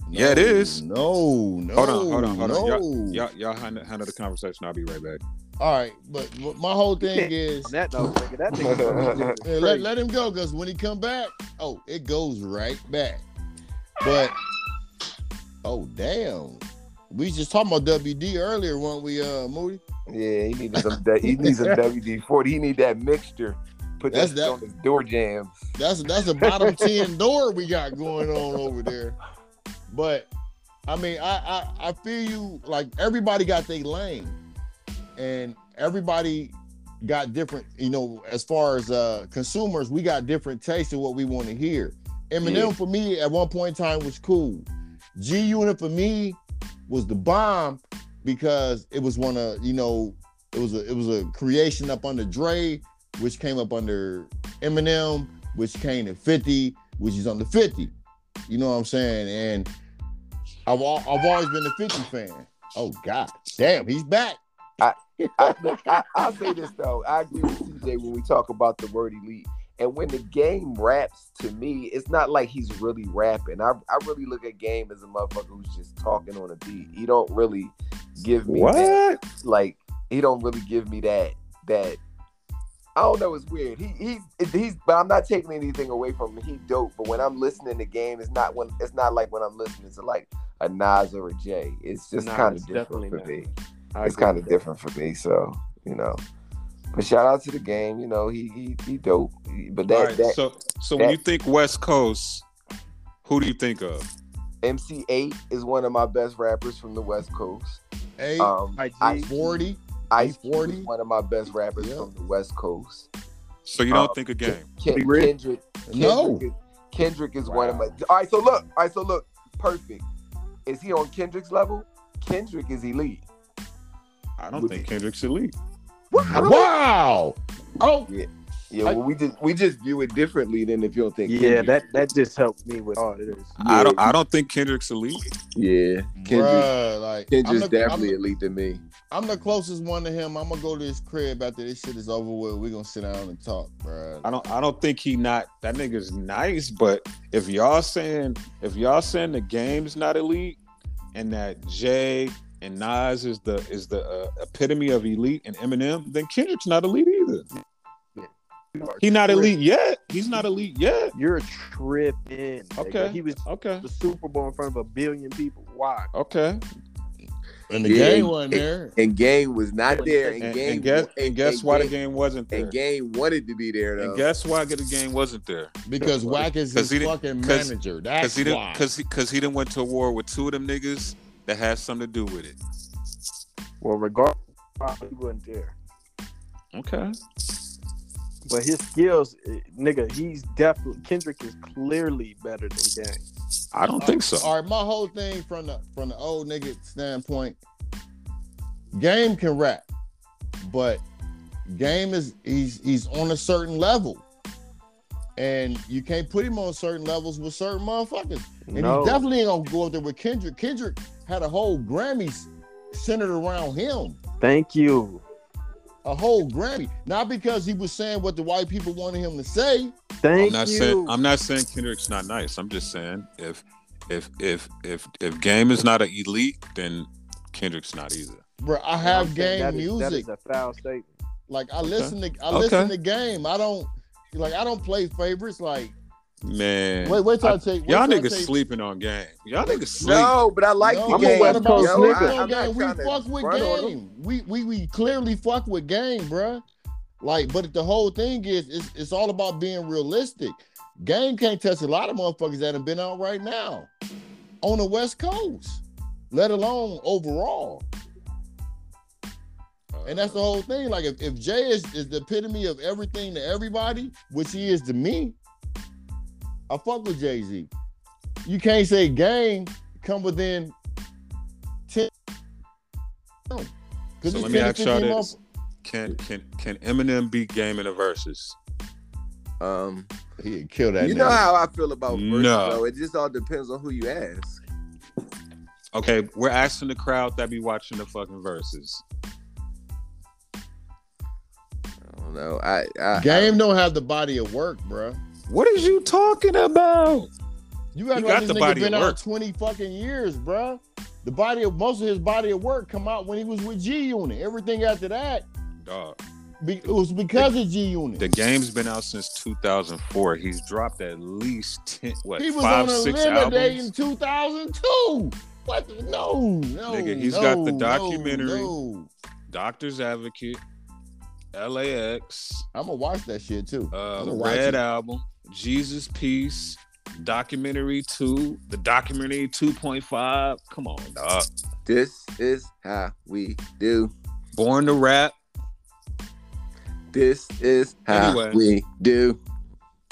Speaker 1: Yeah, it
Speaker 2: No,
Speaker 1: is.
Speaker 2: No, no,
Speaker 1: Hold on, hold on, hold on.
Speaker 2: no.
Speaker 1: Y'all y'all handle, handle the conversation. I'll be right back.
Speaker 2: All right, but but my whole thing
Speaker 4: can't-
Speaker 2: is
Speaker 4: On that note, nigga, that nigga.
Speaker 2: Yeah, let, let him go because when he come back, oh, it goes right back. But oh damn, we just talking about WD earlier, weren't we, uh, Moody?
Speaker 3: Yeah, he needs some. that- He needs some WD forty. He need that mixture. Put that,
Speaker 2: That's
Speaker 3: shit
Speaker 2: that-
Speaker 3: on his door jams.
Speaker 2: That's that's the bottom ten door we got going on over there. But I mean, I I, I feel you. Like everybody got their lane, and everybody got different. You know, as far as uh consumers, we got different tastes of what we want to hear. Eminem
Speaker 3: Yeah.
Speaker 2: for me at one point in time was cool. G Unit for me was the bomb because it was one of you know it was a it was a creation up under Dre, which came up under Eminem, which came to 50, which is under 50. You know what I'm saying? And I've al- I've always been a 50 fan. Oh God, damn, he's back.
Speaker 3: I, look, I, I'll say this though. I agree with TJ when we talk about the word elite. And when the game raps to me, it's not like he's really rapping. I, I really look at game as a motherfucker who's just talking on a beat. He don't really give me that, like he don't really give me that that I don't know, it's weird. He he's he's but I'm not taking anything away from him. He dope, but when I'm listening to game, it's not when it's not like when I'm listening to like a Nas or a Jay. It's just
Speaker 4: Nah,
Speaker 3: kind
Speaker 4: it's
Speaker 3: of different
Speaker 4: definitely
Speaker 3: for
Speaker 4: not.
Speaker 3: me
Speaker 4: I
Speaker 3: it's
Speaker 4: agree
Speaker 3: kind of
Speaker 4: with that.
Speaker 3: different for me. So you know, but shout out to the game. You know, he he, he dope. He- But that
Speaker 1: All right.
Speaker 3: that
Speaker 1: so so when
Speaker 3: that-
Speaker 1: you think West Coast, who do you think of?
Speaker 3: MC8 is one of my best rappers from the West Coast.
Speaker 2: Hey,
Speaker 3: Um,
Speaker 4: IG.
Speaker 3: I,
Speaker 2: 40.
Speaker 3: Ice Cube is
Speaker 2: 40.
Speaker 3: one of my best rappers
Speaker 2: Yeah.
Speaker 3: from the West Coast.
Speaker 1: So you don't
Speaker 3: Um,
Speaker 1: think a game.
Speaker 3: Ken-
Speaker 4: Big Red?
Speaker 3: Kendrick, Kendrick
Speaker 2: No.
Speaker 3: is, Kendrick is one of my. All right, so look, all right, so look, perfect. Is he on Kendrick's level? Kendrick is elite.
Speaker 1: I don't think Kendrick's elite.
Speaker 2: Wow. Oh,
Speaker 3: Yeah, well, we just we just view it differently than if you don't think.
Speaker 4: Yeah,
Speaker 3: Kendrick-
Speaker 4: that that just helped me with all this.
Speaker 1: I don't I don't think Kendrick's elite.
Speaker 3: Yeah, Kendrick,
Speaker 2: bruh, like
Speaker 3: Kendrick's
Speaker 2: I'm the,
Speaker 3: definitely
Speaker 2: I'm,
Speaker 3: elite to me.
Speaker 2: I'm the closest one to him. I'm gonna go to his crib after this shit is over with. We're gonna sit down and talk, bruh.
Speaker 1: I don't I don't think he not that nigga's nice, but if y'all saying if y'all saying the game's not elite and that Jay and Nas is the is the uh, epitome of elite and Eminem, then Kendrick's not elite either. He not elite yet. He's not elite yet.
Speaker 4: You're tripping. nigga.
Speaker 1: Okay.
Speaker 4: He was
Speaker 1: Okay.
Speaker 4: the Super Bowl in front of a billion people. Why?
Speaker 1: Okay.
Speaker 2: And the
Speaker 3: Yeah,
Speaker 2: game wasn't there.
Speaker 3: And Game was not there. And,
Speaker 1: And,
Speaker 3: Game
Speaker 1: and guess and guess why the
Speaker 3: Game,
Speaker 1: game wasn't there.
Speaker 3: and Game wanted to be there though.
Speaker 1: And guess why the game wasn't there?
Speaker 2: Because Wack is
Speaker 1: 'Cause
Speaker 2: his
Speaker 1: he didn't-
Speaker 2: fucking
Speaker 1: 'cause-
Speaker 2: manager.
Speaker 1: Because
Speaker 2: That's
Speaker 1: he didn't
Speaker 2: why.
Speaker 1: because he because he didn't went to war with two of them niggas that had something to do with it.
Speaker 4: Well, regardless, he wasn't there.
Speaker 1: Okay.
Speaker 4: But his skills, eh, nigga, he's definitely Kendrick is clearly better than Gang.
Speaker 1: I don't think so.
Speaker 2: All right, my whole thing from the from the old nigga standpoint, game can rap, but game is he's he's on a certain level, and you can't put him on certain levels with certain motherfuckers. And
Speaker 4: no,
Speaker 2: he definitely ain't gonna go up there with Kendrick. Kendrick had a whole Grammys centered around him,
Speaker 4: thank you,
Speaker 2: a whole Grammy, not because he was saying what the white people wanted him to say.
Speaker 1: I'm
Speaker 4: thank
Speaker 1: not
Speaker 4: you.
Speaker 1: saying I'm not saying Kendrick's not nice. I'm just saying if if if if if game is not an elite, then Kendrick's not either.
Speaker 2: Bro, I
Speaker 4: You know what
Speaker 2: have
Speaker 4: I'm saying?
Speaker 2: game
Speaker 4: That is-
Speaker 2: music.
Speaker 4: that is a foul statement.
Speaker 2: Like I listen to I
Speaker 1: Okay.
Speaker 2: listen to game. I don't like I don't play favorites. Like
Speaker 1: Man,
Speaker 2: wait, wait till I,
Speaker 1: I-
Speaker 2: take wait
Speaker 1: y'all
Speaker 2: till I
Speaker 1: niggas
Speaker 2: take-
Speaker 1: sleeping on game. Y'all niggas sleep.
Speaker 3: no, but I like
Speaker 2: No,
Speaker 3: the
Speaker 4: I'm a
Speaker 3: Game.
Speaker 4: West Coast
Speaker 3: Yo,
Speaker 2: we
Speaker 4: nigga.
Speaker 2: fuck
Speaker 3: I,
Speaker 2: with
Speaker 3: am
Speaker 2: game.
Speaker 3: not
Speaker 2: We
Speaker 3: trying to
Speaker 2: fuck with
Speaker 3: front on him.
Speaker 2: game. We, we we clearly fuck with game, bruh. Like, but the whole thing is it's, it's all about being realistic. Game can't touch a lot of motherfuckers that have been out right now on the West Coast, let alone overall. And that's the whole thing. Like if, if Jay is, is the epitome of everything to everybody, which he is to me, I fuck with Jay-Z. You can't say gang come within 10. Cause
Speaker 1: So
Speaker 2: it's
Speaker 1: let me
Speaker 2: 10 to
Speaker 1: ask y'all
Speaker 2: 15
Speaker 1: this.
Speaker 2: motherf-
Speaker 1: Can can can Eminem beat Game in the verses?
Speaker 3: Um,
Speaker 2: He'd kill that.
Speaker 3: you know
Speaker 2: nigga.
Speaker 3: how I feel about verses,
Speaker 1: No.
Speaker 3: though. It just all depends on who you ask.
Speaker 1: Okay, we're asking the crowd that be watching the fucking verses.
Speaker 3: I don't know. I, I
Speaker 2: Game don't have the body of work, bruh.
Speaker 1: What is you talking about?
Speaker 2: You act
Speaker 1: He
Speaker 2: like
Speaker 1: got
Speaker 2: this
Speaker 1: the
Speaker 2: nigga
Speaker 1: body
Speaker 2: been
Speaker 1: of
Speaker 2: out
Speaker 1: work.
Speaker 2: twenty fucking years, bruh. The body of most of his body of work come out when he was with G Unit. Everything after that
Speaker 1: Dog,
Speaker 2: be, it was because of G Unit.
Speaker 1: the game's been out since 2004. He's dropped at least 10, what,
Speaker 2: he was
Speaker 1: five,
Speaker 2: on a
Speaker 1: six
Speaker 2: limit day
Speaker 1: albums?
Speaker 2: in 2002. What? the- No, no.
Speaker 1: Nigga,
Speaker 2: he's
Speaker 1: he's got the documentary.
Speaker 2: No.
Speaker 1: Doctor's Advocate, LAX,
Speaker 2: I'm gonna watch that shit too.
Speaker 1: uh,
Speaker 2: I'ma
Speaker 1: the
Speaker 2: watch
Speaker 1: Red
Speaker 2: it.
Speaker 1: Album, Jesus Peace, Documentary 2, the Documentary 2.5. Come on, dog.
Speaker 3: this is how we do.
Speaker 1: Born to Rap.
Speaker 3: This is how
Speaker 1: Anyway.
Speaker 3: we do.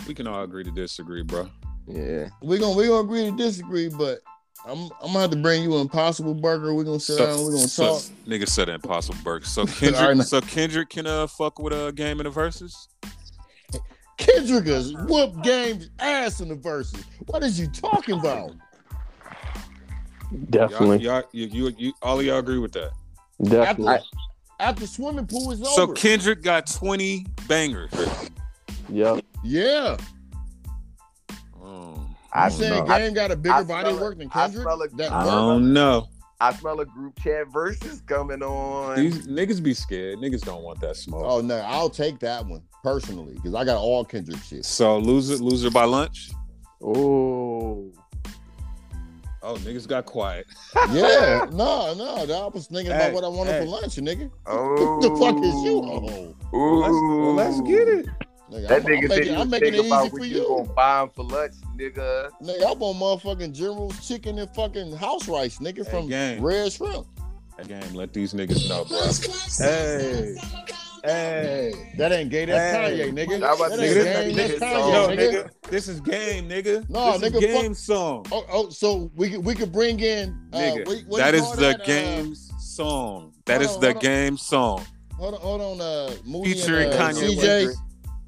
Speaker 1: We can all agree to disagree, bro.
Speaker 3: Yeah.
Speaker 2: We're gonna we gonna agree to disagree, but I'm I'm gonna have to bring you Impossible Burger. We're gonna sit down. We're gonna
Speaker 1: so-
Speaker 2: talk.
Speaker 1: Nigga said impossible burger. So
Speaker 2: Alright,
Speaker 1: Kendrick,
Speaker 2: now-
Speaker 1: so Kendrick can uh fuck with a game in the verses.
Speaker 2: Kendrick has whooped Game's ass in the verses. What is you talking about?
Speaker 1: Y'all,
Speaker 4: Definitely,
Speaker 1: y'all, you, you, you, all of y'all agree with that.
Speaker 4: definitely.
Speaker 2: I- After swimming pool is
Speaker 1: So
Speaker 2: over.
Speaker 1: Kendrick got twenty bangers.
Speaker 4: yeah,
Speaker 2: yeah.
Speaker 1: Oh,
Speaker 3: I
Speaker 2: You saying
Speaker 3: know.
Speaker 2: Game got a bigger
Speaker 3: I
Speaker 2: body of
Speaker 3: smell
Speaker 2: work
Speaker 3: it.
Speaker 2: than
Speaker 3: I
Speaker 2: Kendrick?
Speaker 3: smell it.
Speaker 2: That
Speaker 1: I
Speaker 2: work?
Speaker 1: don't know.
Speaker 3: I smell a group chat versus coming on.
Speaker 1: These niggas be scared. Niggas don't want that smoke.
Speaker 2: Oh no, I'll take that one personally because I got all Kendrick shit.
Speaker 1: So loser, loser by lunch.
Speaker 4: Oh,
Speaker 1: Oh, niggas got quiet.
Speaker 2: Yeah, no, no, I was thinking about
Speaker 1: Hey,
Speaker 2: what I wanted
Speaker 1: hey.
Speaker 2: for lunch, nigga.
Speaker 3: oh,
Speaker 2: What the fuck is you on?
Speaker 3: Ooh.
Speaker 1: Let's, well, let's get it.
Speaker 2: Nigga,
Speaker 3: That
Speaker 2: I'm, I'm
Speaker 3: nigga said
Speaker 2: making,
Speaker 3: he
Speaker 2: I'm
Speaker 3: was
Speaker 2: making it
Speaker 3: thinking
Speaker 2: easy
Speaker 3: about
Speaker 2: for
Speaker 3: what
Speaker 2: you.
Speaker 3: you gonna buy him for lunch, nigga.
Speaker 2: Nigga, I'm on motherfucking General's chicken and fucking house rice, nigga,
Speaker 1: Hey,
Speaker 2: from
Speaker 1: gang.
Speaker 2: Red Shrimp.
Speaker 1: Again, let these niggas know, bro.
Speaker 5: Hey.
Speaker 1: Hey,
Speaker 2: That ain't gay, that's
Speaker 1: Hey.
Speaker 2: Kanye, nigga.
Speaker 3: I was
Speaker 2: That
Speaker 3: nigga,
Speaker 2: ain't
Speaker 3: this
Speaker 2: gay,
Speaker 3: nigga
Speaker 2: that's
Speaker 3: is
Speaker 2: Kanye,
Speaker 3: on.
Speaker 1: yo,
Speaker 2: nigga.
Speaker 1: nigga, this is game, nigga.
Speaker 2: No,
Speaker 1: this
Speaker 2: nigga,
Speaker 1: is game song,
Speaker 2: Oh, oh, so we could we could bring in uh,
Speaker 1: nigga.
Speaker 2: what- what
Speaker 1: that
Speaker 2: you
Speaker 1: is
Speaker 2: call
Speaker 1: the
Speaker 2: that? Uh,
Speaker 1: game's song. That
Speaker 2: hold
Speaker 1: is
Speaker 2: on,
Speaker 1: the
Speaker 2: hold on.
Speaker 1: game song.
Speaker 2: hold on, hold on, uh, Moody
Speaker 1: Featuring
Speaker 2: and, uh,
Speaker 1: Kanye
Speaker 2: CJ.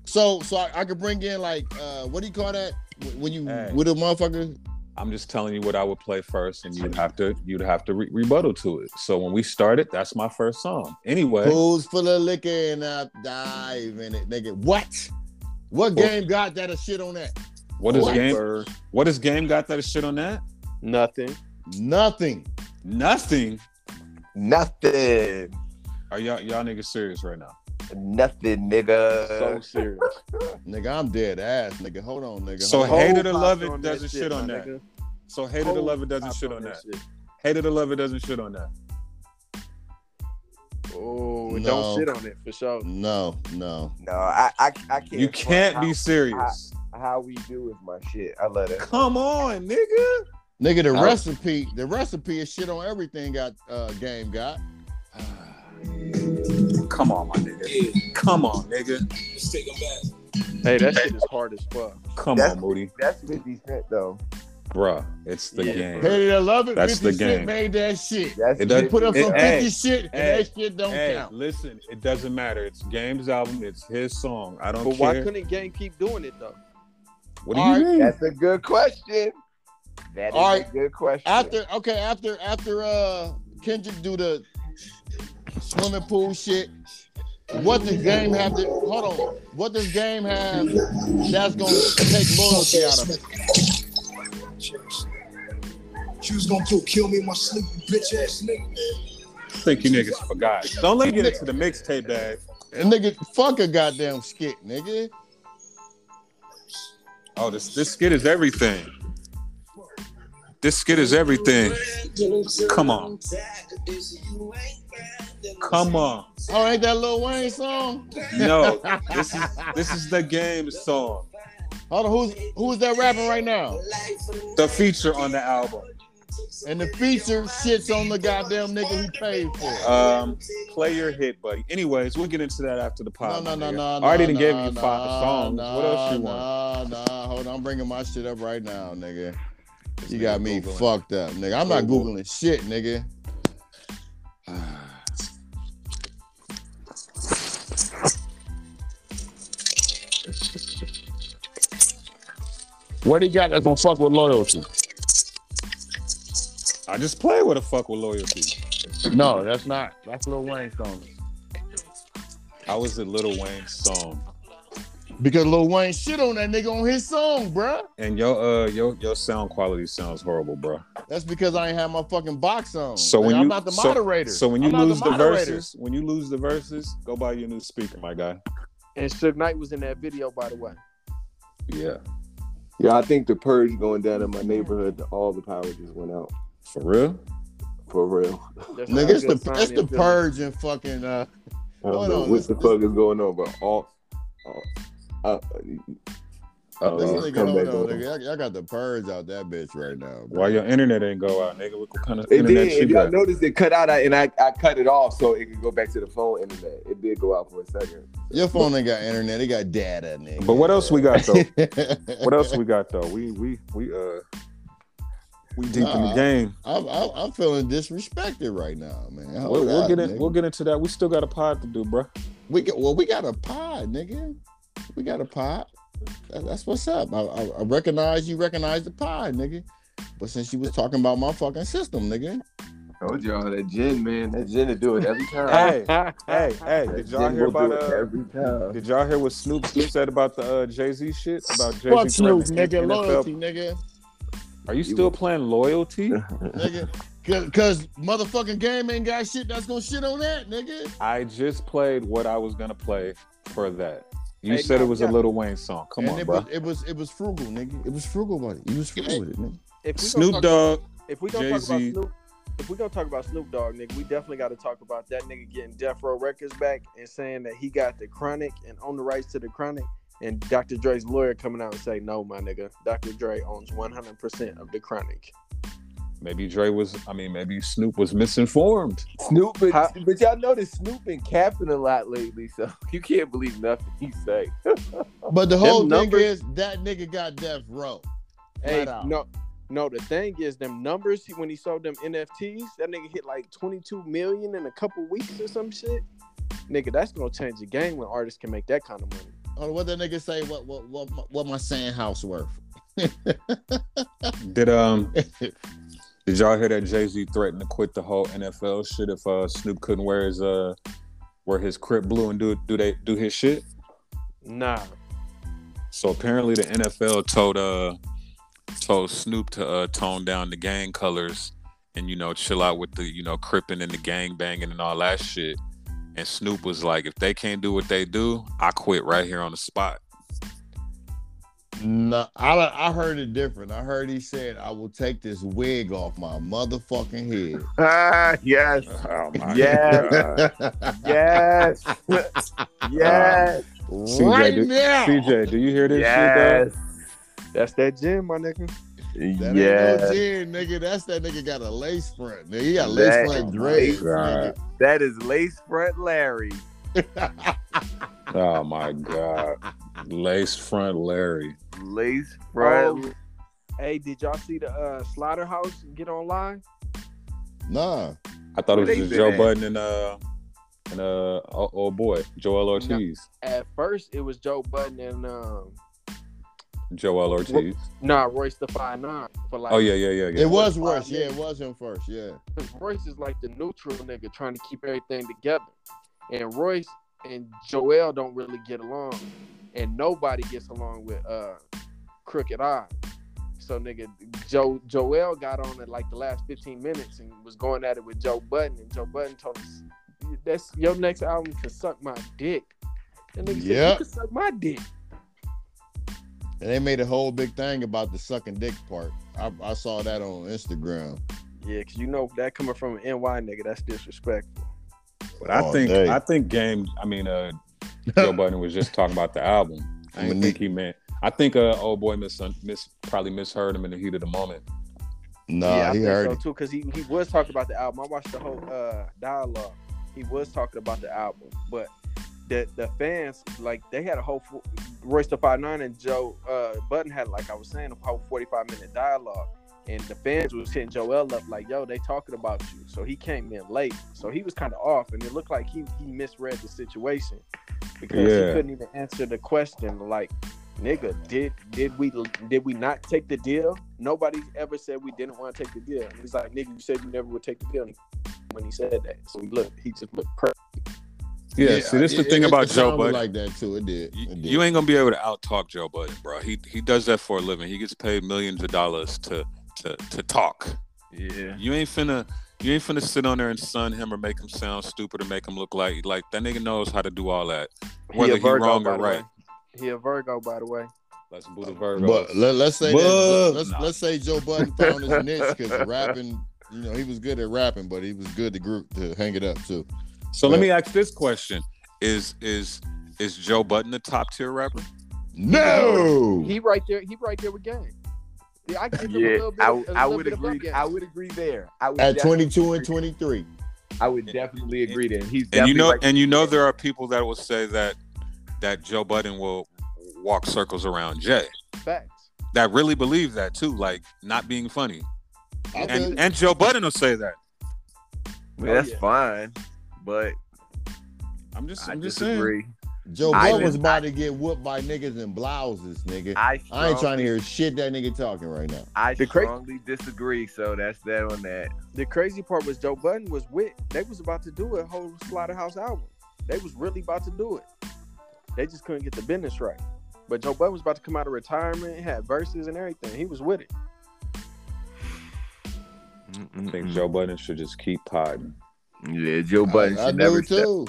Speaker 2: So, so I, I could bring in like uh, what do you call that Wh- when you
Speaker 1: Hey.
Speaker 2: with a motherfucker?
Speaker 1: I'm just telling you what I would play first, and you'd have to you'd have to re- rebuttal to it. So when we started, that's my first song. Anyway,
Speaker 2: Pools full of liquor and I dive in it, nigga. What? What game got that a shit on that?
Speaker 1: what is
Speaker 2: What?
Speaker 1: game? What is game got that shit on that?
Speaker 4: nothing.
Speaker 2: Nothing.
Speaker 1: Nothing.
Speaker 3: Nothing.
Speaker 1: Are y'all y'all niggas serious right now?
Speaker 3: Nothing,
Speaker 4: So
Speaker 3: nigga.
Speaker 4: serious.
Speaker 2: Nigga, I'm dead ass, nigga. Hold on, nigga.
Speaker 1: So
Speaker 2: Hold on.
Speaker 1: Hated or
Speaker 4: Whole
Speaker 1: Love
Speaker 4: popped
Speaker 1: It
Speaker 4: on
Speaker 1: doesn't
Speaker 4: that
Speaker 1: shit on
Speaker 4: my
Speaker 1: that.
Speaker 4: nigga.
Speaker 1: So hated or
Speaker 4: Whole
Speaker 1: love it doesn't
Speaker 4: Popped
Speaker 1: shit on that.
Speaker 4: shit.
Speaker 1: Hated or love it doesn't shit on that.
Speaker 4: Oh,
Speaker 2: No.
Speaker 4: don't shit on it for sure.
Speaker 2: No, no.
Speaker 3: No, I, I, I can't.
Speaker 1: You can't be
Speaker 3: front
Speaker 1: serious.
Speaker 3: how, how we do is my shit. I love it.
Speaker 1: Come on, nigga.
Speaker 2: Nigga, the
Speaker 3: Oh.
Speaker 2: recipe, the recipe is shit on everything got uh game got.
Speaker 1: Come on, my nigga. Come on, nigga.
Speaker 5: Let's take 'em back.
Speaker 1: Mm.
Speaker 4: Hey, that shit is hard as fuck.
Speaker 1: Come
Speaker 3: That's-
Speaker 1: on, Moody.
Speaker 3: That's fifty cent though.
Speaker 1: Bruh, it's the
Speaker 4: Yeah.
Speaker 1: game.
Speaker 2: Hated or love it,
Speaker 1: That's
Speaker 2: 50
Speaker 1: the
Speaker 2: Cent
Speaker 1: game.
Speaker 2: made that shit.
Speaker 3: That's
Speaker 1: It does-
Speaker 2: Put up
Speaker 1: It-
Speaker 2: some 50
Speaker 1: hey,
Speaker 2: shit and
Speaker 1: hey,
Speaker 2: that shit don't
Speaker 1: Hey,
Speaker 2: count.
Speaker 1: listen, it doesn't matter. It's Game's album. It's his song. I don't
Speaker 4: But why
Speaker 1: care.
Speaker 4: couldn't Game keep doing it though?
Speaker 1: what do you
Speaker 2: Alright,
Speaker 1: mean?
Speaker 3: That's a good question. That is
Speaker 2: All
Speaker 3: a
Speaker 2: right.
Speaker 3: good question.
Speaker 2: After okay, after after uh Kendrick do the swimming pool shit, what does game have to hold on? What does game have that's gonna take loyalty out of it?
Speaker 5: She was gonna kill, kill me in my sleep, you bitch ass nigga.
Speaker 1: I think you niggas forgot. Don't let me get into the mixtape bag.
Speaker 2: And nigga, fuck a goddamn skit, nigga.
Speaker 1: Oh, this this skit is everything. This skit is everything. Come on. Come on.
Speaker 2: Oh, ain't that Lil Wayne song?
Speaker 1: No, this is this is the game song.
Speaker 2: Hold on, who's who's that rapping right now?
Speaker 1: The feature on the album.
Speaker 2: And the feature shits on the goddamn nigga who paid for it.
Speaker 1: Um, play your hit, buddy. Anyways, we'll get into that after the
Speaker 2: No,
Speaker 1: pod. my
Speaker 2: no, no,
Speaker 1: nigga.
Speaker 2: no.
Speaker 1: I
Speaker 2: no,
Speaker 1: already done
Speaker 2: no,
Speaker 1: gave you
Speaker 2: no,
Speaker 1: five songs.
Speaker 2: no,
Speaker 1: what else you want?
Speaker 2: Nah, nah, hold on. I'm bringing my shit up right now, nigga.
Speaker 1: This
Speaker 2: You
Speaker 1: nigga
Speaker 2: got me
Speaker 1: Googling.
Speaker 2: fucked up, nigga. I'm not
Speaker 1: Google.
Speaker 2: googling shit, nigga. What he got that's gonna fuck with loyalty?
Speaker 1: I just play with a fuck with loyalty.
Speaker 2: No, that's not. That's Lil Wayne's song.
Speaker 1: I was at Little Wayne's song.
Speaker 2: Because Lil Wayne shit on that nigga on his song, bruh.
Speaker 1: And your uh your your sound quality sounds horrible, bro.
Speaker 2: That's because I ain't have my fucking box on.
Speaker 1: So when
Speaker 2: Like,
Speaker 1: you-
Speaker 2: I'm not the
Speaker 1: so-
Speaker 2: moderator.
Speaker 1: So when you
Speaker 2: I'm not
Speaker 1: lose the,
Speaker 2: moderator.
Speaker 1: verses, when you lose the verses, go buy your new speaker, my guy.
Speaker 4: And Suge Knight was in that video, by the way.
Speaker 1: Yeah.
Speaker 3: Yeah, I think the purge going down in my neighborhood, all the power just went out.
Speaker 1: For real?
Speaker 3: For real.
Speaker 4: That's not
Speaker 2: nigga,
Speaker 4: a
Speaker 2: it's
Speaker 4: good
Speaker 2: the
Speaker 4: sign
Speaker 2: it's the
Speaker 4: in Philly.
Speaker 2: purge and fucking uh
Speaker 3: I don't
Speaker 2: Hold
Speaker 3: know
Speaker 2: on,
Speaker 3: what
Speaker 2: this-
Speaker 3: the
Speaker 2: this-
Speaker 3: fuck is going on, but all, all uh,
Speaker 2: this
Speaker 3: Uh,
Speaker 1: Uh,
Speaker 3: like-
Speaker 2: nigga,
Speaker 3: come
Speaker 2: hold
Speaker 3: back
Speaker 2: on,
Speaker 3: over.
Speaker 2: nigga. I, I got the purge out that bitch right now. bruh.
Speaker 1: why your internet ain't go out, nigga? What kind of
Speaker 3: it
Speaker 1: internet
Speaker 3: did. If
Speaker 1: you
Speaker 3: y'all
Speaker 1: got?
Speaker 3: noticed, it cut out, I- and I, I cut it off so it could go back to the phone internet. It did go out for a second.
Speaker 2: Your phone ain't got internet, it got data, nigga.
Speaker 1: But what else we got though?
Speaker 2: what
Speaker 1: what else we got though? We we we uh we deep in the
Speaker 2: Nah.
Speaker 1: game.
Speaker 2: I'm, I'm, I'm feeling disrespected right now, man.
Speaker 3: Oh,
Speaker 2: Hold
Speaker 1: We'll, we'll
Speaker 2: up,
Speaker 1: get in,
Speaker 2: nigga.
Speaker 1: we'll get into that. We still got a pod to do, bro.
Speaker 2: We get well. We got a pod, nigga. We got a pod. That- that's what's up. I, I, I recognize you. Recognize the pod, nigga. But since you was talking about my fucking system, nigga,
Speaker 3: Told y'all that gin, man. That gin to do it every time.
Speaker 1: Hey, hey, hey!
Speaker 3: That
Speaker 1: Did y'all
Speaker 3: gin
Speaker 1: hear
Speaker 3: will do
Speaker 1: about
Speaker 3: it
Speaker 1: uh?
Speaker 3: every time?
Speaker 1: Did y'all hear what Snoop said about the uh, Jay Z shit? About Jay Z
Speaker 2: fuck Snoop, nigga, loyalty, nigga,
Speaker 1: Are you still playing loyalty?
Speaker 2: nigga, Cause- cause motherfucking game ain't got shit that's gonna shit on that, nigga.
Speaker 1: I just played what I was gonna play for that. You
Speaker 4: Hey,
Speaker 1: said
Speaker 4: no,
Speaker 1: it was a
Speaker 4: yeah.
Speaker 1: Little Wayne song. Come
Speaker 2: and
Speaker 1: on,
Speaker 2: it
Speaker 1: bro.
Speaker 2: was it was it was frugal, nigga. It was frugal about it. You was frugal with it, nigga.
Speaker 4: If we
Speaker 1: Snoop
Speaker 4: gonna talk-
Speaker 1: Dogg.
Speaker 4: If we gonna talk
Speaker 1: Jay-Z.
Speaker 4: about Snoop, if we gonna talk about Snoop Dogg, nigga, we definitely got to talk about that nigga getting Death Row Records back and saying that he got the chronic and own the rights to the chronic. And Dr. Dre's lawyer coming out and say, "No, my nigga, Dr. Dre owns 100 percent of the chronic."
Speaker 1: Maybe Dre was. I mean, maybe Snoop was misinformed.
Speaker 3: Snoop, and,
Speaker 4: How-
Speaker 3: but y'all notice Snoop been capping a lot lately, so you can't believe nothing he say.
Speaker 2: But the whole thing
Speaker 4: numbers-
Speaker 2: is that nigga got death row.
Speaker 4: Hey,
Speaker 2: Flat out.
Speaker 4: no, no. The thing is, them numbers he- when he sold them NFTs, that nigga hit like 22 million in a couple weeks or some shit. Nigga, that's gonna change the game when artists can make that kind of money.
Speaker 2: Or what that nigga say? What what what my- what my sand house worth?
Speaker 1: Did um? did y'all hear that Jay Z threatened to quit the whole NFL shit if uh, Snoop couldn't wear his uh, wear his crib blue and do do they do his shit?
Speaker 4: Nah,
Speaker 1: So apparently the NFL told uh told Snoop to uh tone down the gang colors and you know chill out with the you know cripping and the gang banging and all that shit. And Snoop was like, if they can't do what they do, I quit right here on the spot.
Speaker 2: No, I I heard it different. I heard he said, "I will take this wig off my motherfucking head."
Speaker 3: Ah, yes,
Speaker 1: Oh my
Speaker 3: Yeah.
Speaker 1: god.
Speaker 3: yes, yes,
Speaker 2: right
Speaker 1: dude.
Speaker 2: now,
Speaker 1: CJ, do you hear this shit
Speaker 3: yes,
Speaker 4: that's that gym, my nigga.
Speaker 2: that ain't no
Speaker 3: yes.
Speaker 2: gin, nigga. That's that nigga got a lace front. Nigga, he got lace
Speaker 3: That-
Speaker 2: front dreads.
Speaker 1: God.
Speaker 2: nigga.
Speaker 3: That is lace front Larry.
Speaker 1: though? Oh my god. Lace front Larry.
Speaker 3: Lace front.
Speaker 4: Oh, Hey, did y'all see the uh, slaughterhouse get online?
Speaker 2: Nah,
Speaker 1: I thought it
Speaker 3: Where
Speaker 1: was
Speaker 3: they
Speaker 1: just
Speaker 3: been
Speaker 1: Joe
Speaker 3: at?
Speaker 1: Budden and uh and uh oh, oh boy, Joel Ortiz.
Speaker 4: At first, it was Joe Budden and um,
Speaker 1: Joel Ortiz.
Speaker 4: nah, Royce the Five Nine for like.
Speaker 1: Oh yeah, yeah, yeah, yeah.
Speaker 2: it was
Speaker 4: five
Speaker 2: Rush. Yeah,
Speaker 4: niggas.
Speaker 2: it was him first. Yeah,
Speaker 4: Because Royce is like the neutral nigga trying to keep everything together. And Royce and Joel don't really get along. And nobody gets along with uh Crooked Eye. So nigga, Joe Joel got on at like the last 15 minutes and was going at it with Joe Button. And Joe Button told us that's your next album can suck my dick. And nigga said,
Speaker 2: Yep.
Speaker 4: you can suck my dick.
Speaker 2: and they made a whole big thing about the sucking dick part. I, I saw that on Instagram.
Speaker 4: Yeah, cause you know that coming from an NY nigga, that's disrespectful.
Speaker 1: But I
Speaker 2: all
Speaker 1: think
Speaker 2: day.
Speaker 1: I think game. I mean, uh, Joe Budden was just talking about the album. I didn't think
Speaker 2: Monique.
Speaker 1: he meant. I think uh, old boy mis, mis probably misheard him in the heat of the moment.
Speaker 2: Nah,
Speaker 4: yeah,
Speaker 2: he
Speaker 4: I think
Speaker 2: heard
Speaker 4: so
Speaker 2: it.
Speaker 4: too, because he, he was talking about the album. I watched the whole uh, dialogue. He was talking about the album, but the the fans like they had a whole fo- Royce the Five Nine and Joe uh, Button had like I was saying a whole forty five minute dialogue, and the fans was hitting Joel up like, "Yo, they talking about you." So he came in late, so he was kind of off, and it looked like he he misread the situation because
Speaker 1: Yeah.
Speaker 4: he couldn't even answer the question like. Nigga, did did we did we not take the deal? Nobody ever said we didn't want to take the deal. And He's like, nigga, you said you never would take the deal when he said that. So he looked, he just looked crazy.
Speaker 1: Yeah, see, this is the
Speaker 2: it-
Speaker 1: thing
Speaker 2: it-
Speaker 1: about
Speaker 2: it
Speaker 1: Joe
Speaker 2: sounded
Speaker 1: Budden.
Speaker 2: Like that too. It did.
Speaker 1: You,
Speaker 2: It did.
Speaker 1: you ain't gonna be able to out talk Joe Budden, bro. He he does that for a living. He gets paid millions of dollars to to to talk.
Speaker 3: Oh,
Speaker 4: Yeah.
Speaker 1: You ain't finna you ain't finna sit on there and sun him or make him sound stupid or make him look like like that nigga knows how to do all that. Whether he, wrong
Speaker 4: by
Speaker 1: or
Speaker 4: the
Speaker 1: right.
Speaker 4: way. He a Virgo, by the way.
Speaker 1: Let's boot the Virgo.
Speaker 2: But let, us say that,
Speaker 1: But-
Speaker 2: let's
Speaker 1: Nah.
Speaker 2: let's say Joe Budden found his niche because rapping, you know, he was good at rapping, but he was good to group to hang it up too.
Speaker 1: so let me ask this question. Is is is Joe Button a top tier rapper?
Speaker 2: No,
Speaker 4: He right there. He right there with Gang. Yeah, I give him a
Speaker 3: Yeah,
Speaker 4: little bit.
Speaker 3: I,
Speaker 4: a
Speaker 3: I
Speaker 4: little
Speaker 3: would
Speaker 4: bit above
Speaker 3: agree.
Speaker 4: Gang.
Speaker 3: I would agree there. I would
Speaker 2: at
Speaker 3: definitely
Speaker 2: twenty two and
Speaker 3: agree.
Speaker 2: twenty three.
Speaker 3: I would definitely agree there. He's
Speaker 1: And
Speaker 3: definitely
Speaker 1: you know
Speaker 3: right-
Speaker 1: and you know there are people that will say that that Joe Budden will walk circles around Jay.
Speaker 4: Facts.
Speaker 1: That really believe that too, like not being funny.
Speaker 2: I feel
Speaker 1: And and Joe Budden will say that.
Speaker 3: Well, that's fine, but
Speaker 1: I'm just
Speaker 3: I
Speaker 1: I'm just saying.
Speaker 3: disagree.
Speaker 2: Joe
Speaker 3: I
Speaker 2: Budden was
Speaker 3: didn't-
Speaker 2: about to get whooped by niggas in blouses, nigga. I,
Speaker 3: I strong, I,
Speaker 2: ain't trying to hear shit that nigga talking right now.
Speaker 4: The cra-
Speaker 3: strongly disagree. So that's that on that.
Speaker 4: The crazy part was Joe Budden was with. They was about to do a whole Slaughterhouse album. They was really about to do it. They just couldn't get the business right. But Joe Budden was about to come out of retirement, had verses and everything. He was with it.
Speaker 1: I think Joe Budden should just keep potting.
Speaker 3: Yeah, Joe Budden should
Speaker 2: I, I
Speaker 3: never
Speaker 2: do
Speaker 3: step.
Speaker 2: too.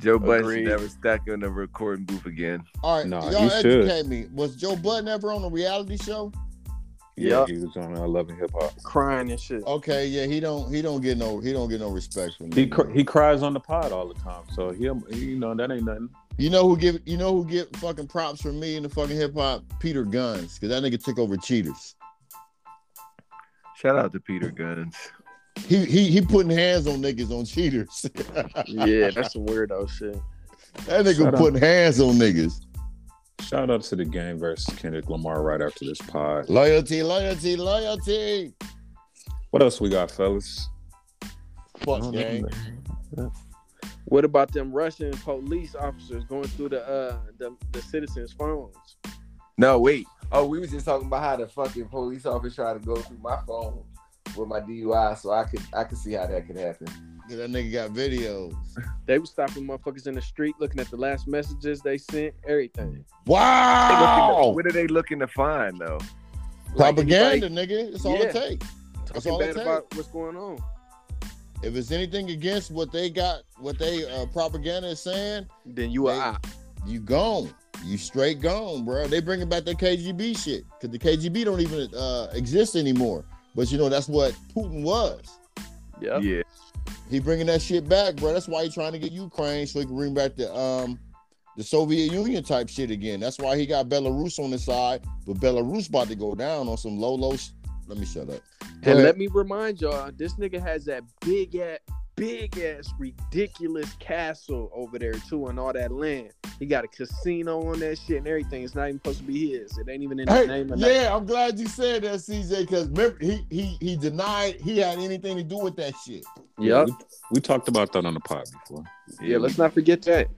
Speaker 3: Joe Budden should
Speaker 4: Agreed.
Speaker 3: never stack in the recording booth again.
Speaker 2: All right,
Speaker 1: Nah,
Speaker 2: y'all
Speaker 1: he should.
Speaker 2: educate me. Was Joe Budden ever on a reality show?
Speaker 1: Yeah,
Speaker 4: Yeah.
Speaker 1: he was on uh, Love and Hip Hop.
Speaker 4: Crying and shit.
Speaker 2: Okay, yeah, he don't he don't get no he don't get no respect from
Speaker 1: He
Speaker 2: me.
Speaker 1: cr- he cries on the pod all the time, so he, um, he you know that ain't nothing.
Speaker 2: You know who give you know who get fucking props from me in the fucking hip hop? Peter Guns, because that nigga took over cheaters.
Speaker 3: Shout out to Peter Guns.
Speaker 2: He he he putting hands on niggas on cheaters.
Speaker 4: yeah, that's some weirdo shit.
Speaker 2: that nigga
Speaker 1: Shut up.
Speaker 2: putting hands on niggas.
Speaker 1: Shout out to the game versus Kendrick Lamar right after this pod.
Speaker 2: Loyalty, loyalty, loyalty.
Speaker 1: What else we got, fellas?
Speaker 2: Fuck gang.
Speaker 4: What about them Russian police officers going through the uh the, the citizens' phones?
Speaker 3: No, wait. Oh, we was just talking about how the fucking police officer tried to go through my phone with my DUI, so I could I could see how that could happen.
Speaker 2: 'Cause That nigga got videos.
Speaker 4: They was stopping motherfuckers in the street, looking at the last messages they sent, everything.
Speaker 3: They looking to-
Speaker 2: Wow.
Speaker 3: What are they looking to find though?
Speaker 2: Propaganda, nigga. That's all it
Speaker 4: Yeah.
Speaker 2: takes. That's
Speaker 4: Talking
Speaker 2: all it
Speaker 4: bad
Speaker 2: takes.
Speaker 4: about what's going on.
Speaker 2: If it's anything against what they got, what they uh, propaganda is saying,
Speaker 4: Then you
Speaker 2: a
Speaker 4: are
Speaker 2: op. you gone. You straight gone, bro. They bringing back that KGB shit because the KGB don't even uh, exist anymore. But you know that's what Putin was.
Speaker 4: Yeah.
Speaker 3: Yeah.
Speaker 2: He bringing that shit back, bro. That's why he trying to get Ukraine so he can bring back the um the Soviet Union type shit again. That's why he got Belarus on the side, but Belarus about to go down on some low low. Sh- Let me shut up. Go
Speaker 4: And
Speaker 2: ahead.
Speaker 4: let me remind y'all, this nigga has that big ass, big ass, ridiculous castle over there too, and all that land. He got a casino on that shit and everything. It's not even supposed to be his. It ain't even in
Speaker 2: Hey,
Speaker 4: his name. Or nothing.
Speaker 2: yeah, I'm glad you said that, CJ, because remember he he he denied he had anything to do with that shit.
Speaker 4: Yup.
Speaker 1: We, we talked about that on the pod before.
Speaker 4: Yeah. Let's not forget that.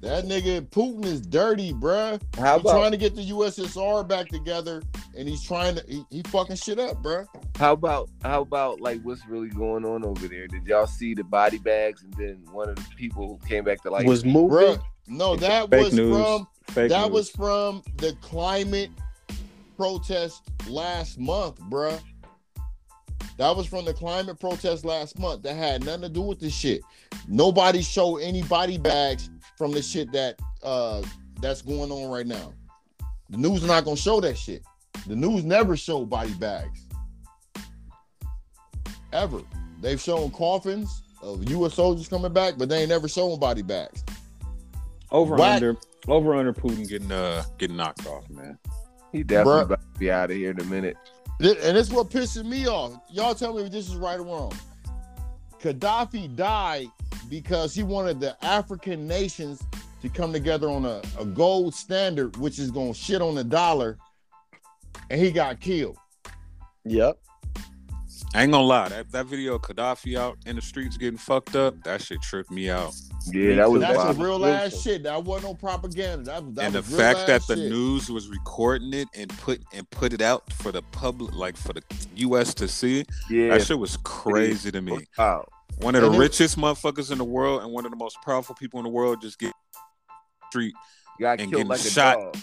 Speaker 2: That nigga Putin is dirty, bruh.
Speaker 3: How
Speaker 2: He's trying
Speaker 3: about
Speaker 2: to get the USSR back together, and he's trying to he, he fucking shit up, bruh.
Speaker 3: how about how about like what's really going on over there? Did y'all see the body bags and then one of the people came back to like
Speaker 4: was moving.
Speaker 2: Bruh, no, Oh, that
Speaker 1: Fake
Speaker 2: was
Speaker 1: news.
Speaker 2: from
Speaker 1: Fake
Speaker 2: that
Speaker 1: news.
Speaker 2: was from the climate protest last month, bruh. That was from the climate protest last month. That had nothing to do with this shit. Nobody showed any body bags from the shit that uh that's going on right now. The news not gonna show that shit. The news never showed body bags. Ever. They've shown coffins of US soldiers coming back, but they ain't never showing body bags.
Speaker 1: over
Speaker 2: whack.
Speaker 1: under over under Putin getting uh getting knocked off, man.
Speaker 3: he definitely
Speaker 2: Bruh.
Speaker 3: about to be out of here in a minute.
Speaker 2: Th- And it's what pisses me off. Y'all tell me if this is right or wrong. Gaddafi died because he wanted the African nations to come together on a, a gold standard, which is going to shit on the dollar. And he got killed.
Speaker 4: Yep.
Speaker 1: I ain't gonna lie, that, that video of Gaddafi out in the streets getting fucked up, that shit tripped me out.
Speaker 3: Yeah, that was
Speaker 2: that's
Speaker 3: wild.
Speaker 2: some real ass shit. That wasn't no propaganda. That, that
Speaker 1: and the
Speaker 2: was real
Speaker 1: fact that
Speaker 2: ass
Speaker 1: the
Speaker 2: shit.
Speaker 1: news was recording it and put and put it out for the public, like for the U.S. to see,
Speaker 3: yeah.
Speaker 1: that shit was crazy to me.
Speaker 3: Wow.
Speaker 1: One of the
Speaker 2: And it-
Speaker 1: richest motherfuckers in the world and one of the most powerful people in the world just get street
Speaker 3: Got
Speaker 1: And
Speaker 3: killed
Speaker 1: getting
Speaker 3: like a
Speaker 1: shot.
Speaker 3: dog.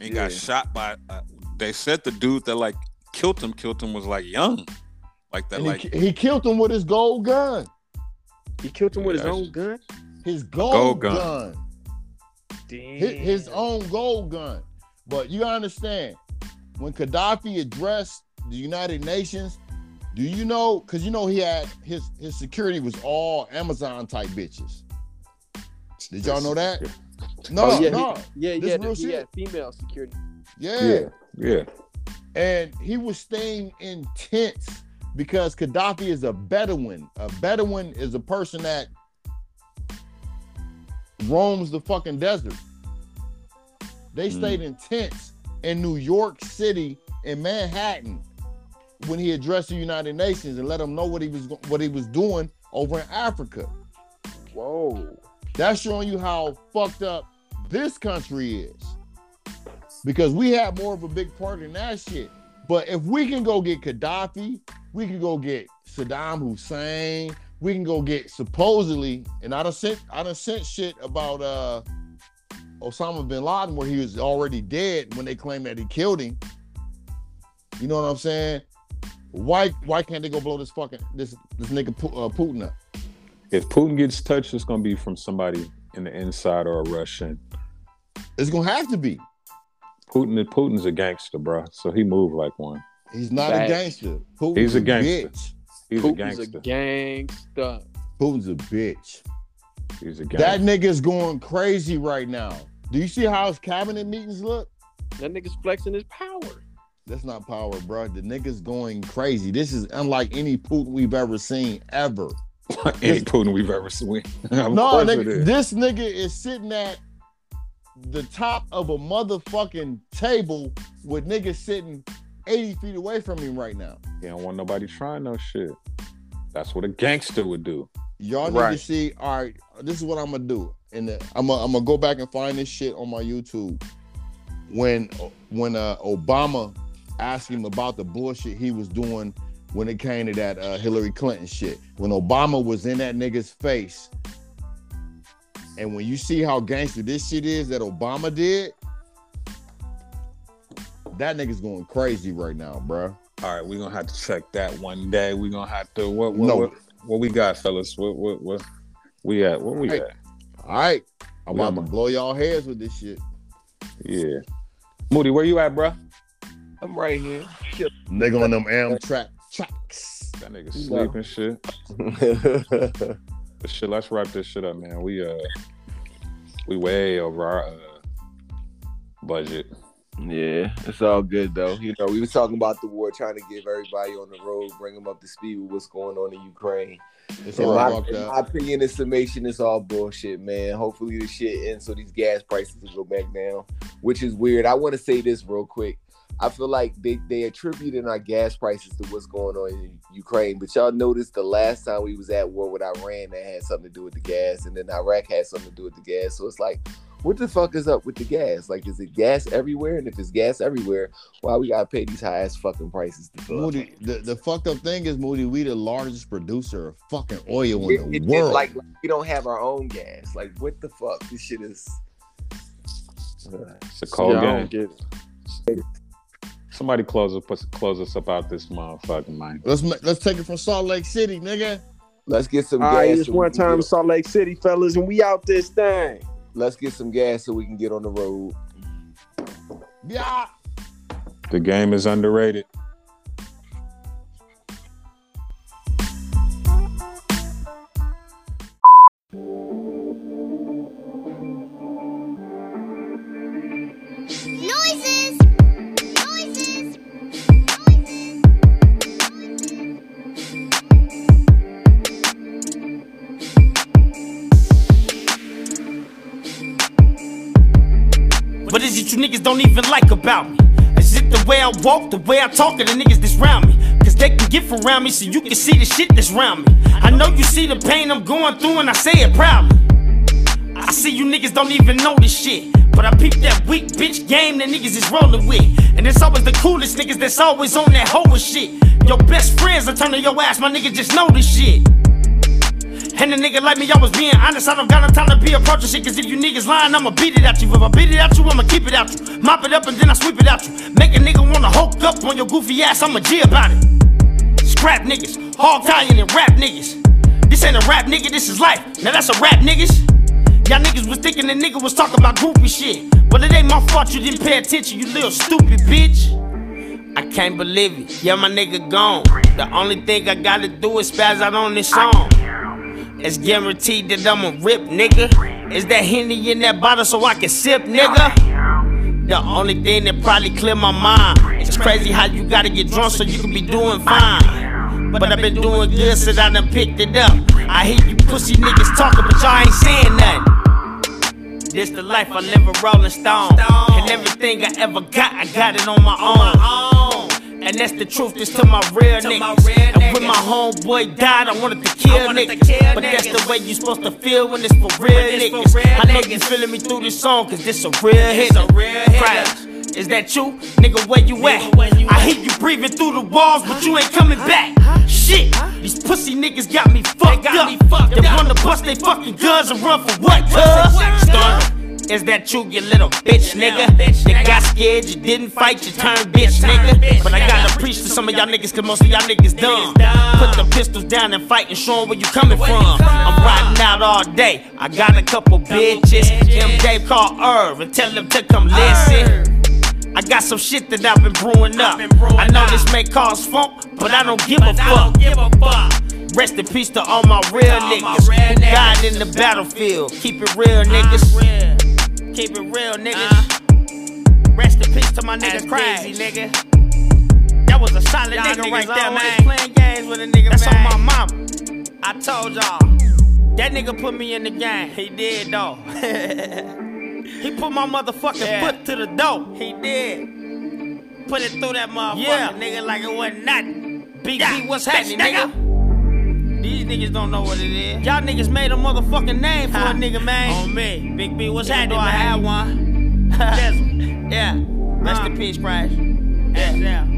Speaker 1: and got
Speaker 3: Yeah.
Speaker 1: shot by. Uh, they said the dude that like killed him, killed him was like young, like that,
Speaker 2: And
Speaker 1: like
Speaker 2: he, he killed him with his gold gun.
Speaker 4: He killed him with his
Speaker 1: Yeah,
Speaker 4: own gun.
Speaker 2: His gold,
Speaker 1: Gold gun.
Speaker 2: gun.
Speaker 4: Damn.
Speaker 2: His, his own gold gun. But you understand, when Gaddafi addressed the United Nations, do you know? Because you know he had his his security was all Amazon type bitches. Did y'all know that? No,
Speaker 4: Oh, yeah,
Speaker 2: no,
Speaker 4: Yeah,
Speaker 2: This
Speaker 4: yeah.
Speaker 2: real
Speaker 4: He
Speaker 2: shit.
Speaker 4: had female security.
Speaker 2: yeah.
Speaker 1: yeah,
Speaker 2: and he was staying in tents because Gaddafi is a Bedouin. A Bedouin is a person that roams the fucking desert. They
Speaker 1: Mm.
Speaker 2: stayed in tents in New York City in Manhattan when he addressed the United Nations and let them know what he was what he was doing over in Africa.
Speaker 4: Whoa.
Speaker 2: That's showing you how fucked up this country is. Because we have more of a big part in that shit. But if we can go get Gaddafi, we can go get Saddam Hussein, we can go get supposedly, and I done sent I done sent shit about uh Osama bin Laden where he was already dead when they claimed that he killed him. You know what I'm saying? Why why can't they go blow this fucking this this nigga Pu- uh, Putin up?
Speaker 1: If Putin gets touched, it's gonna be from somebody in the inside or a Russian.
Speaker 2: It's gonna have to be.
Speaker 1: Putin, Putin's a gangster, bro. So he moved like one.
Speaker 2: He's not
Speaker 4: Facts.
Speaker 2: a gangster. Putin's
Speaker 1: He's a gangster.
Speaker 2: bitch.
Speaker 1: He's a
Speaker 4: Putin's
Speaker 1: gangster.
Speaker 4: a gangster.
Speaker 2: Putin's a bitch.
Speaker 1: He's a
Speaker 2: That
Speaker 1: gangster.
Speaker 2: nigga's going crazy right now. Do you see how his cabinet meetings look?
Speaker 4: That nigga's flexing his power.
Speaker 2: That's not power, bro. The nigga's going crazy. This is unlike any Putin we've ever seen ever.
Speaker 1: Any Putin we've ever seen. of
Speaker 2: no,
Speaker 1: course it
Speaker 2: nigga,
Speaker 1: is.
Speaker 2: this nigga is sitting at the top of a motherfucking table with niggas sitting 80 feet away from him right now.
Speaker 1: He don't want nobody trying no shit. That's what a gangster would do.
Speaker 2: Y'all need to
Speaker 3: Right.
Speaker 2: see. All right, this is what I'm gonna do, and then I'm gonna, I'm gonna go back and find this shit on my YouTube. When when uh, Obama asked him about the bullshit he was doing when it came to that uh, Hillary Clinton shit, when Obama was in that nigga's face, and when you see how gangster this shit is that Obama did, that nigga's going crazy right now, bruh.
Speaker 1: All right, we're gonna have to check that one day. We're gonna have to what what,
Speaker 2: No.
Speaker 1: what, what we got, fellas? What what what we at? What we
Speaker 2: Hey.
Speaker 1: at?
Speaker 2: All right, I'm
Speaker 1: Yeah,
Speaker 2: about to
Speaker 1: man.
Speaker 2: blow y'all heads with this shit.
Speaker 1: Yeah. Moody, where you at, bro?
Speaker 3: I'm right here.
Speaker 2: Nigga on them Amtrak tracks.
Speaker 1: That nigga
Speaker 3: You
Speaker 1: sleep
Speaker 3: know.
Speaker 1: and shit. But shit, let's wrap this shit up, man. We uh we way over our uh budget.
Speaker 3: yeah, it's all good though. You know, we was talking about the war, trying to give everybody on the road, bring them up to speed with what's going on in Ukraine.
Speaker 2: It's
Speaker 3: In
Speaker 2: all
Speaker 3: my,
Speaker 2: fucked
Speaker 3: in
Speaker 2: up.
Speaker 3: my opinion, in summation, it's all bullshit, man. Hopefully, this shit ends so these gas prices will go back down, which is weird. I want to say this real quick. I feel like they, they attributed our gas prices to what's going on in Ukraine, but y'all noticed the last time we was at war with Iran, that had something to do with the gas, and then Iraq had something to do with the gas. So it's like, what the fuck is up with the gas? Like, is it gas everywhere? And if it's gas everywhere, why we gotta pay these high ass fucking prices to fill up?
Speaker 2: Moody, the, the fucked up thing is, Moody, we the largest producer of fucking oil in
Speaker 3: It-
Speaker 2: the
Speaker 3: it- it-
Speaker 2: world.
Speaker 3: like we don't have our own gas. Like what the fuck? This shit is.
Speaker 1: It's a cold
Speaker 4: yeah, I
Speaker 1: game.
Speaker 4: don't get it.
Speaker 1: Somebody close us close us up out this motherfucking man.
Speaker 2: let's ma- let's take it from Salt Lake City, nigga.
Speaker 3: Let's get some
Speaker 4: All
Speaker 3: gas.
Speaker 4: right, it's
Speaker 3: so we
Speaker 4: one
Speaker 3: can
Speaker 4: time in
Speaker 3: get-
Speaker 4: Salt Lake City, fellas, and we out this thing.
Speaker 3: let's get some gas so we can get on the road.
Speaker 2: Yeah.
Speaker 1: The game is underrated.
Speaker 6: Noises! Noises!
Speaker 7: What is it you niggas don't even like about me? Is it the way I walk, the way I talk, or the niggas that's round me? Cause they can get from around me so you can see the shit that's round me. I know you see the pain I'm going through and I say it proudly. I see you niggas don't even know this shit. But I peep that weak bitch game that niggas is rolling with. And it's always the coolest niggas that's always on that hoe and shit. Your best friends are turning your ass, my nigga just know this shit. And a nigga like me, I was being honest. I don't got no time to be approaching shit. Cause if you niggas lying, I'ma beat it at you. If I beat it at you, I'ma keep it at you. Mop it up and then I sweep it at you. Make a nigga wanna hulk up on your goofy ass, I'ma G about it. Scrap niggas, hog tying and rap niggas. This ain't a rap nigga, this is life. Now that's a rap niggas. Y'all niggas was thinking the nigga was talking about groupie shit. But it ain't my fault you didn't pay attention, you little stupid bitch. I can't believe it. Yeah, my nigga gone. The only thing I gotta do is spaz out on this song. It's guaranteed that I'ma rip, nigga. Is that Henny in that bottle so I can sip, nigga? The only thing that probably clear my mind. It's crazy how you gotta get drunk so you can be doing fine. But I've been doing good since I done picked it up. I hear you pussy niggas talking, but y'all ain't saying nothing. This the life I live a rolling stone. And everything I ever got, I got it on my own. And that's the truth, this to my real niggas. And when my homeboy died, I wanted to kill niggas. But that's the way you supposed to feel when it's for real niggas. I know you feeling me through this song, cause this a real hit. Crash. Is that you? Nigga, where you at? I hear you breathing through the walls, but you ain't coming back. Shit, these pussy niggas got me fucked up. They wanna bust they fucking guns and run for what, cuz? Stunner. Is that you, you little bitch, nigga? You got scared, you didn't fight, you turned bitch, nigga. But I gotta preach to some of y'all niggas, cause most of y'all niggas dumb. Put the pistols down and fight and show 'em where you coming from. I'm riding out all day, I got a couple bitches. M. Dave call Irv and tell him to come listen. I got some shit that I've been brewing up. I know this may cause funk, but I don't give a fuck. Rest in peace to all my real niggas. who Died in the battlefield. Keep it real, niggas. Keep it real, Uh. niggas. Rest in peace to my nigga Crazy, nigga. That was a solid nigga right there, man. Playing games with a nigga, That's on my mama. I told y'all. That nigga put me in the game. He did, though. he put my motherfucking foot to the door. He did. Put it through that motherfucker, nigga, like it wasn't nothing. BG, what's happening, nigga? These niggas don't know what it is. Y'all niggas made a motherfucking name for a nigga, man. On me. Big B, what's happening? I had one. yeah. Rest in peace, Crash. Yeah.